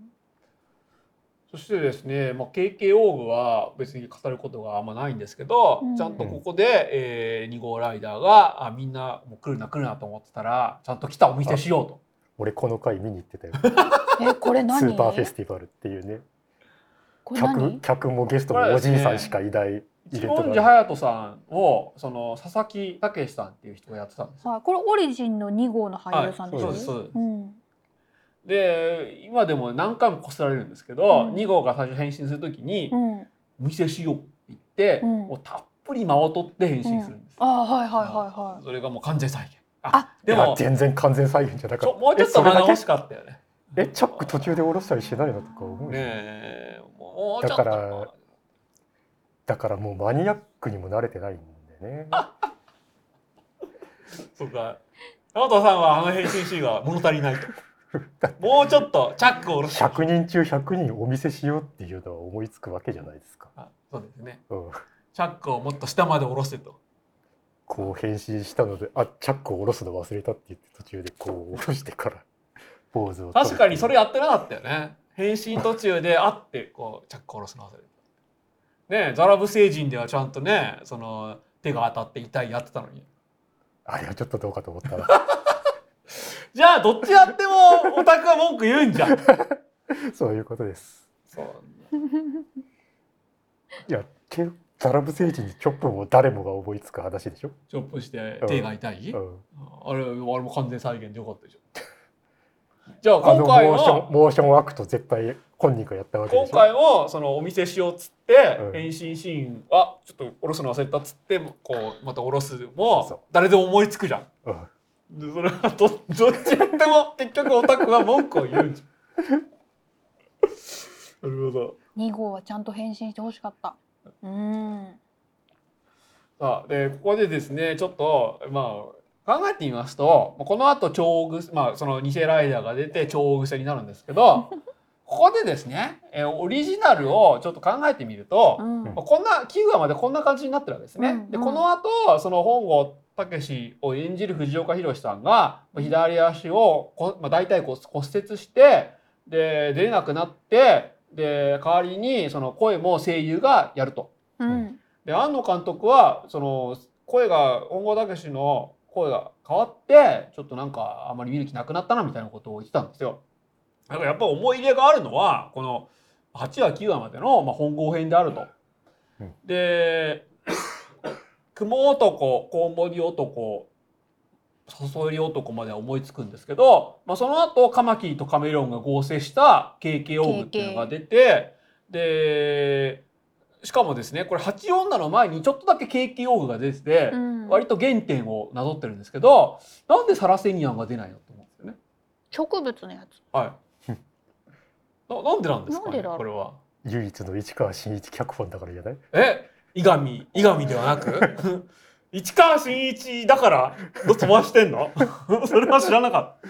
S2: そしてですね、まあ、KKO 部は別に語ることがあんまないんですけど、
S1: うん
S2: ちゃんとここで、え2号ライダーがあみんなもう来るな来るなと思ってたらちゃんと来たお見せしようと。
S3: 俺この回見に行ってたよ。
S1: え、これ何？
S3: スーパーフェスティバルっていうね。
S1: これ
S3: 客
S1: 何？
S3: 客もゲストもおじいさんしかいないイ
S2: 一
S3: ベント
S2: 文字
S3: がある。
S2: 隼人さんをその佐々木武さんっていう人がやってたんですよ。
S1: はい、これオリジンの2号の俳優さんですよ
S2: はいそうですそうです
S1: ん。
S2: で今でも何回もこすられるんですけど、
S1: うん
S2: 2号が最初変身するときに
S1: う、ん。
S2: お見せしようって言って、
S1: うん
S2: もうたっぷり間を取って変身するんです、
S1: あ、はいはいはいはい。
S2: それがもう完全再現
S1: あ
S2: で
S3: いや
S2: も
S3: 全然完全再現じゃな
S2: ち
S3: かっ
S2: ょ
S3: た。
S2: もうちょっと
S3: えそれだ
S2: 間
S3: け
S2: 惜しかったよね
S3: えチャック途中で降ろしたりしないのとか思うよ
S2: ね
S3: ね
S2: えもうちょっと
S3: だからだからもうマニアックにも慣れてないんでね。
S2: そうか直人さんはあの変身シーンは物足りないと もうちょっとチャックを下ろして
S3: 100人中100人お見せしようっていうのは思いつくわけじゃないですか。
S2: あそうですね
S3: うん、
S2: チャックをもっと下まで下ろせと
S3: こう変身したので、あ、チャックを下ろすの忘れたって言って途中でこう下ろしてからポーズを取る
S2: 確かにそれやってなかったよね変身途中であってこうチャックを下ろすの忘れてねえザラブ星人ではちゃんとねその手が当たって痛いやってたのに
S3: あれはちょっとどうかと思ったら、
S2: じゃあどっちやってもオタクは文句言うんじ ゃん
S3: そういうことです。
S2: そう
S3: いや、けザラブ星人にチョップも誰もが思いつく話でしょ。
S2: チョップして手が痛い、
S3: うん、
S2: あれあれも完全再現でよかったでしょじゃあ
S3: あ
S2: 今
S3: のモ
S2: 回
S3: ーション
S2: は
S3: モーションアクト絶対本人がやったわけで
S2: 今
S3: しょ。
S2: 回もそのお見せしようっつって、
S3: うん
S2: 変身シーンあちょっと下ろすの忘れたっつってこうまた下ろす
S3: そう
S2: も誰でも思いつくじゃん
S3: うん
S2: でそれはど どっちやっても結局オタクは文句を言うんじ ゃん。なるほど。
S1: 2号はちゃんと変身してほしかった。うん。
S2: さあでここでですねちょっとまあ考えてみますとこの後超ぐまあその偽ライダーが出て超癖になるんです けどここでですねえーオリジナルをちょっと考えてみると、
S1: うん。
S2: まあこんな9話までこんな感じになってるわけですね。
S1: うん
S2: で
S1: うん
S2: この後その本郷武を演じる藤岡弘さんがまあ左足をこ、まあ、大腿骨骨折してで出れなくなってで代わりにその声も声優がやると。
S1: うん。
S2: で庵野監督はその声が本郷武の声が変わってちょっとなんかあんまり見る気なくなったなみたいなことを言ってたんですよ。だからやっぱ思い入れがあるのはこの8話9話までの、まあ、本郷編であると。
S3: うん
S2: で雲男コウモリ男サソリ男までは思いつくんですけど、まあ、その後カマキリとカメレオンが合成した KKO 部っていうのが出てでしかもですねこれ八女の前にちょっとだけ KKO 部が出てて、
S1: うん。
S2: 割と原点をなぞってるんですけどなんでサラセニアンが出ないのと思うんですよね。
S1: 植物のやつ。
S2: はい。ななんでなんですか
S1: なんで
S2: ね
S1: だろう
S2: これは。
S3: 唯一の市川新一脚本だからじゃない
S2: え伊神伊神ではなく 市川新一だからど飛ばしてんの それは知らなかっ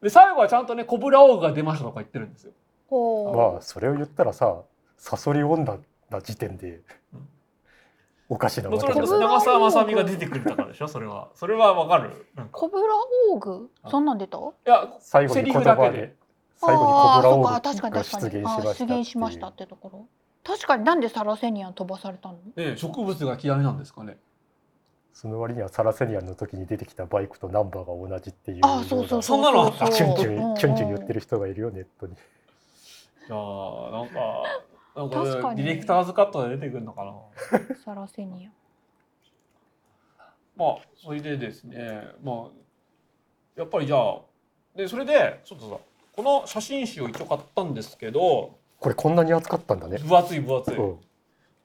S2: たで最後はちゃんとね「コブラ王が出ました」とか言ってるんですよ
S1: ほ
S3: まあそれを言ったらさサソリ女な時点で
S2: うん
S3: おかしなわ
S2: そ
S3: け
S2: れ
S3: じゃ
S2: は
S3: ない
S1: コブラ王
S2: 長澤まさみが出てくれたからでしょそれはそれはわかるなん
S1: う。
S2: か
S1: コブラオーグ。そんなん出た？
S2: いや
S3: 最後に言
S2: セリ
S3: 葉
S2: フだけで
S3: で最後にコブラ
S1: あーそっか確か
S3: 王
S1: に
S3: が
S1: 確
S3: 出
S1: かに
S3: 現し
S1: あ
S3: ました
S1: ー出現しましたってところ。確かになんでサラセニアン飛ばされたの？
S2: ねえ植物が嫌いなんですかね
S3: その割にはサラセニアンの時に出てきたバイクとナンバーが同じっていう
S1: あー、そうそうそう
S2: そんなのあ
S1: う
S2: った
S3: チュンチュ
S1: う
S3: ン
S1: ん
S3: チュンチュン言ってる人がいるよネットに
S2: いやーなん かなんか
S1: 確か
S2: デ
S1: に
S2: ィレクターズカットで出てくるのかな
S1: サラセニアン。
S2: まあそれでですねまあやっぱりじゃあでそれでちょっとさこの写真集を一応買ったんですけど
S3: これこんなに熱かったんだね
S2: 分厚い分厚い、
S3: うん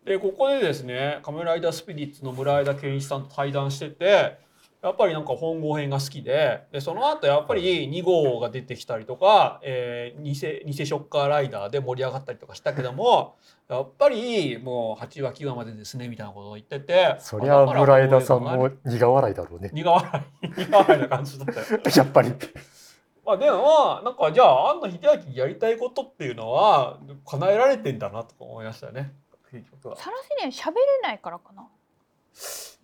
S2: でここでですね「仮面ライダースピリッツ」の村枝健一さんと対談しててやっぱりなんか本郷編が好きででその後やっぱり2号が出てきたりとか、えー、偽偽ショッカーライダーで盛り上がったりとかしたけど もやっぱりもう8話9話までですねみたいなことを言ってて
S3: そりゃ村枝さん
S2: だからこういうのが
S3: も苦笑いだろうね
S2: 苦笑い苦笑いな感じだったよ。
S3: やっぱり
S2: まあでもなんかじゃあ安野秀明やりたいことっていうのは叶えられてんだなとか思いましたよね。結局は
S1: サラセニアン喋れないからかな。
S2: い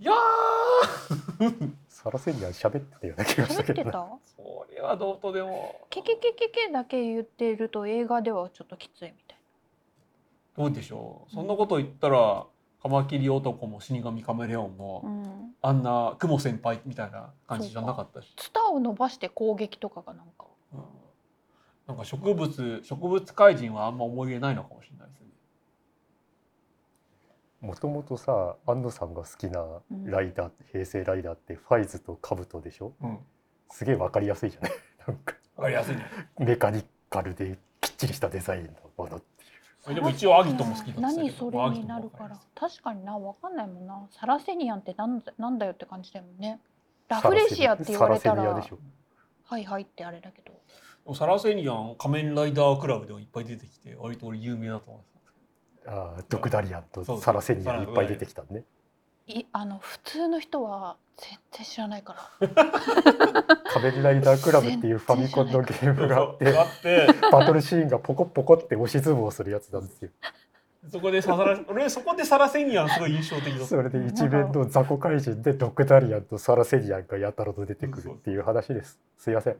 S2: やー
S3: サラセニアン喋ってたような気がし
S1: 喋
S3: た
S1: って
S3: けどな
S1: た？
S2: それはどうとでも
S1: ケケケケケだけ言ってると映画ではちょっときついみたい
S2: どうでしょうそんなこと言ったらカマキリ男も死神カメレオ
S1: な。う
S2: ンも
S1: ん。
S2: あんな雲先輩みたいな感じじゃなかったし、
S1: ツタを伸ばして攻撃とかがなんか。
S2: うんなんか植物植物怪人はあんま思い入れないのかもしれないですね。
S3: もともとさ安野さんが好きなライダー、平成ライダーってファイズとカブトでしょ
S2: うん、
S3: すげえわかりやすいじゃ ないなんか
S2: わかりやすいね。
S3: メカニカルできっちりしたデザインのもの
S2: でも一応アギトも好きだったけど
S1: 何それになるか
S2: アギトもわりや
S1: ら
S2: すい
S1: 確かにな分かんないもんなサラセニアンってなんだなんだよって感じだもんねラフレシアって言われた
S3: サラセニア
S1: ら
S3: でしょ
S1: はいはいってあれだけど
S2: でもサラセニアン仮面ライダークラブでもいっぱい出てきて割と俺有名だと思います
S3: ああドクダリアン
S2: そう
S3: と
S2: そう
S3: サラセニアンいっぱい出てきたね
S1: いあの普通の人は全然知らないから
S3: 仮面ライダークラブっていうファミコンのゲームがあっ
S2: そう
S3: て
S2: あって
S3: バトルシーンがポコポコって押し相撲をするやつなんですよ
S2: そこでサラ俺そこでサラセニアンすごい印象的 だった
S3: それで一面の雑魚怪人でドクダリアンとサラセニアンがやたらと出てくるっていう話ですすいません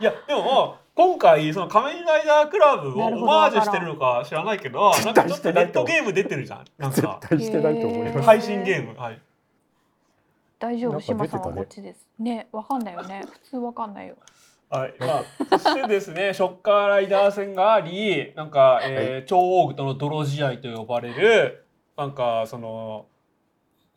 S2: いやでも今回その仮面ライダークラブを
S1: なるほど
S2: オマージュしてるのか知らないけどなんかちょっとネット
S3: 絶対してないと思う
S2: ゲーム出てるじゃんなん
S3: 絶
S2: か
S3: 対してないと思います
S2: 配信ゲームはい
S1: 大丈
S3: な
S1: 夫
S3: んか出てた
S1: 島さ
S3: ね
S1: んはこっちですね分かんないよ ね普通分かんないよ
S2: はいまあ、そしてですね ショッカーライダー戦がありなんか、えー超大具との泥試合と呼ばれるなんかその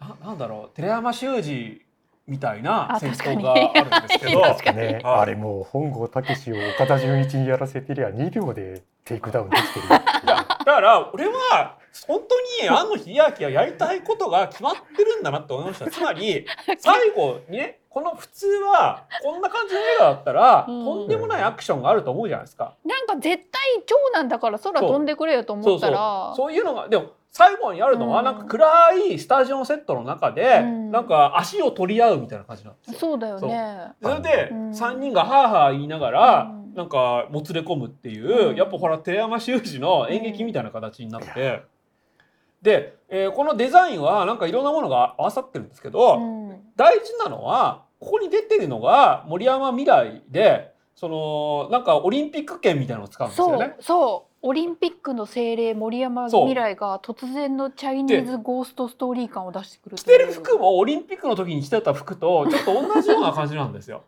S2: ななんだろう寺山修司みたいな
S1: あ
S2: 戦
S1: 確か
S2: 闘
S1: に
S2: があるんで すけど
S1: 確かに
S3: ね、
S2: はい
S3: あれもう本郷武史を岡田准一にやらせてりゃ2秒でテイクダウンでき てるよ
S2: いやだから俺は本当に安野秀明はやりたいことが決まってるんだなって思い ましたつまり最後にねこの普通はこんな感じの映画だったら、
S1: うん
S2: とんでもないアクションがあると思うじゃないですか。
S1: なんか絶対長男だから空飛んでくれよと
S2: そ
S1: 思
S2: う
S1: った
S2: そう
S1: ら
S2: そういうのがでも最後にあるのは、
S1: うん
S2: なんか暗いスタジオのセットの中で、
S1: うん
S2: なんか足を取り合うみたいな感じなんですよ。
S1: そうだよね
S2: それで、
S1: うん
S2: 3人がハーハー言いながら、
S1: うん
S2: なんかもつれ込むっていう、
S1: うん
S2: やっぱほら寺山修司の演劇みたいな形になって、で、えーこのデザインはなんかいろんなものが合わさってるんですけど、
S1: うん
S2: 大事なのはここに出てるのが森山未来でそのなんかオリンピック券みたいなのを使うんですよ
S1: そ
S2: ね
S1: う。そうオリンピックの精霊森山
S2: そう
S1: 未来が突然のチャイニーズゴーストストーリー感を出してくる
S2: 着てる服もオリンピックの時に着てた服とちょっと同じような感じな んですよ。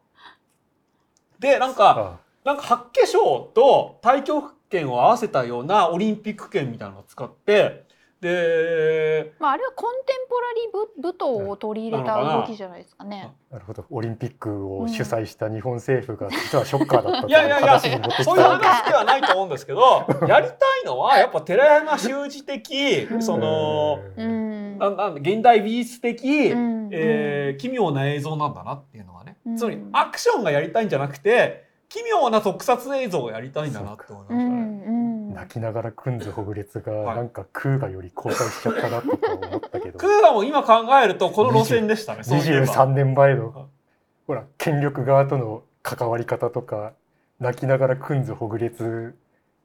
S2: でなんか
S3: あ
S2: なんか白化粧と太極拳を合わせたようなオリンピック券みたいなのを使ってで
S1: まあ、あれはコンテンポラリーぶ舞踏を取り入れ
S2: な
S1: た
S2: のかな
S1: 動きじゃないですかね。
S3: なるほどオリンピックを主催した日本政府が実はショッカーだったと
S2: い
S3: いう
S2: やいやいや
S3: 話に持ってき
S2: そういう
S3: た
S2: 話ではないと思うんですけどやりたいのはやっぱ寺山修司的
S1: うん
S2: そ
S1: う
S2: の
S3: うん
S1: ん。
S2: なんなん現代美術的、
S1: うん
S2: えー奇妙な映像なんだなっていうのはね、
S1: うん
S2: つまりアクションがやりたいんじゃなくて奇妙な特撮映像をやりたいんだなって思いまし
S1: う
S2: たね。
S1: んうん。
S3: 泣きながらくんずほぐれつが
S2: はい
S3: なんかクーガより後悔しちゃったなとか思ったけど
S2: クーガも今考えるとこの路線でしたね。そういえば
S3: 23年前
S2: はい
S3: のほら権力側との関わり方とか泣きながらくんずほぐれつ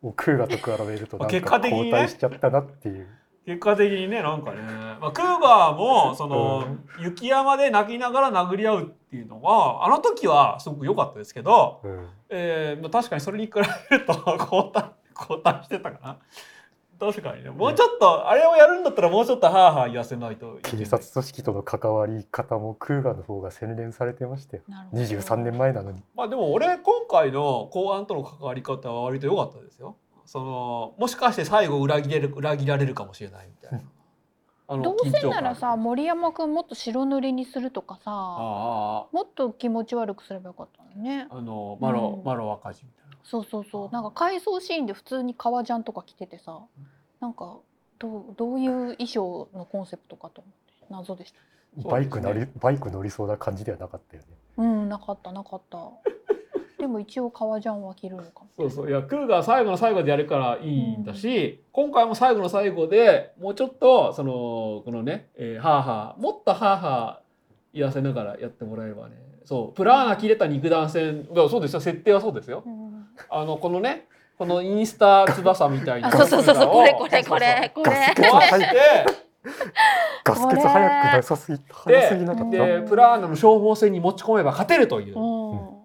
S3: をクーガと比べるとなんか
S2: 結果的に
S3: 後
S2: ね
S3: 悔しちゃったなっていう。
S2: 結果的にねなんかね、まあ、クーバーもその、雪山で泣きながら殴り合うっていうのはあの時はすごく良かったですけど、
S3: うん
S2: えーまあ、確かにそれに比べると後退後退してた かな。確かにねもうちょっとあれをやるんだったらもうちょっとハーハー言わせないといけ
S3: 警
S2: ない
S3: 察組織との関わり方もクーガの方が洗練されてましたよ
S1: なるほど
S3: 23年前なのに
S2: まあでも俺今回の公安との関わり方は割と良かったですよ。そのもしかして最後裏切れる裏切られるかもしれないみたいな。あの
S1: どうせなら
S2: 緊張感
S1: さ森山くんもっと白塗りにするとかさ
S2: あ
S1: もっと気持ち悪くすればよかったのにね
S2: ああのマロ、
S1: うん
S2: マロ赤字みたいな。
S1: そうそうそうなんか回想シーンで普通に革ジャンとか着ててさなんかどうどういう衣装のコンセプトかと思って謎でした
S2: すね
S3: バイクなり、バイク乗りそうな感じではなかったよね。
S1: うんなかったなか った。でも一応革ジャンは着るのかも。
S2: そうそういやクーが最後の最後でやるからいいんだし、今回も最後の最後でもうちょっとそのこのね、えー、はあはあもっとはあはあ言わせながらやってもらえればねそうプラーナ切れた肉弾戦だからそうですよ設定はそうですよ
S1: うん
S2: あのこのねこのインスタ翼みたいな
S1: あそうそうそうそうこれこれこれこ
S3: ガス
S1: れ。
S3: 欠
S2: 壊
S3: 早
S2: し
S3: く
S2: て
S3: ガス欠早くなさすぎ早すぎなかった。
S2: でプラーナの消耗戦に持ち込めば勝てるという、
S1: うん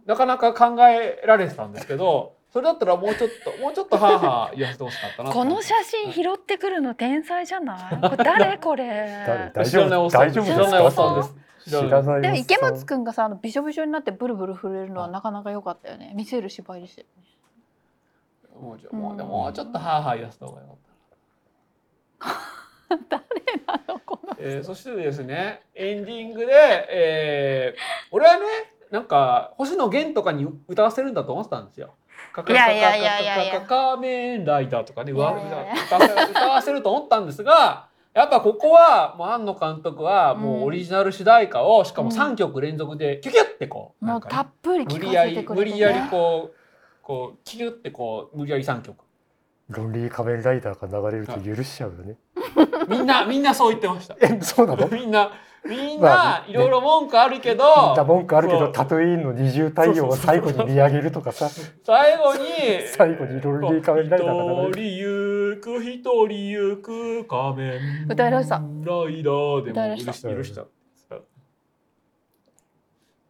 S2: なかなか考えられてたんですけどそれだったらもうちょっともうちょっとはあはあ言わせてほしかったなと
S4: こ
S2: 思って
S4: の写真拾ってくるの天才じゃない。これ誰こ
S3: 誰
S4: れ。
S3: 大
S2: 知らない
S3: 丈
S2: おっ
S3: 夫
S2: さんで
S3: 大
S2: す
S3: 丈夫
S2: 知
S3: です
S2: らないおっさんで
S3: か
S2: す。
S3: 知らないおっ
S1: で
S3: さ
S1: も
S3: ん。
S1: 池松くんがさあのびしょびしょになってブルブル震えるのはなかなか良かったよね見せる芝居でしたよね
S2: もうちょ
S1: うん
S2: もうでももうちょっとハーハー言わせた方がよかった。 えーそしてですねエンディングで、えー俺はねなんか星野源とかに歌わせるんだと思ってたんですよ。カカカカカ
S1: いやいやいやいや
S2: カカカ仮面ライダーとかねうわ
S1: いやいやいや
S2: 歌わせ歌わせると思ったんですがやっぱここはもう庵野監督はもうオリジナル主題歌をしかも3曲連続でキュキュってこうな
S1: もう
S2: んかね
S1: たっぷり聞
S2: 無
S1: か
S2: 理や
S1: せて
S2: り
S1: くれ
S2: 無
S1: て
S2: 理
S1: ね
S2: やりこうこうキュってこう無理やり3曲。
S3: ロンリー仮面ライダーが流れると許しちゃうよね。
S2: みんな みんなそう言ってました。
S3: え、そうなの？
S2: みんなみん
S3: まあ
S2: な
S3: ね
S2: いろいろ文句あるけど、
S3: 聞いた文句あるけ
S2: そ
S3: ど
S2: う
S3: タトゥイーンの二重対応を最後に見上げるとかさ
S2: 最後に
S3: 最後にロンリー仮面ライダーが
S2: 一
S3: 流れ
S2: 人ゆく一人ゆく仮面
S1: 歌い出した
S2: ライダーで
S1: 歌い
S2: も
S1: 出し
S2: 許
S1: た
S2: し許しちゃう。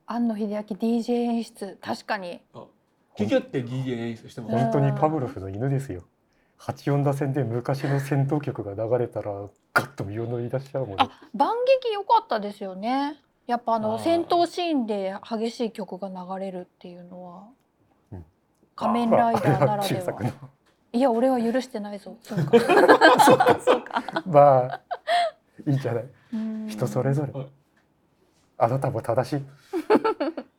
S1: 庵野秀明 DJ 演出確かに
S2: キュキュって DJ 演出してます
S1: う。ん
S3: 本当にパブロフの犬ですよ84打線で昔の戦闘曲が流れたらガッと身を乗り出しちゃうもんね
S1: あ万劇良かったですよねやっぱあの
S2: あー
S1: 戦闘シーンで激しい曲が流れるっていうのは、
S3: うん
S1: 仮面ライダーなら
S3: あれは
S1: で
S3: 旧
S1: は
S3: 作の
S1: いや俺は許してないぞそう かそうか
S3: まあいいんじゃない
S1: うん
S3: 人それぞれ
S2: はい
S3: あなたも正しい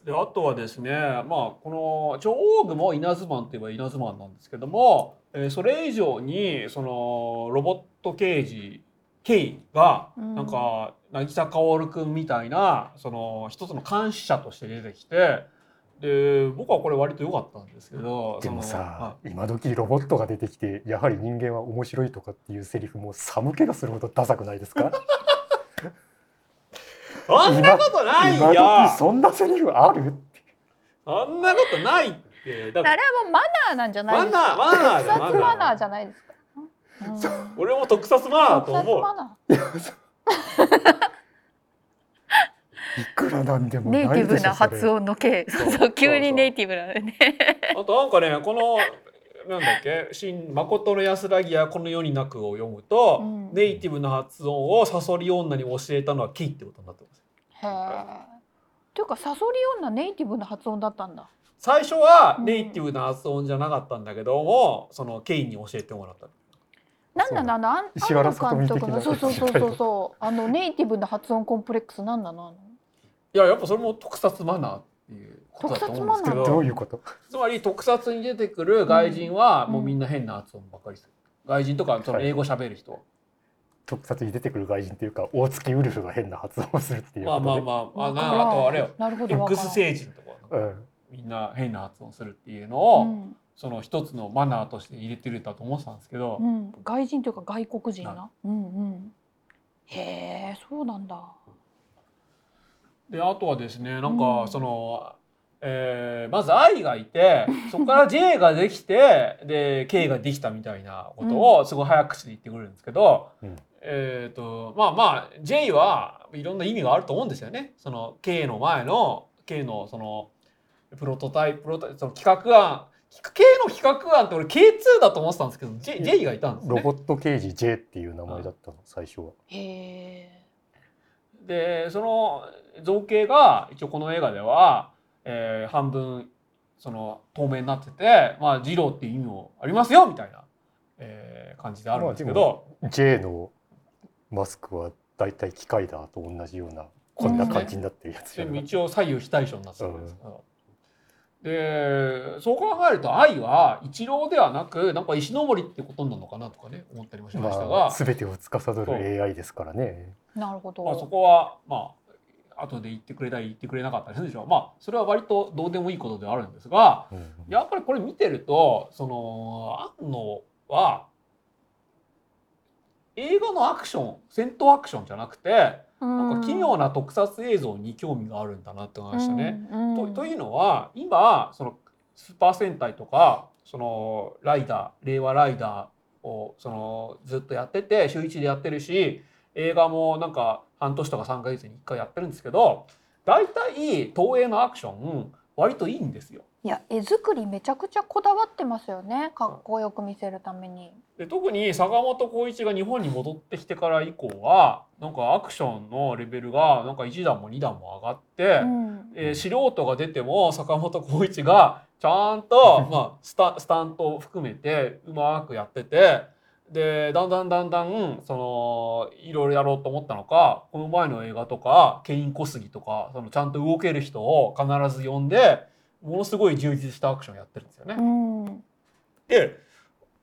S2: であとはですね、まあ、この超王具も稲妻といえば稲妻なんですけども、えーそれ以上にそのロボット刑事ケイが
S1: うん
S2: なんか渚薫君みたいなその一つの監視者として出てきてで僕はこれ割と良かったんですけど
S3: でも
S2: そのは
S3: さ
S2: い
S3: 今時ロボットが出てきてやはり人間は面白いとかっていうセリフも寒気がするほどダサくないですか
S2: そんなことない
S3: 今
S2: よ
S3: 時そんなセリフある
S2: そんなことないってだ
S1: あ
S2: か
S1: れは
S2: ら
S1: もうマナーなんじゃない
S2: マ
S1: です
S2: ナ
S1: か
S2: ーマナーだよ
S1: 特撮マナーじゃないですか、うん、特
S2: 俺も特撮マナーだと
S1: 撮
S2: 思う。
S1: マナー
S3: いくらなんでも
S4: ネイテ
S3: ない
S4: ィ
S3: で
S4: ブ
S3: しょ
S4: な
S3: それ
S4: 発音のけ。そう
S2: そ
S4: そうう急にネイティブなのね。
S2: あとなんかねこのなんだっけ「新誠の安らぎやこの世になく」を読むと、
S1: うん
S2: ネイティブの発音をサソリ女に教えたのはキイってことになってます。
S1: へえ。というかサソリ女ネイティブな発音だったんだ。
S2: 最初は
S1: うん
S2: ネイティブな発音じゃなかったんだけども、そのケイに教えてもらった。
S1: なんなのあのあん
S3: 石原
S1: 安野監督のそ
S3: さ
S1: う
S3: と
S1: そう
S3: み的
S1: そ
S3: な
S1: うそうそうあのネイティブな発音コンプレックスなんなのあの。
S2: いややっぱそれも特撮マナーっていうことだと思うんですけ
S1: 特撮マ
S2: ど
S1: ナー
S3: どういうこと
S2: つまり特撮に出てくる外人は
S1: うん
S2: もうみんな変な発音ばっかりする。外人とかその英語喋る人、
S3: 特撮に出てくる外人っていうか大月ウルフが変な発音をするっていう
S2: ま
S3: こ
S2: あ
S3: とで、
S2: まあまああ
S1: わ
S2: な
S1: からん
S2: あとあれよ
S1: なるほどわから
S2: X
S1: ん。
S2: 星人とか
S3: うん、
S2: みんな変な発音するっていうのを、
S1: うん
S2: その一つのマナーとして入れてるんだと思ってたんですけど、
S1: うん外人というか外国人
S2: は
S1: な。うんうん。へえそうなんだ。
S2: であとはですねなん
S1: う
S2: か
S1: ん
S2: その、えーまず愛が いてそこから J ができてで K ができたみたいなことをすごい早口で言ってくれるんですけど、
S3: うん
S2: えっ、とまあまあ J はいろんな意味があると思うんですよね。その K の前の K のそのプロトタイププロトタイプその企画案 K の企画案って俺 K2 だと思ってたんですけど J, J がいたんですね
S3: ロ。ボット刑事 J っていう名前だったの最初は。
S1: へえ。
S2: でその造形が一応この映画では、えー半分その透明になっててまあ二郎っていう意味もありますよみたいな、えー感じであるんですけど、
S3: J のマスクはだいたい機械だと同じようなこんな感じになってるやつじゃ
S2: で
S3: な
S2: も
S3: い、
S2: 一応左右非対称になってたんですけど。でそう考えると愛は一郎ではなくなんか石森ってことなのかなとかね思ったりもしましたが、
S3: まあ、全てを司る AI ですからね。
S1: なるほど。
S2: まあ、そこはまあ後で言ってくれたり言ってくれなかったりするでしょうまあそれは割とどうでもいいことではあるんですがやっぱりこれ見てるとその庵野は映画のアクション戦闘アクションじゃなくてな
S1: なん
S2: か奇妙な特撮映像に興味があるんだなって思いましたね。。
S1: うん
S2: とというのは今そのスーパー戦隊とかそのライダー令和ライダーをそのずっとやってて週1でやってるし映画もなんか半年とか3ヶ月に1回やってるんですけど大体東映のアクション割といいんですよ。
S1: いや絵作りめちゃくちゃこだわってますよね。かっこよく見せるために。
S2: で特に坂本浩一が日本に戻ってきてから以降はなんかアクションのレベルがなんか1段も2段も上がって。
S1: うん。
S2: えー素人が出ても坂本浩一がちゃんと、まあ、スタスタントを含めてうまくやっててでだんだんだんだんそのいろいろやろうと思ったのかこの前の映画とかケイン・コスギとかそのちゃんと動ける人を必ず呼んでものすごい充実したアクションやってるんですよね。
S1: うん。
S2: で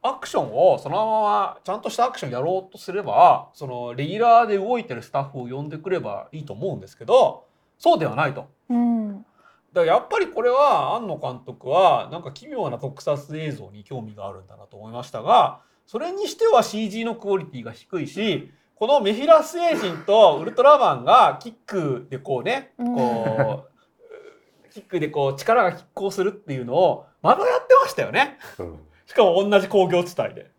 S2: アクションをそのままちゃんとしたアクションやろうとすればそのレギュラーで動いてるスタッフを呼んでくればいいと思うんですけどそうではないと。
S1: うん。
S2: だからやっぱりこれは庵野監督はなんか奇妙な特撮映像に興味があるんだなと思いましたがそれにしては CG のクオリティが低いしこのメフィラス星人とウルトラマンがキックでこうねこうキックでこう力が拮抗するっていうのをまだやってましたよね
S3: うん
S2: しかも同じ工業地帯で。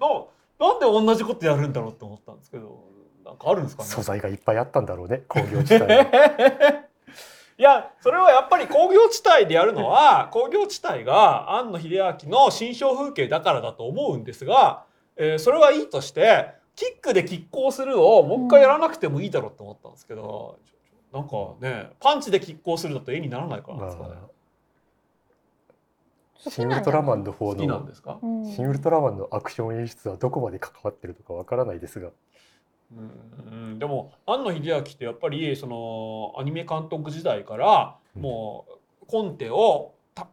S2: のなんで同じことやるんだろうって思ったんですけどなんかあるんですかね
S3: 素材がいっぱいあったんだろうね工業 地帯
S2: いやそれはやっぱり工業地帯でやるのは工業地帯が庵野秀明の新象風景だからだと思うんですが、えーそれはいいとしてキックで拮抗するをもう一回やらなくてもいいだろうって思ったんですけど、なんかねパンチで拮抗するだと絵にならないからなんですかね、
S3: まあ
S1: 好
S3: シ
S1: き
S3: ン・ウ
S1: な
S3: ル
S1: ん
S3: ト
S1: じゃ
S3: ラ
S1: ない
S3: マンの方
S2: 好きなん
S3: の
S2: ですか、
S1: うん
S3: シン・ウルトラマンのアクション演出はどこまで関わってるとかわからないですが
S2: うんうんでも庵野秀明ってやっぱりそのアニメ監督時代から
S3: うん
S2: もうコンテをた、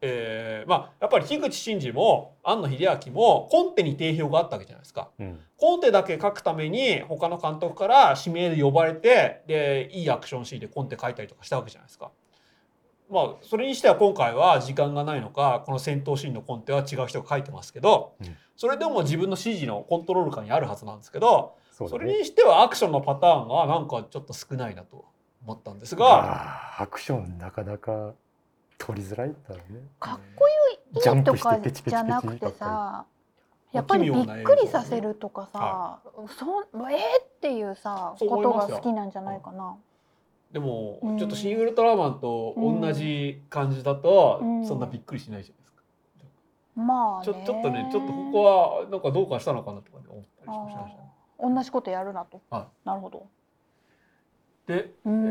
S2: えーまあやっぱり樋口真嗣も庵野秀明もコンテに定評があったわけじゃないですか。
S3: うん
S2: コンテだけ書くために他の監督から指名で呼ばれてでいいアクションシーンでコンテ書いたりとかしたわけじゃないですか。まあそれにしては今回は時間がないのかこの戦闘シーンのコンテは違う人が書いてますけど、
S3: うん
S2: それでも自分の指示のコントロール感にあるはずなんですけど
S3: そうだ
S2: そ
S3: ね
S2: れにしてはアクションのパターンがなんかちょっと少ないなと思ったんですが、
S3: あーアクションなかなか取りづらいんだろうね
S1: かっこいい
S3: ジャン
S1: と
S3: プして
S1: か
S3: ペチペチペ
S1: じ
S3: チ
S1: ゃなくてさ、やっぱりび
S2: 奇妙な映
S1: っく
S2: 像
S1: りさせるとかさ
S2: は、
S1: そんえーっていうさ
S2: そう
S1: こ
S2: 思い
S1: と
S2: ま
S1: が
S2: すよ
S1: 好きなんじゃないかな。
S2: でも
S1: うん
S2: ちょっと「シン・ウルトラマン」と同じ感じだと
S1: うん
S2: そんなびっくりしないじゃないですか。
S1: まあ
S2: ちょ
S1: ね。
S2: ちょっとねちょっとここはなんかどうかしたのかなとかね思ったりしましたね。
S1: あー同じことやるなと。
S2: は
S1: なるほど。
S2: で、
S1: うん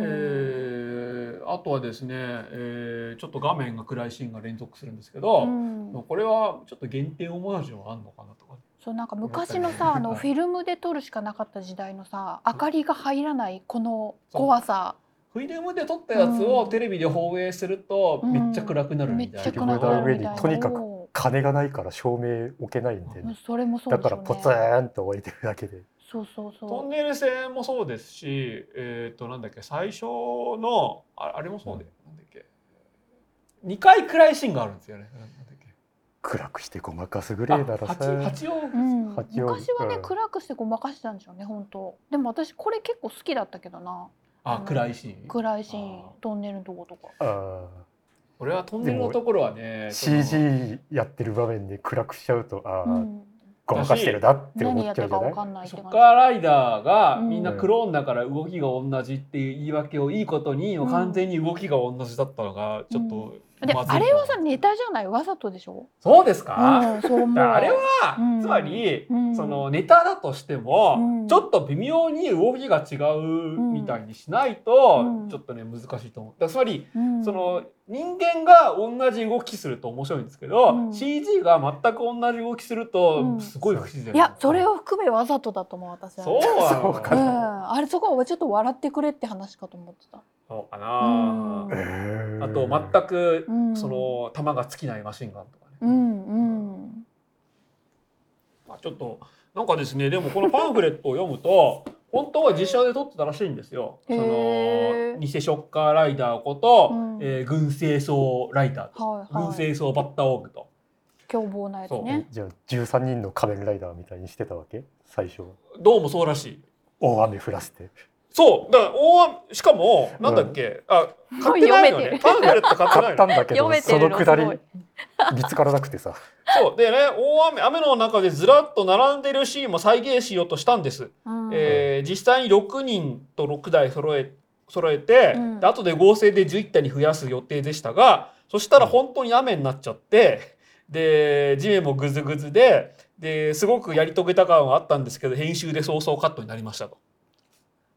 S2: えーあとはですね、えーちょっと画面が暗いシーンが連続するんですけど、
S1: うん
S2: これはちょっと限定オマージュがあるのかなとかね、
S1: そうなんか昔のさあの
S2: はい
S1: フィルムで撮るしかなかった時代のさ明かりが入らないこの怖さ
S2: フィルムで撮ったやつをテレビで放映するとめっちゃ暗くなる
S1: めっ
S2: みたい
S1: ち
S2: な。
S1: ゃ暗くなるみたいな
S3: とにかく
S1: お
S3: 金がないから照明置けないんで
S1: ー
S3: ね
S1: それもそう
S3: だ
S1: でしょ
S3: から
S1: うね
S3: ポツーンと置いてるだけで
S1: そうそう
S2: トン
S1: そ
S2: ネル線もそうですし、えっ、となんだっけ最初のああれもそうで、なんだっけ二回暗いシーンがあるんですよね。なんだっけ
S3: 暗くしてごまかすぐ
S2: あ
S3: らいなら
S2: 八
S3: さ
S2: 八王
S1: う、うん、
S3: 八王子
S1: 昔はね
S3: うん
S1: 暗くしてごまかしてたんでしょうね本当でも私これ結構好きだったけどな
S2: あ暗いシーン。
S1: 暗いシーン
S2: あー
S1: トンネルのとことか
S3: あ
S2: これはトンネルのところはね
S3: ー、
S2: その
S3: CG やってる場面で暗くしちゃうとあ
S1: う
S3: ー
S1: ん、
S3: ごまかしてるなって
S1: 何
S3: 思
S1: や
S3: っ
S1: っ
S3: ちゃ
S1: たか
S3: うじゃな
S1: わ
S3: い
S1: かんないって
S2: ショ
S1: 感
S2: ッ
S1: じ
S2: カーライダーがみんなクローンだから動きが同じっていう言い訳をいいことに
S1: うん
S2: 完全に動きが同じだったのがちょっと
S1: で
S2: まずいな
S1: あれはさネタじゃないわざとでしょ
S2: そうですか、
S1: うん、そう思う
S2: だからあれは、
S1: うん
S2: つまり、
S1: うん
S2: そのネタだとしても、
S1: うん
S2: ちょっと微妙に動きが違うみたいにしないと、
S1: うん
S2: ちょっとね難しいと思う。だからつまり、
S1: うん
S2: その人間が同じ動きすると面白いんですけど、
S1: うん
S2: CG が全く同じ動きする
S1: う
S2: と
S1: ん
S2: すごい不自然、
S1: いやそれを含めわざとだと思う私は
S2: そうなの
S3: そう
S1: う
S3: か
S1: ん、あれそこはちょっと笑ってくれって話かと思ってた。
S2: そうか
S1: う、
S2: な
S1: ん
S2: あと
S3: く
S2: 全く
S1: うん
S2: その弾が尽きないマシンガンとかね。
S1: うんうん。
S2: まあ、ちょっとなんかですねでもこのパンフレットを読むと本当は実写で撮ってたらしいんですよ。そ
S1: へ
S2: の
S1: ー
S2: 偽ショッカーライダーこと、
S1: うん
S2: えー軍政層ライダーと、
S1: はい
S2: 軍
S1: はい。
S2: 政層バッターオークと。
S1: 凶暴なやつ
S2: そう
S1: ね。
S3: じゃあ13人の仮面ライダーみたいにしてたわけ最初
S2: どうもそうらしい。
S3: 大雨降らせて
S2: そう、だから大雨しかもなんだっけ、あ買ってないの
S1: もう読めて
S2: ね。
S1: る
S2: パンフレット買ってない
S3: 買った
S2: の
S3: ん。だけど
S1: 読めて
S3: そ
S1: る
S3: の
S1: の
S3: くだり
S1: すごい
S3: 見つからなく てさ
S2: そうでね、大雨雨の中でずらっと並んでるシーンも再現しようとしたんです。
S1: うん
S2: えー実際に6人と6台揃え揃えて、
S1: うん
S2: で後で合成で11体に増やす予定でしたがそしたら本当に雨になっちゃってで地面もグズグズでですごくやり遂げた感はあったんですけど編集で早々カットになりましたと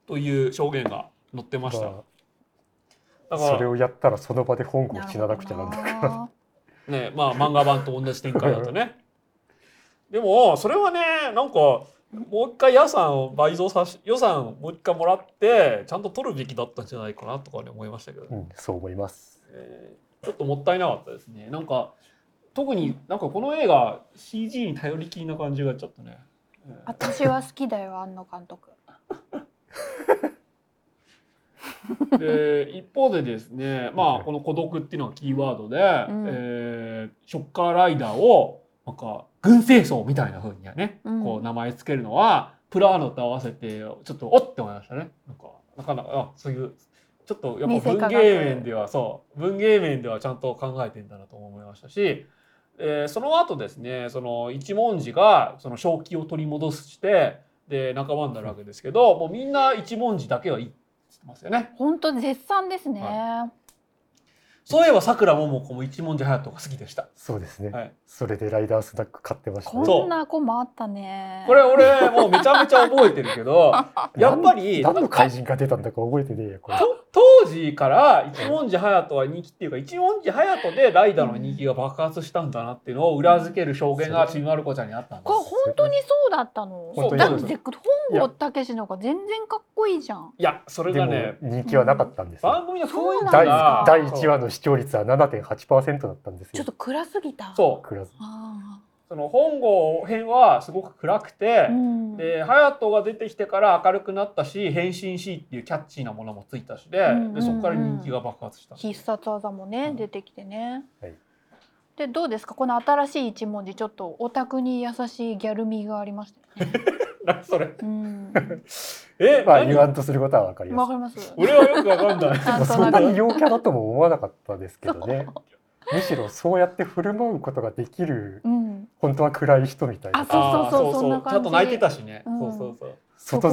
S2: という証言が載ってました。
S3: まあ
S2: だか
S3: それ
S2: ら
S3: をやったらその場で本郷死ななくちゃなんだ
S1: るほどな
S2: ねまあ漫画版と同じ展開だとね。でもそれはねなんかもう一回予算を倍増さし予算をもう一回もらってちゃんと取るべきだったんじゃないかなとかね思いましたけど、
S3: うんそう思います
S2: えーちょっともったいなかったですねなんか特になんかこの映画 CG に頼りきりな感じがちょっとね、えー
S1: 私は好きだよ、庵野監督。
S2: で一方でですね、まあ、この孤独っていうのがキーワードで、
S1: ん
S2: えーショッカーライダーをなんか軍政層みたいな風にはね、
S1: うん
S2: こう名前つけるのはプラーノと合わせてちょっとおって思いましたね。なんかなかなかあそういうちょっとやっぱ
S1: 偽
S2: 文
S1: 科学
S2: 芸面ではそう文芸面ではちゃんと考えてんだなと思いましたし、えーその後ですねその一文字がその正気を取り戻してで仲間になるわけですけどもうみんな一文字だけはいいって言ってますよね。
S1: 本当絶賛ですね。
S2: そういえばさくらももこも一文字隼人が好きでした。
S3: そうですね、
S2: はい
S3: それでライダースナック買ってましたね
S1: こんな子もあったね。
S2: これ俺もうめちゃめちゃ覚えてる けど、やっぱり
S3: 何何の怪人が出たんだか覚えてねえやこれ
S2: と当時から一文字隼人は人気っていうか一文字隼人でライダーの人気が爆発したんだなっていうのを裏付ける証言がちびまる子ちゃんにあったんで
S1: これ本当にそうだったの。
S3: 本当に
S1: だ
S3: そう
S1: っ
S3: です
S1: て本郷武史の方が全然かっこいいじゃん。
S2: す。いやそれ
S3: で
S2: が
S3: も
S2: ね
S3: 人気はなかったんですよ、
S2: 番組の雰囲気
S1: そう
S2: が
S1: な
S3: 第
S1: ん
S3: 第
S1: ですか
S3: 1話の視聴率は7.8%だったんですよ
S1: ちょっと暗すぎた。
S2: そう
S3: クラス
S1: あ
S2: その本郷編はすごく暗くて
S1: あ。う。ん。
S2: で隼人が出てきてから明るくなったし変身しっていうキャッチーなものもついたしで,、
S1: うんうん
S2: でそこから人気が爆発したんです
S1: 必殺技もね、
S2: うん
S1: 出てきてね。
S3: はい
S1: でどうですかこの新しい一文字ちょっとオタクに優しいギャル味がありましたよね。
S2: 何それ
S1: うん。
S2: え、
S3: まあ
S2: 何
S3: 言わんとすることはわかりま
S1: わ
S3: す
S1: かります。
S2: 俺はよくわか んない。
S1: な
S3: まあ
S1: んと
S3: そん
S1: な
S3: な
S1: く
S3: に陽キャだとも思わなかったですけど ねむしろそうやって振る舞うことができる
S1: うん。
S3: 本当は暗い人みたいな
S1: あそうそうそう
S2: あー
S1: そんな感じ
S2: ちゃんと泣いてたしね。
S1: うん
S2: そうそうそう。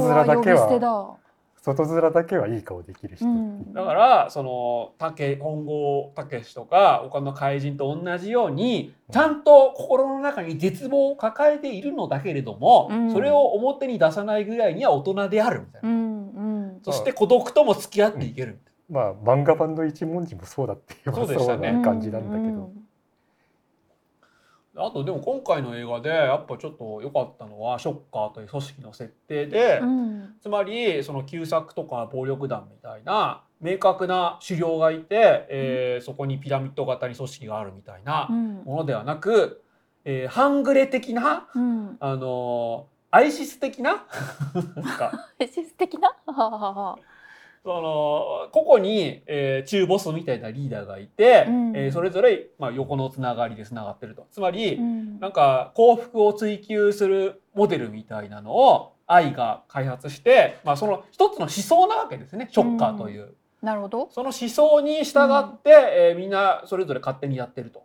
S3: 外面だ
S1: そこ呼
S3: け
S1: び捨て
S3: は
S1: だ。
S3: 外面だけはいい顔できる人、
S1: うん。
S2: だからその竹本郷武史とか他の怪人と同じようにちゃんと心の中に絶望を抱えているのだけれども、
S1: うん
S2: それを表に出さないぐらいには大人であるみたいな。
S1: うんうん。
S2: そして孤独とも付き合っていけるみたい
S3: まあ漫画版の一文字もそうだって言え
S2: そ
S3: ば
S2: うでし
S3: そ
S2: た
S3: う
S2: ね
S3: な感じなんだけど、
S1: うん
S2: な。あとでも今回の映画でやっぱちょっと良かったのはショッカーという組織の設定で、
S1: うん
S2: つまりその旧作とか暴力団みたいな明確な狩猟がいて、えーそこにピラミッド型に組織があるみたいな
S1: うん
S2: ものではなく、えー半グレ的な、
S1: うん。
S2: あのーアイシス的な なんか
S1: えシス的な。はははは。
S2: その個々に、えー中ボスみたいなリーダーがいて、
S1: うん
S2: えーそれぞれ、まあ、横のつながりでつながってると。つまり、
S1: うん
S2: なんか幸福を追求するモデルみたいなのを愛が開発して、まあ、その一つの思想なわけですねショッカーという、
S1: なるほど。
S2: その思想に従って、えーみんなそれぞれ勝手にやってると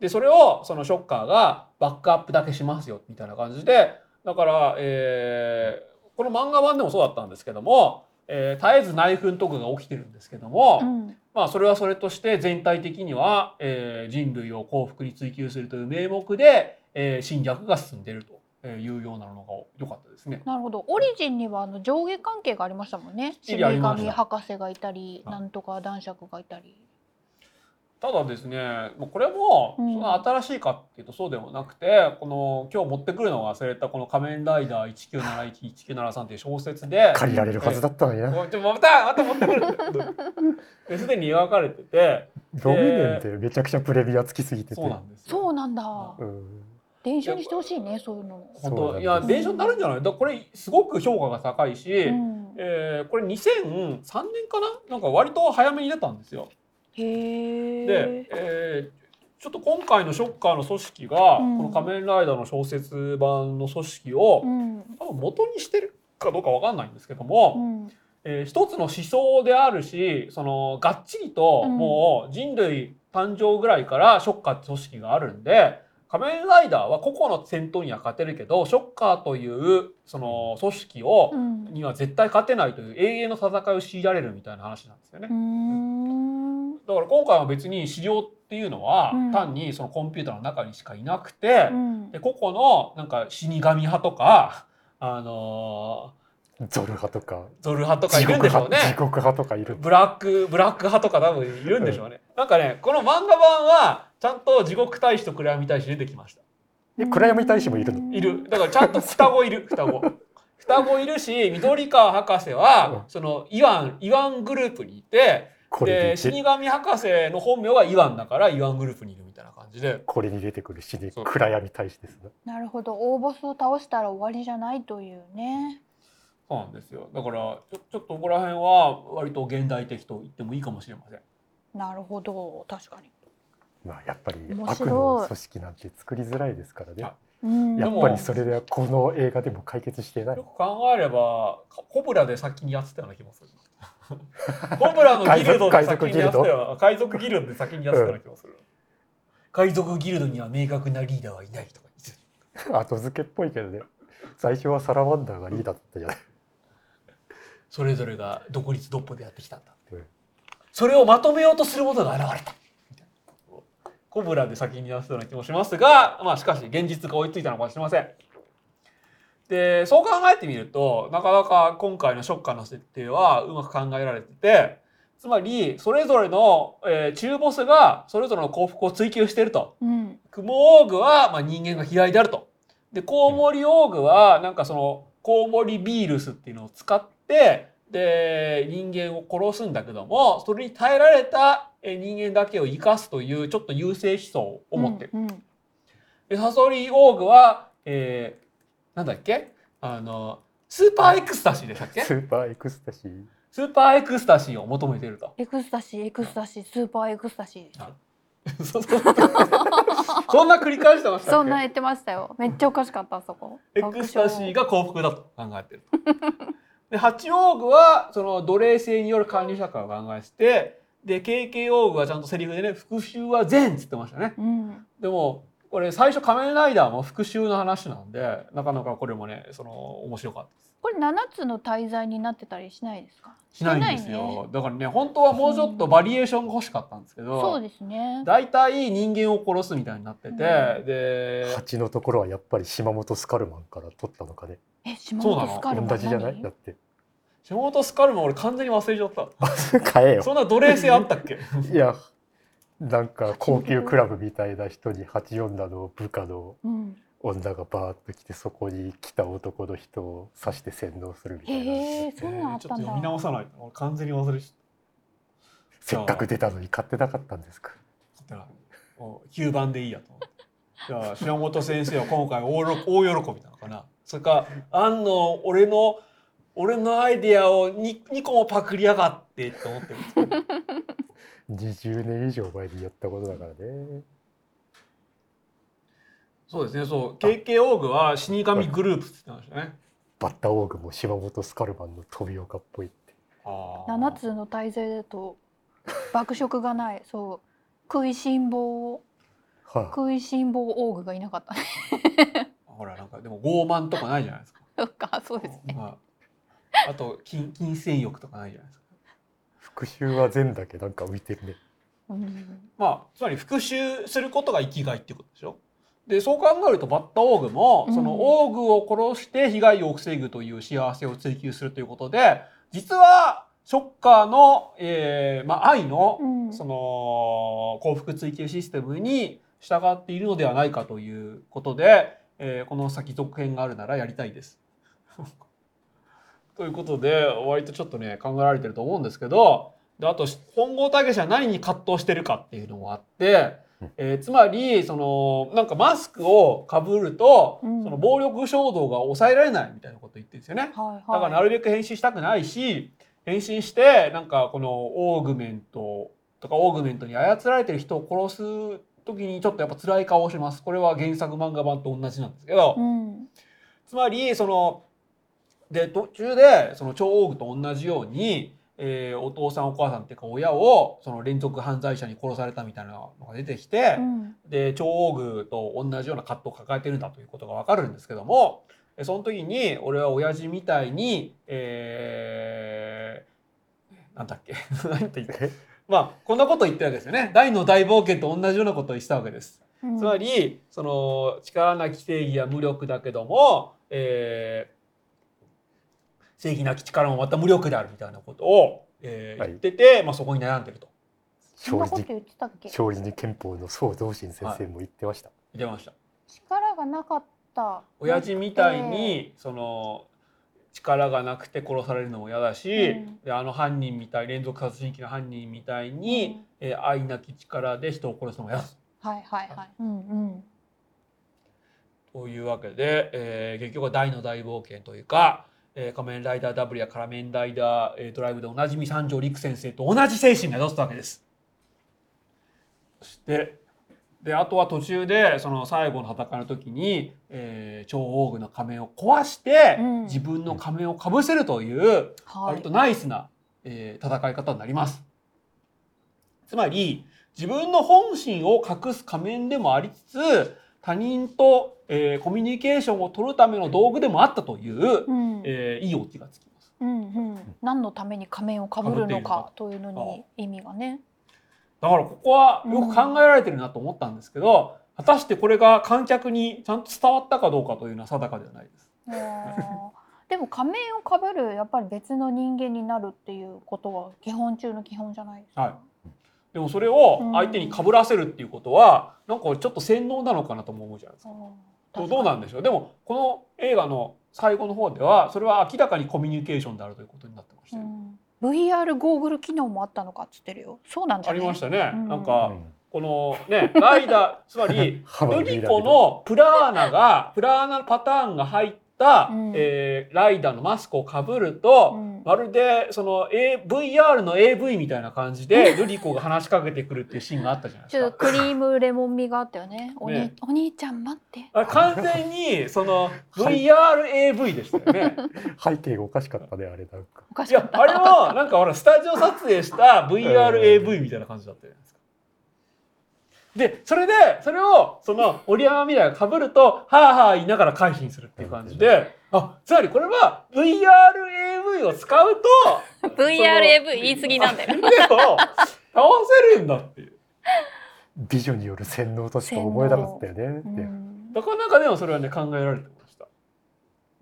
S2: でそれをそのショッカーがバックアップだけしますよみたいな感じでだから、えーこの漫画版でもそうだったんですけども、えー絶えず内紛とかが起きてるんですけども、
S1: うん。
S2: まあ、それはそれとして全体的には、えー人類を幸福に追求するという名目で、えー侵略が進んでいるというようなのが良かったですね。
S1: なるほど。オリジンにはあの上下関係がありましたもんね。
S2: き
S1: 死
S2: りあり
S1: 神
S2: ました
S1: 博士がいたり、
S2: はい
S1: なんとか男爵がいたり。
S2: ただですねもうこれも
S1: う
S2: そ
S1: ん
S2: の新しいかっていうとそうでもなくてこの今日持ってくるのを忘れたこの「仮面ライダー1971」1973という小説で
S3: 借りられるはずだったのにな、
S2: もうちょまたまた持ってくる んだよですでに描かれてて
S3: ロビネンでめちゃくちゃプレミアつきすぎてて
S2: そうなんですよ
S1: そうなんだ。
S2: う
S3: うん
S1: 伝承にしてほしいねそういうのも。
S2: 本
S3: そう
S2: 当
S3: なんです
S2: いや伝承になるんじゃないだからこれすごく評価が高いし、
S1: うん
S2: えーこれ2003年かななんか割と早めに出たんですよ。
S1: へ
S2: で
S1: え、。
S2: えーちょっと今回のショッカーの組織が、
S1: うん
S2: この仮面ライダーの小説版の組織を、
S1: うん
S2: 多分元にしてるかどうかわかんないんですけども、
S1: うん
S2: えー一つの思想であるしそのがっちりと
S1: うん
S2: もう人類誕生ぐらいからショッカーって組織があるんで仮面ライダーは個々の戦闘には勝てるけどショッカーというその組織を、
S1: うん
S2: には絶対勝てないという永遠の戦いを強いられるみたいな話なんですよね。
S1: うん
S2: だから今回は別に資料っていうのは
S1: うん
S2: 単にそのコンピューターの中にしかいなくて、
S1: うん
S2: で個々のなんか死神派とか、あの
S3: ゾル派とか
S2: ーゾル派とか
S3: 地
S2: いるん
S3: 獄
S2: でしょう
S3: 派,、
S2: ね。
S3: 地獄派とかいる
S2: ブラックブラック派とか多分いるんでしょうね、なんかねこの漫画版はちゃんと地獄大使と暗闇大使出てきました
S3: え暗闇大使もいるの
S2: いるだからちゃんと双子 いる双子双子いるし緑川博士は
S3: う
S2: そのイワンイワングループにいて
S3: これ
S2: で
S3: に出て
S2: 死神博士の本名はイワンだからイワングループにいるみたいな感じで
S3: これに出てくる死に
S2: そう
S3: 暗闇大使ですね
S1: なるほど大ボスを倒したら終わりじゃないというね。
S2: そうなんですよだからちょちょっとここら辺は割と現代的と言ってもいいかもしれません
S1: なるほど確かに。
S3: まあやっぱり
S1: 面
S3: 悪
S1: 白い
S3: の組織なんて作りづらいですからね
S2: あ
S1: うん
S3: や
S2: で
S3: っ
S2: も
S3: ぱりそれではこの映画でも解決してない
S2: よく考えればかコブラで先にやってたような気もする コブラのギルドで
S3: 海
S2: 先
S3: 賊
S2: にやってた
S3: 海賊ギ
S2: よ海賊ギルドで先にやってたような気もする、海賊ギルドには明確なリーダーはいないとか言って
S3: 後付けっぽいけどね最初はサラマンダーがリーダーだったじゃない
S2: それぞれが独立独歩でやってきたんだ
S3: うん
S2: それをまとめようとすることが現れたみたいなコブラで先にやってたような気もしますが、まあ、しかし現実が追いついたのかもしれませんでそう考えてみるとなかなか今回のショッカーの設定はうまく考えられててつまりそれぞれの、えー中ボスがそれぞれの幸福を追求していると
S1: うん
S2: クモオーグは、まあ、人間が嫌いであると。で、コウモリオーグは、なんかその、コウモリビールスっていうのを使って、で、人間を殺すんだけども、それに耐えられたえ人間だけを生かすという、ちょっと優勢思想を持ってる。
S1: うんうん
S2: で、サソリオーグは、えー、なんだっけあの、スーパーエクスタシーでしたっけ
S3: スーパーエクスタシー
S2: スーパーエクスタシーを求めていると。
S1: エクスタシーエクスタシースーパーエクスタシーですよ。
S2: そそそんな繰り返してましたっけ
S1: そんな言ってましたよ。めっちゃおかしかったそこ。
S2: エクスタシーが幸福だと考えてる。で八王具はその奴隷制による管理社会を考えててで KK 王具はちゃんとセリフでね復讐は善っつってましたね。
S1: うん
S2: でもこれ最初仮面ライダーも復讐の話なんでなかなかこれもねその面白かったです。
S1: これ七つの滞在になってたりしないですか。
S2: しないんです
S1: してない
S2: よ。だからね本当はもうちょっとバリエーションが欲しかったんですけ
S1: そう
S2: ど。
S1: ですね。
S2: 大体人間を殺すみたいになってて、
S1: うん
S2: で
S3: 蜂のところはやっぱり島本スカルマンから取ったのかね
S1: え島
S2: そうな
S1: 本
S2: の
S1: スカルマ
S3: 同じじゃない
S1: 何
S3: だって
S2: 下本スカルマン俺完全に忘れちゃった。
S3: 買えよ
S2: そんな奴隷制あったっけ
S3: いやなんか高級クラブみたいな人に八女の部下の
S1: うん。
S3: 女がバーッと来てそこに来た男の人を刺して洗脳するみたい
S1: へ
S3: な
S1: えそんなんあっ
S2: ちょ
S1: た
S2: っと
S1: ん
S2: 読み
S1: だ。
S2: 直さないと俺完全に忘れち
S3: せっかく出たのに買ってなかったんですか
S2: ゃったからもう9番でいいやと思 ってじゃあ白本先生は今回大ろ大喜びなのかなそれか安の俺の俺のアイディアを 2, 2個もパクりやがってって思ってるんですけど
S3: 20年以上前にやったことだからね
S2: そうですねそう KK オーグは死神グループって言ってましたね
S3: バッタオーグも島本スカルマンの飛び岡っぽいって
S1: 七つの大罪だと爆食がない。そう食いしん坊
S3: はあ
S1: 食いしん坊オーグがいなかったね。
S2: ほらなんかでも傲慢とかないじゃないですか、
S1: そっかそうですね。
S2: まあ、あと金金銭欲とかないじゃないですか
S3: 復讐は善だけなんか浮いてるね
S1: うん
S2: まあ、つまり復讐することが生きがいっていうことでしょ。でそう考えるとバッタオーグも
S1: うん
S2: そのオーグを殺して被害を防ぐという幸せを追求するということで実はショッカーの、えーまあ、愛の
S1: うん
S2: その幸福追求システムに従っているのではないかということで、えーこの先続編があるならやりたいです。 ということで割とちょっとね考えられてると思うんですけどであと本郷武史は何に葛藤してるかっていうのもあって、えーつまりそのなんかマスクをかぶると、
S1: うん
S2: その暴力衝動が抑えられないみたいなこと言ってるんですよね。
S1: はい
S2: だからな
S1: はい。
S2: るべく変身したくないし変身してなんかこのオーグメントとかオーグメントに操られてる人を殺す時にちょっとやっぱ辛い顔をしますこれは原作漫画版と同じなんですけど、
S1: うん。
S2: つまりそので途中でその超オーグと同じように、えーお父さんお母さんっていうか親をその連続犯罪者に殺されたみたいなのが出てきて。
S1: うん。
S2: で超王宮と同じような葛藤を抱えてるんだということがわかるんですけどもえその時に俺は親父みたいに、えー、なんだっけ なんて言って
S3: え
S2: まあこんなことを言ってるわけですよね大の大冒険と同じようなことをしたわけです。
S1: うん
S2: つまりその力なき正義は無力だけども、えー正義なき力もまた無力であるみたいなことを、えー
S3: はい
S2: 言ってて、まあ、そこに悩んでると
S1: そんな
S3: 勝
S1: こと言
S3: 利
S1: ってたっけ。
S3: 勝利に憲法の宋道心先生も言ってました。
S2: 言ってました。
S1: 力がなかった。
S2: 親父みたいにその力がなくて殺されるのも嫌だし、
S1: うん
S2: であの犯人みたい連続殺人鬼の犯人みたいに、えー愛なき力で人を殺すのも嫌だ
S1: はいはいはい。うんうん。
S2: というわけで、えー結局は大の大冒険というか「えー仮面ライダー W」や「仮面ライダー、えードライブ」でおなじみ三条陸先生と同じ精神が宿ったわけです。そしてであとは途中でその最後の戦いの時に、えー超大具の仮面を壊して、
S1: うん
S2: 自分の仮面をかぶせるという
S1: は
S2: 割と
S1: い。
S2: ナイスな、えー戦い方になります。つまり自分の本心を隠す仮面でもありつつ他人と、えーコミュニケーションを取るための道具でもあったという、
S1: うん。
S2: えーいいオチがつきます。
S1: うんうん。何のために仮面をかぶるのかというのに意味がね。
S2: だからここはよく考えられてるなと思ったんですけど、果たしてこれが観客にちゃんと伝わったかどうかというのは定かではないです。
S1: あー でも仮面をかぶるやっぱり別の人間になるっていうことは基本中の基本じゃないですか。
S2: はいでもそれを相手に被らせるっていうことは、なんかちょっと洗脳なのかなとも思うじゃないですか
S1: あー
S2: どう
S1: 確
S2: どう
S1: か
S2: なんでしょうでもこの映画の最後の方ではそれは明らかにコミュニケーションであるということになってました
S1: に
S2: よ、
S1: うん VR ゴーグル機能もあったのかっつってるよ。そうなんじゃ
S2: あ
S1: な
S2: り
S1: い
S2: ましたね、
S1: うん
S2: なん
S3: う
S2: か
S3: ん
S2: このねライダーつまり
S3: 幅
S2: ル
S3: 広い
S2: リコのプラーナがプラーナパターンが入った、
S1: うん
S2: えーライダーのマスクをかぶると、
S1: うん
S2: まるでその、A、VR の AV みたいな感じでルリコが話しかけてくるっていうシーンがあったじゃない
S1: ち
S2: です
S1: ょっ
S2: か
S1: と。クリームレモン味があったよね。おに
S2: ね
S1: お兄ちゃん待って。
S2: あれ完全にその VRAV でしたよね。
S3: 背景がおかしかったねあれなんか。
S1: おかし
S2: い
S1: か
S2: や
S1: った。
S2: あれもなんかほらスタジオ撮影した VRAV みたいな感じだったじゃないですか。でそれでそれをその織山未来がかぶるとはあはあ言いながら回避するっていう感じであつまりこれは VRAV を使うと
S4: VRAV 言い過ぎなん だよ
S2: その夢を倒せるんだっていう。
S3: 美女による洗脳としか思えなかったよね
S1: う
S3: って。
S1: ん
S2: なかなかでもそれはね考えられてました。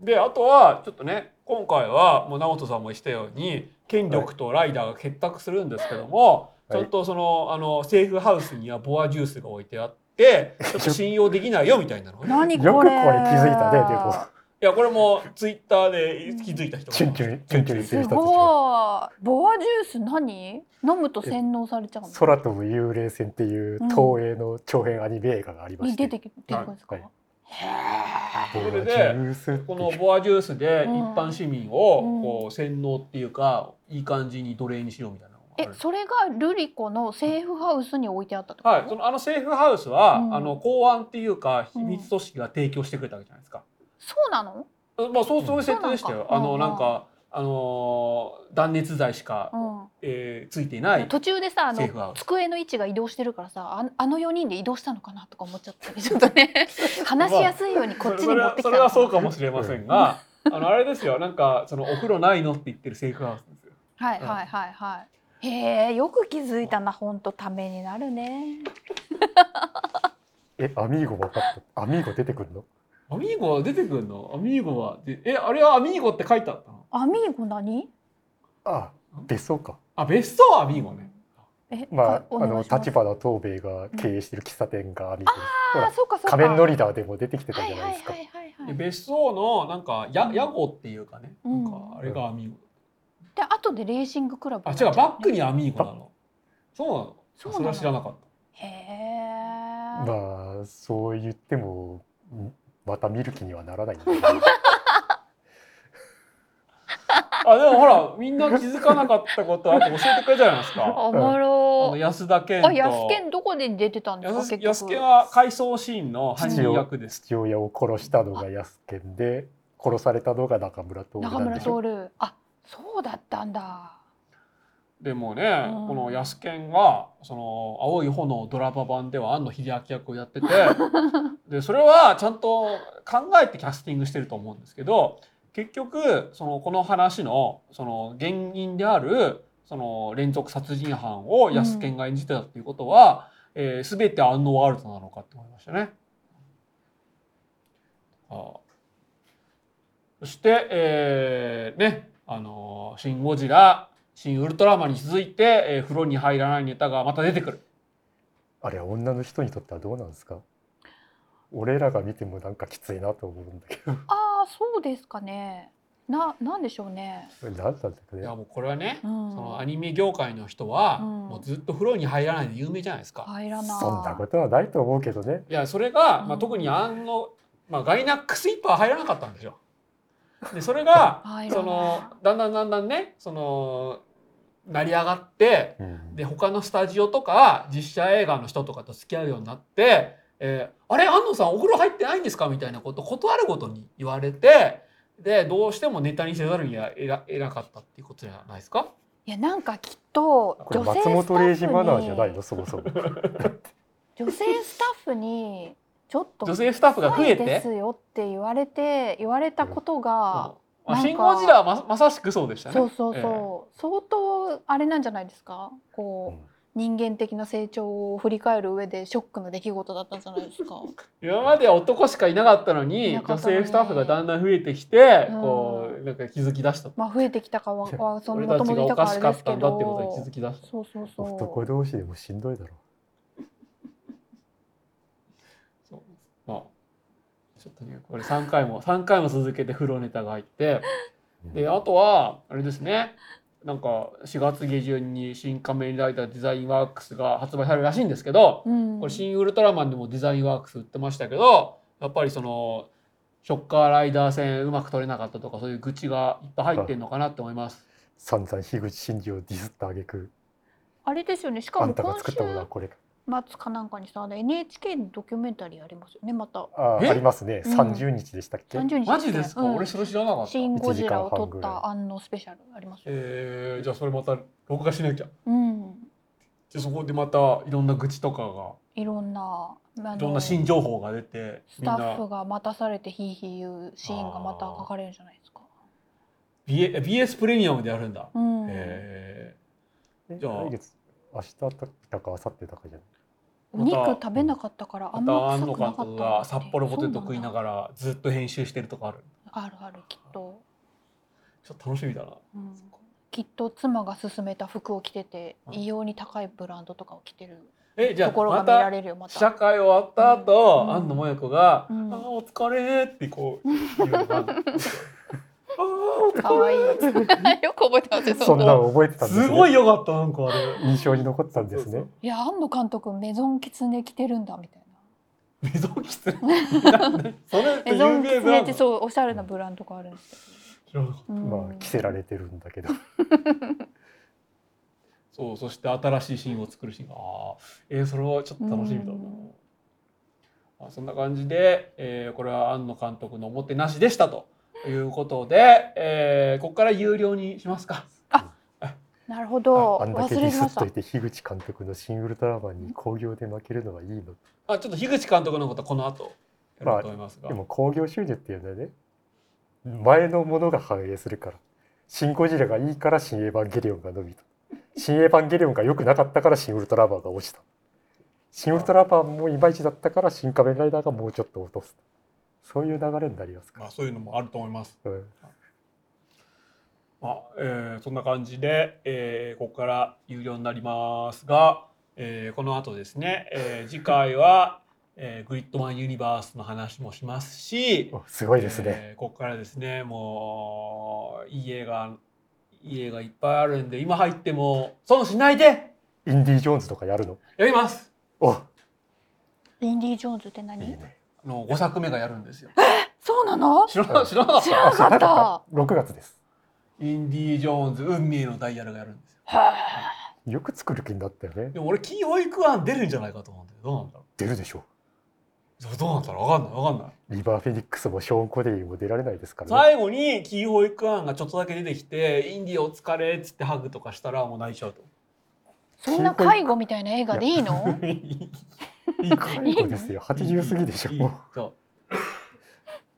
S2: であとはちょっとね今回はもう直人さんも言ったように権力とライダーが結託するんですけども、
S3: はい
S2: ちゃんとそのあのセーフハウスにはボアジュースが置いてあってちょっと信用できないよみたいなのをね
S1: 何これ。
S3: よくこれ気づいたねでも。
S2: いやこれもツイッターで気づいた人が
S3: チ
S2: い
S3: ュン
S2: ま
S3: チ
S2: す
S3: ュンチュンチュンする
S1: す
S3: 人たちが
S1: ごい。ボアジュース何？飲むと洗脳されちゃうの？
S3: 空飛ぶ幽霊船っていう東映の長編アニメ映画がありま
S1: に
S3: して、
S1: 出てきてるんですか？
S3: はい
S1: へ
S2: それで
S3: ジュースって
S2: このボアジュースで一般市民を
S1: うん
S2: こう洗脳っていうかいい感じに奴隷にしようみたいなのがあ
S1: え
S2: るんです
S1: そ
S2: よ。
S1: れがルリコのセーフハウスに置いてあったってこと
S2: はい、そのあのセーフハウスは、
S1: うん
S2: あの公安っていうか秘密組織が提供してくれたわけじゃないですか。
S1: そうなの
S2: まあそうそういう設定でしたよ。
S1: うん
S2: あの
S1: うん
S2: なんかあのー断熱材しか、
S1: う、
S2: えーついていなんい。
S1: 途中でさあ
S2: セーフハ
S1: の
S2: ウス
S1: 机の位置が移動してるからさああの4人で移動したのかなとか思っちゃったりちょっとね話しやすいようにこっちに持ってきた
S2: それ
S1: の
S2: はそうかもしれませんが、あのあれですよ。なんかそのお風呂ないのって言ってるセーフハウスですよ。
S1: はいはいはいはいへえよく気づいたなほんとためになるね
S3: えアミーゴ分かったアミーゴ出てくるの
S2: アミーゴは出てくるの？アミーゴはでえあれはアミーゴって書いてあったの？
S1: アミーゴ何
S3: あ別荘か
S2: あ別荘はアミーゴね。
S1: え
S3: ま
S1: か
S3: あ
S1: お
S3: あ
S1: 願い
S3: の
S1: します
S3: 立花東兵衛が経営してる喫茶店がアミーゴですほ
S1: あ
S3: ら
S1: そうかそうか
S3: 仮面の
S1: り
S3: リーダーでも出てきてた
S1: は
S3: じ
S1: い
S3: ゃな
S1: はいい
S3: ですか、
S1: はいはいは
S2: で
S1: い
S2: 別荘のなんかや
S1: うん
S2: 屋号っていうかね、なんか
S1: うん
S2: あれがアミーゴ。
S1: で後でレーシングクラブ
S2: あ
S1: になっち
S2: 違
S1: ゃ
S2: う
S1: ね
S2: バックにアミーゴなの。そうなの。
S1: そうな
S2: そ
S1: の
S2: れは知らなかった。
S1: へえ
S3: まあそう言ってもんまた見る気にはならないんだけ ど
S2: あでもほらみんな気づかなかったことあって教えてくれたじゃないです か。
S4: おも
S2: あ
S4: ろ
S2: の。安田健と。
S1: あ、安健どこで出てたんですか
S2: 安
S1: 結局。
S2: 安健は回想シーンの犯人役です。
S3: 父親を殺したのが安健で殺されたのが中村徹
S1: 中
S3: なん
S1: 村
S3: で
S1: 徹。あ、そうだったんだ。
S2: でもね、
S1: うん
S2: この安健がその青い炎ドラマ版では庵野秀明役をやっててでそれはちゃんと考えてキャスティングしてると思うんですけど結局そのこの話のその原因であるその連続殺人犯を安健が演じてたっていうことは、えー全て庵野ワールドなのかって思いましたね。あーそして、えーねあのーシン・ゴジラ」「シン・ウルトラマン」に続いて、えー風呂に入らないネタがまた出てくる。
S3: あれは女の人にとってはどうなんですか俺らが見てもなんかきついなと思うんだけ
S1: ああ、そうですかね。な、なんでしょうね。
S3: どなんなんだか
S2: い
S3: ね
S2: やもうこれはね、
S1: うん
S2: そのアニメ業界の人は、
S1: うん
S2: もうずっと風呂に入らないで有名じゃないですか。
S1: 入らない。
S3: そんなことはないと思うけどね
S2: いやそれが、
S1: うん
S2: まあ、特にあの、まあ、ガイナックスイッパー入らなかったんですよ。でそれが
S1: 入ら
S2: そ
S1: ない
S2: のだんだんだんだんねその成り上がって
S3: うん
S2: で他のスタジオとか実写映画の人とかと付き合うようになって「えーあれ安野さんお風呂入ってないんですか?」みたいなことを断るごとに言われてでどうしてもネタにせざるにはえらえらかったっていうことじゃないですか
S1: いや、なんかきっと
S3: これ
S1: 女性ス
S3: 松
S1: タッフに。
S3: 本零士マナーじゃないのそもそも
S1: 女性スタッフにちょっと
S2: 女性スタッフが増
S1: で
S2: えて
S1: す。よって言われて言われたことが、
S2: まあ、
S1: なんか
S2: シン・ゴジラはままさしくそうでしたね。
S1: そうそうそう、
S2: ええ
S1: 相当あれなんじゃないですかこう、人間的な成長を振り返る上でショックの出来事だったんじゃないですか
S2: 今までは男しかいなかったの
S1: い
S2: に
S1: なかっ
S2: 女
S1: たのに
S2: 性スタッフがだんだん増えてきて、
S1: うん
S2: こうなんか気づき出した
S1: まあ増えてきたかははその
S2: 俺
S1: も
S2: た
S1: とも
S2: ち
S1: と
S2: が
S1: い
S2: お
S1: たか
S2: からし
S1: あ
S2: か
S1: れで
S2: っ
S1: す
S2: た
S1: け
S2: んだってことに気
S1: ど
S2: づき出した
S1: そうそうそう
S3: 男同士でもしんどいだろ
S2: そうまあちょっとねこれ3回も3回も続けて風呂ネタが入って
S3: う
S2: であとはあれですねなんか4月下旬に「新仮面ライダーデザインワークス」が発売されるらしいんですけど
S1: うん
S2: これ「新ウルトラマン」でもデザインワークス売ってましたけどやっぱりそのショッカーライダー戦うまく取れなかったとかそういう愚痴がいっぱい入ってるのかなって思います。
S3: 散々樋口真嗣をディスった挙句
S1: あれですよねしか
S3: あ
S1: も
S3: んた
S1: 今
S3: が作
S1: 週
S3: ったものはこれか
S1: 末かなんかにさ NHK のドキュメンタリーありますよねまた
S3: あ
S2: え
S3: あありますね
S1: うん
S3: 30日でしたっけ、
S1: 30日
S2: マジですか、
S1: うん
S2: 俺それ知らなかった。
S1: シン・ゴジラを
S3: 1時間半
S1: 撮っ
S3: ぐらい
S1: た安納スペシャルありますよ、
S2: えー、じゃあそれまた録画しなきゃ。
S1: うん
S2: じゃあそこでまたいろんな愚痴とかが
S1: いろんなあ
S2: いろん
S1: の
S2: な新
S1: ス
S2: 情報が出てみん
S1: タッ
S2: な
S1: フが待たされてヒーヒー言うシーンがまた書かれるんじゃないですか。
S2: BS, BS プレミアムでやるんだ。
S1: うん、
S2: え
S3: え
S2: じゃあ
S3: 来月明日だったか明後日だかじゃない
S1: お肉食べなかったからあ
S2: ー、
S1: ん
S2: また
S1: ま
S2: 庵
S1: 臭
S2: 野
S1: くな
S2: 監
S1: かった
S2: 督が札幌ポテト食いな
S1: ら
S2: がらずっと編集してるとかある
S1: あるあるきっと、
S2: ちょっと楽しみだな
S1: うんきっと妻が勧めた服を着てて
S2: うん
S1: 異様に高いブランドとかを着てる
S2: えじゃ
S1: と
S2: あ
S1: ころが
S2: ま
S1: 見ら
S2: た
S1: れるよま
S2: 試
S1: た
S2: 写会終わった後、
S1: うん
S2: 庵野もや子が「
S1: うん
S2: あーお疲れ」ってこ う言うのがあるあー
S1: 可愛い よく 覚えてますよ
S3: そんなの覚えてた
S2: お
S3: んですね
S2: すごい良かったなんかあれ。
S3: 印象に残ってたんです
S2: そうそ
S3: ね
S2: う
S1: いや安野監督メゾンキツネ着てるんだみたいな
S2: メゾンキツネ。それって
S1: メゾ
S2: 有
S1: ンキ
S2: 名
S1: ツ
S2: ブラ
S1: ネ
S2: ン
S1: って
S2: ド。
S1: そうおしゃれなブランドがあるんです
S2: 知らなかった
S1: よ、うん
S3: まあ着せられてるんだけど
S2: そう、そして新しいシーンを作るシーンが。ああ、えーそれはちょっと楽しみだな。
S1: うん
S2: まあ、そんな感じで、えーこれは庵野監督のおもてなしでしたということで、えーここから有料にしますか。
S1: なるほど
S3: ああんだけ
S1: 忘
S3: デ
S1: れ
S3: ィ
S1: て
S3: ス
S1: ま
S3: っ
S1: し
S3: と
S1: た
S3: いて樋口監督の「シン・ウルトラマン」に興行で負けるのはいいの
S2: まあ、ちょっと樋口監督のことはこの後やろうと思いますが。
S3: でも興行収入っていうのはね前のものが反映するから「シン・ゴジラ」がいいから「シン・エヴァンゲリオン」が伸びた「シン・エヴァンゲリオン」が良くなかったから「シン・ウルトラマン」が落ちた「シン・ウルトラマン」もいまいちだったから「シン・仮面ライダー」がもうちょっと落とすそういう流れになりますか
S2: まあ、そういうのもあると思います。
S3: ら、うん
S2: まあえーそんな感じで、えーここから有料になりますが、えーこの後ですね、えー次回は、えーグリッドマンユニバースの話もしますし、
S3: おすごいですね、
S2: えーここからですねもういい映画いい映画いっぱいあるんで今入っても損しないで
S3: インディ・ジョーンズとかやるの
S2: やります
S3: お
S1: インディ・ジョーンズって何
S3: いいね。
S2: あの5作目がやるんですよ。
S1: そうなの
S2: 知らな知らなかっ
S1: 知
S2: た
S1: らなかった
S3: 6月です。
S2: インディ・ジョーンズ運命のダイヤルがやるんですよ。
S1: はあ
S3: よく作る気になったよね。
S2: でも俺キー保育案出るんじゃないかと思うんだけどどうなんだろ
S3: 出るでしょ。
S2: うどうなんだろうわかんないわかんないう
S3: リバーフェニックスもショーン・コネリーも出られないですからね。
S2: 最後にキー保育案がちょっとだけ出てきて「インディお疲れ」っつってハグとかしたらもう泣いちゃうと。
S1: そんな介護みたいな映画でいいの
S2: いい
S3: 最後ですよ。80過ぎでし
S2: いいいい
S3: ょ。
S2: そ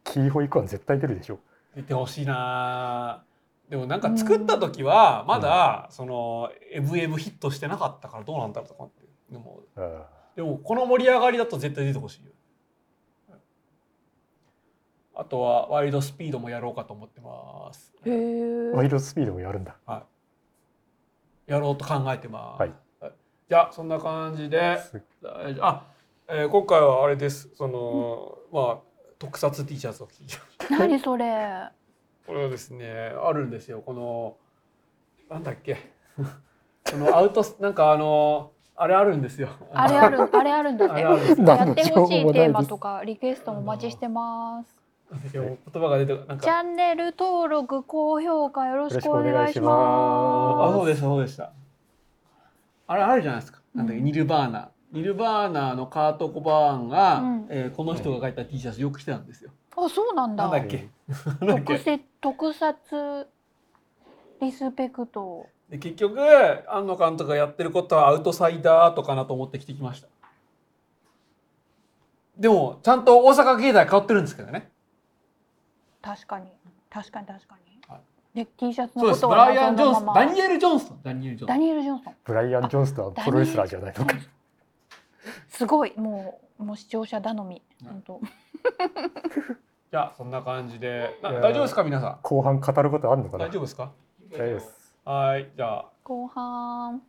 S3: キーホイクは絶対出るでしょ。
S2: う出てほしいなでもなんか作った時はまだその「エブエブ」ヒットしてなかったからどうなんだろうとかってでも
S3: あ
S2: でもこの盛り上がりだと絶対出てほしいよ。あとはワイルドスピードもやろうかと思ってます。
S1: へえ
S3: あワイルドスピードもやるんだ。
S2: やろうと考えてます。
S3: はい
S2: じゃあそんな感じで、
S3: す
S2: あ、えー今回はあれです。その、まあ特撮 T シャツを着て、
S1: 何それ
S2: これはですねあるんですよ。このなんだっけ、 そのアウトスなんかあのあれあるんですよ。
S1: あれあ るあれあるんだっ
S2: あ
S1: て
S2: れあるんですよ。
S1: や
S3: 何の
S1: って
S3: 情
S1: ほ
S3: 報
S1: しい
S3: もな
S1: テー
S3: い
S1: マ
S3: で
S1: と
S3: す。
S1: かリクエストお待ちしてます。
S2: なんだっけ言葉が出てこなん
S1: チ
S2: か。
S1: ャンネル登録高評価よろしくお願いし
S2: あ、
S1: ま
S2: そうでしたそうでした。あれあるじゃないですか。なんだっけ、ニルバーナ。ニルバーナのカート・コバーンが、
S1: うん
S2: えーこの人が描いた T シャツよく着てたんですよ。
S1: す。あ、そうなんだ
S2: なん。だっけ。 なんだっ
S1: 特
S2: け
S1: 設特撮リスペクト。
S2: で結局庵野監督がやってることはアウトサイダーとかなと思って来てきましたでもちゃんと大阪芸大通ってるんですけどね
S1: 確かに確かに確かに
S2: は。
S1: で T シャツ
S2: そう
S1: の
S2: で
S1: こ
S2: す
S1: と
S2: ブ
S1: は
S2: ライアン・ジョン
S1: 謎
S2: ソ
S1: のまま
S2: ンダニエル・ジョンソンダニエル・ジョンソ
S1: ダ
S2: ン
S1: ニエルジョンソン。
S3: ブライアン・ジョンスとはプロレスラーじゃないのか。
S1: すごいもうもう視聴者頼み。本当。
S2: じゃあそんな感じでない
S3: やー
S2: 大丈夫ですか皆さん
S3: 後半語ることあんのかな
S2: 大丈夫ですか
S3: 大丈夫です。
S2: はいじゃあ
S1: 後半。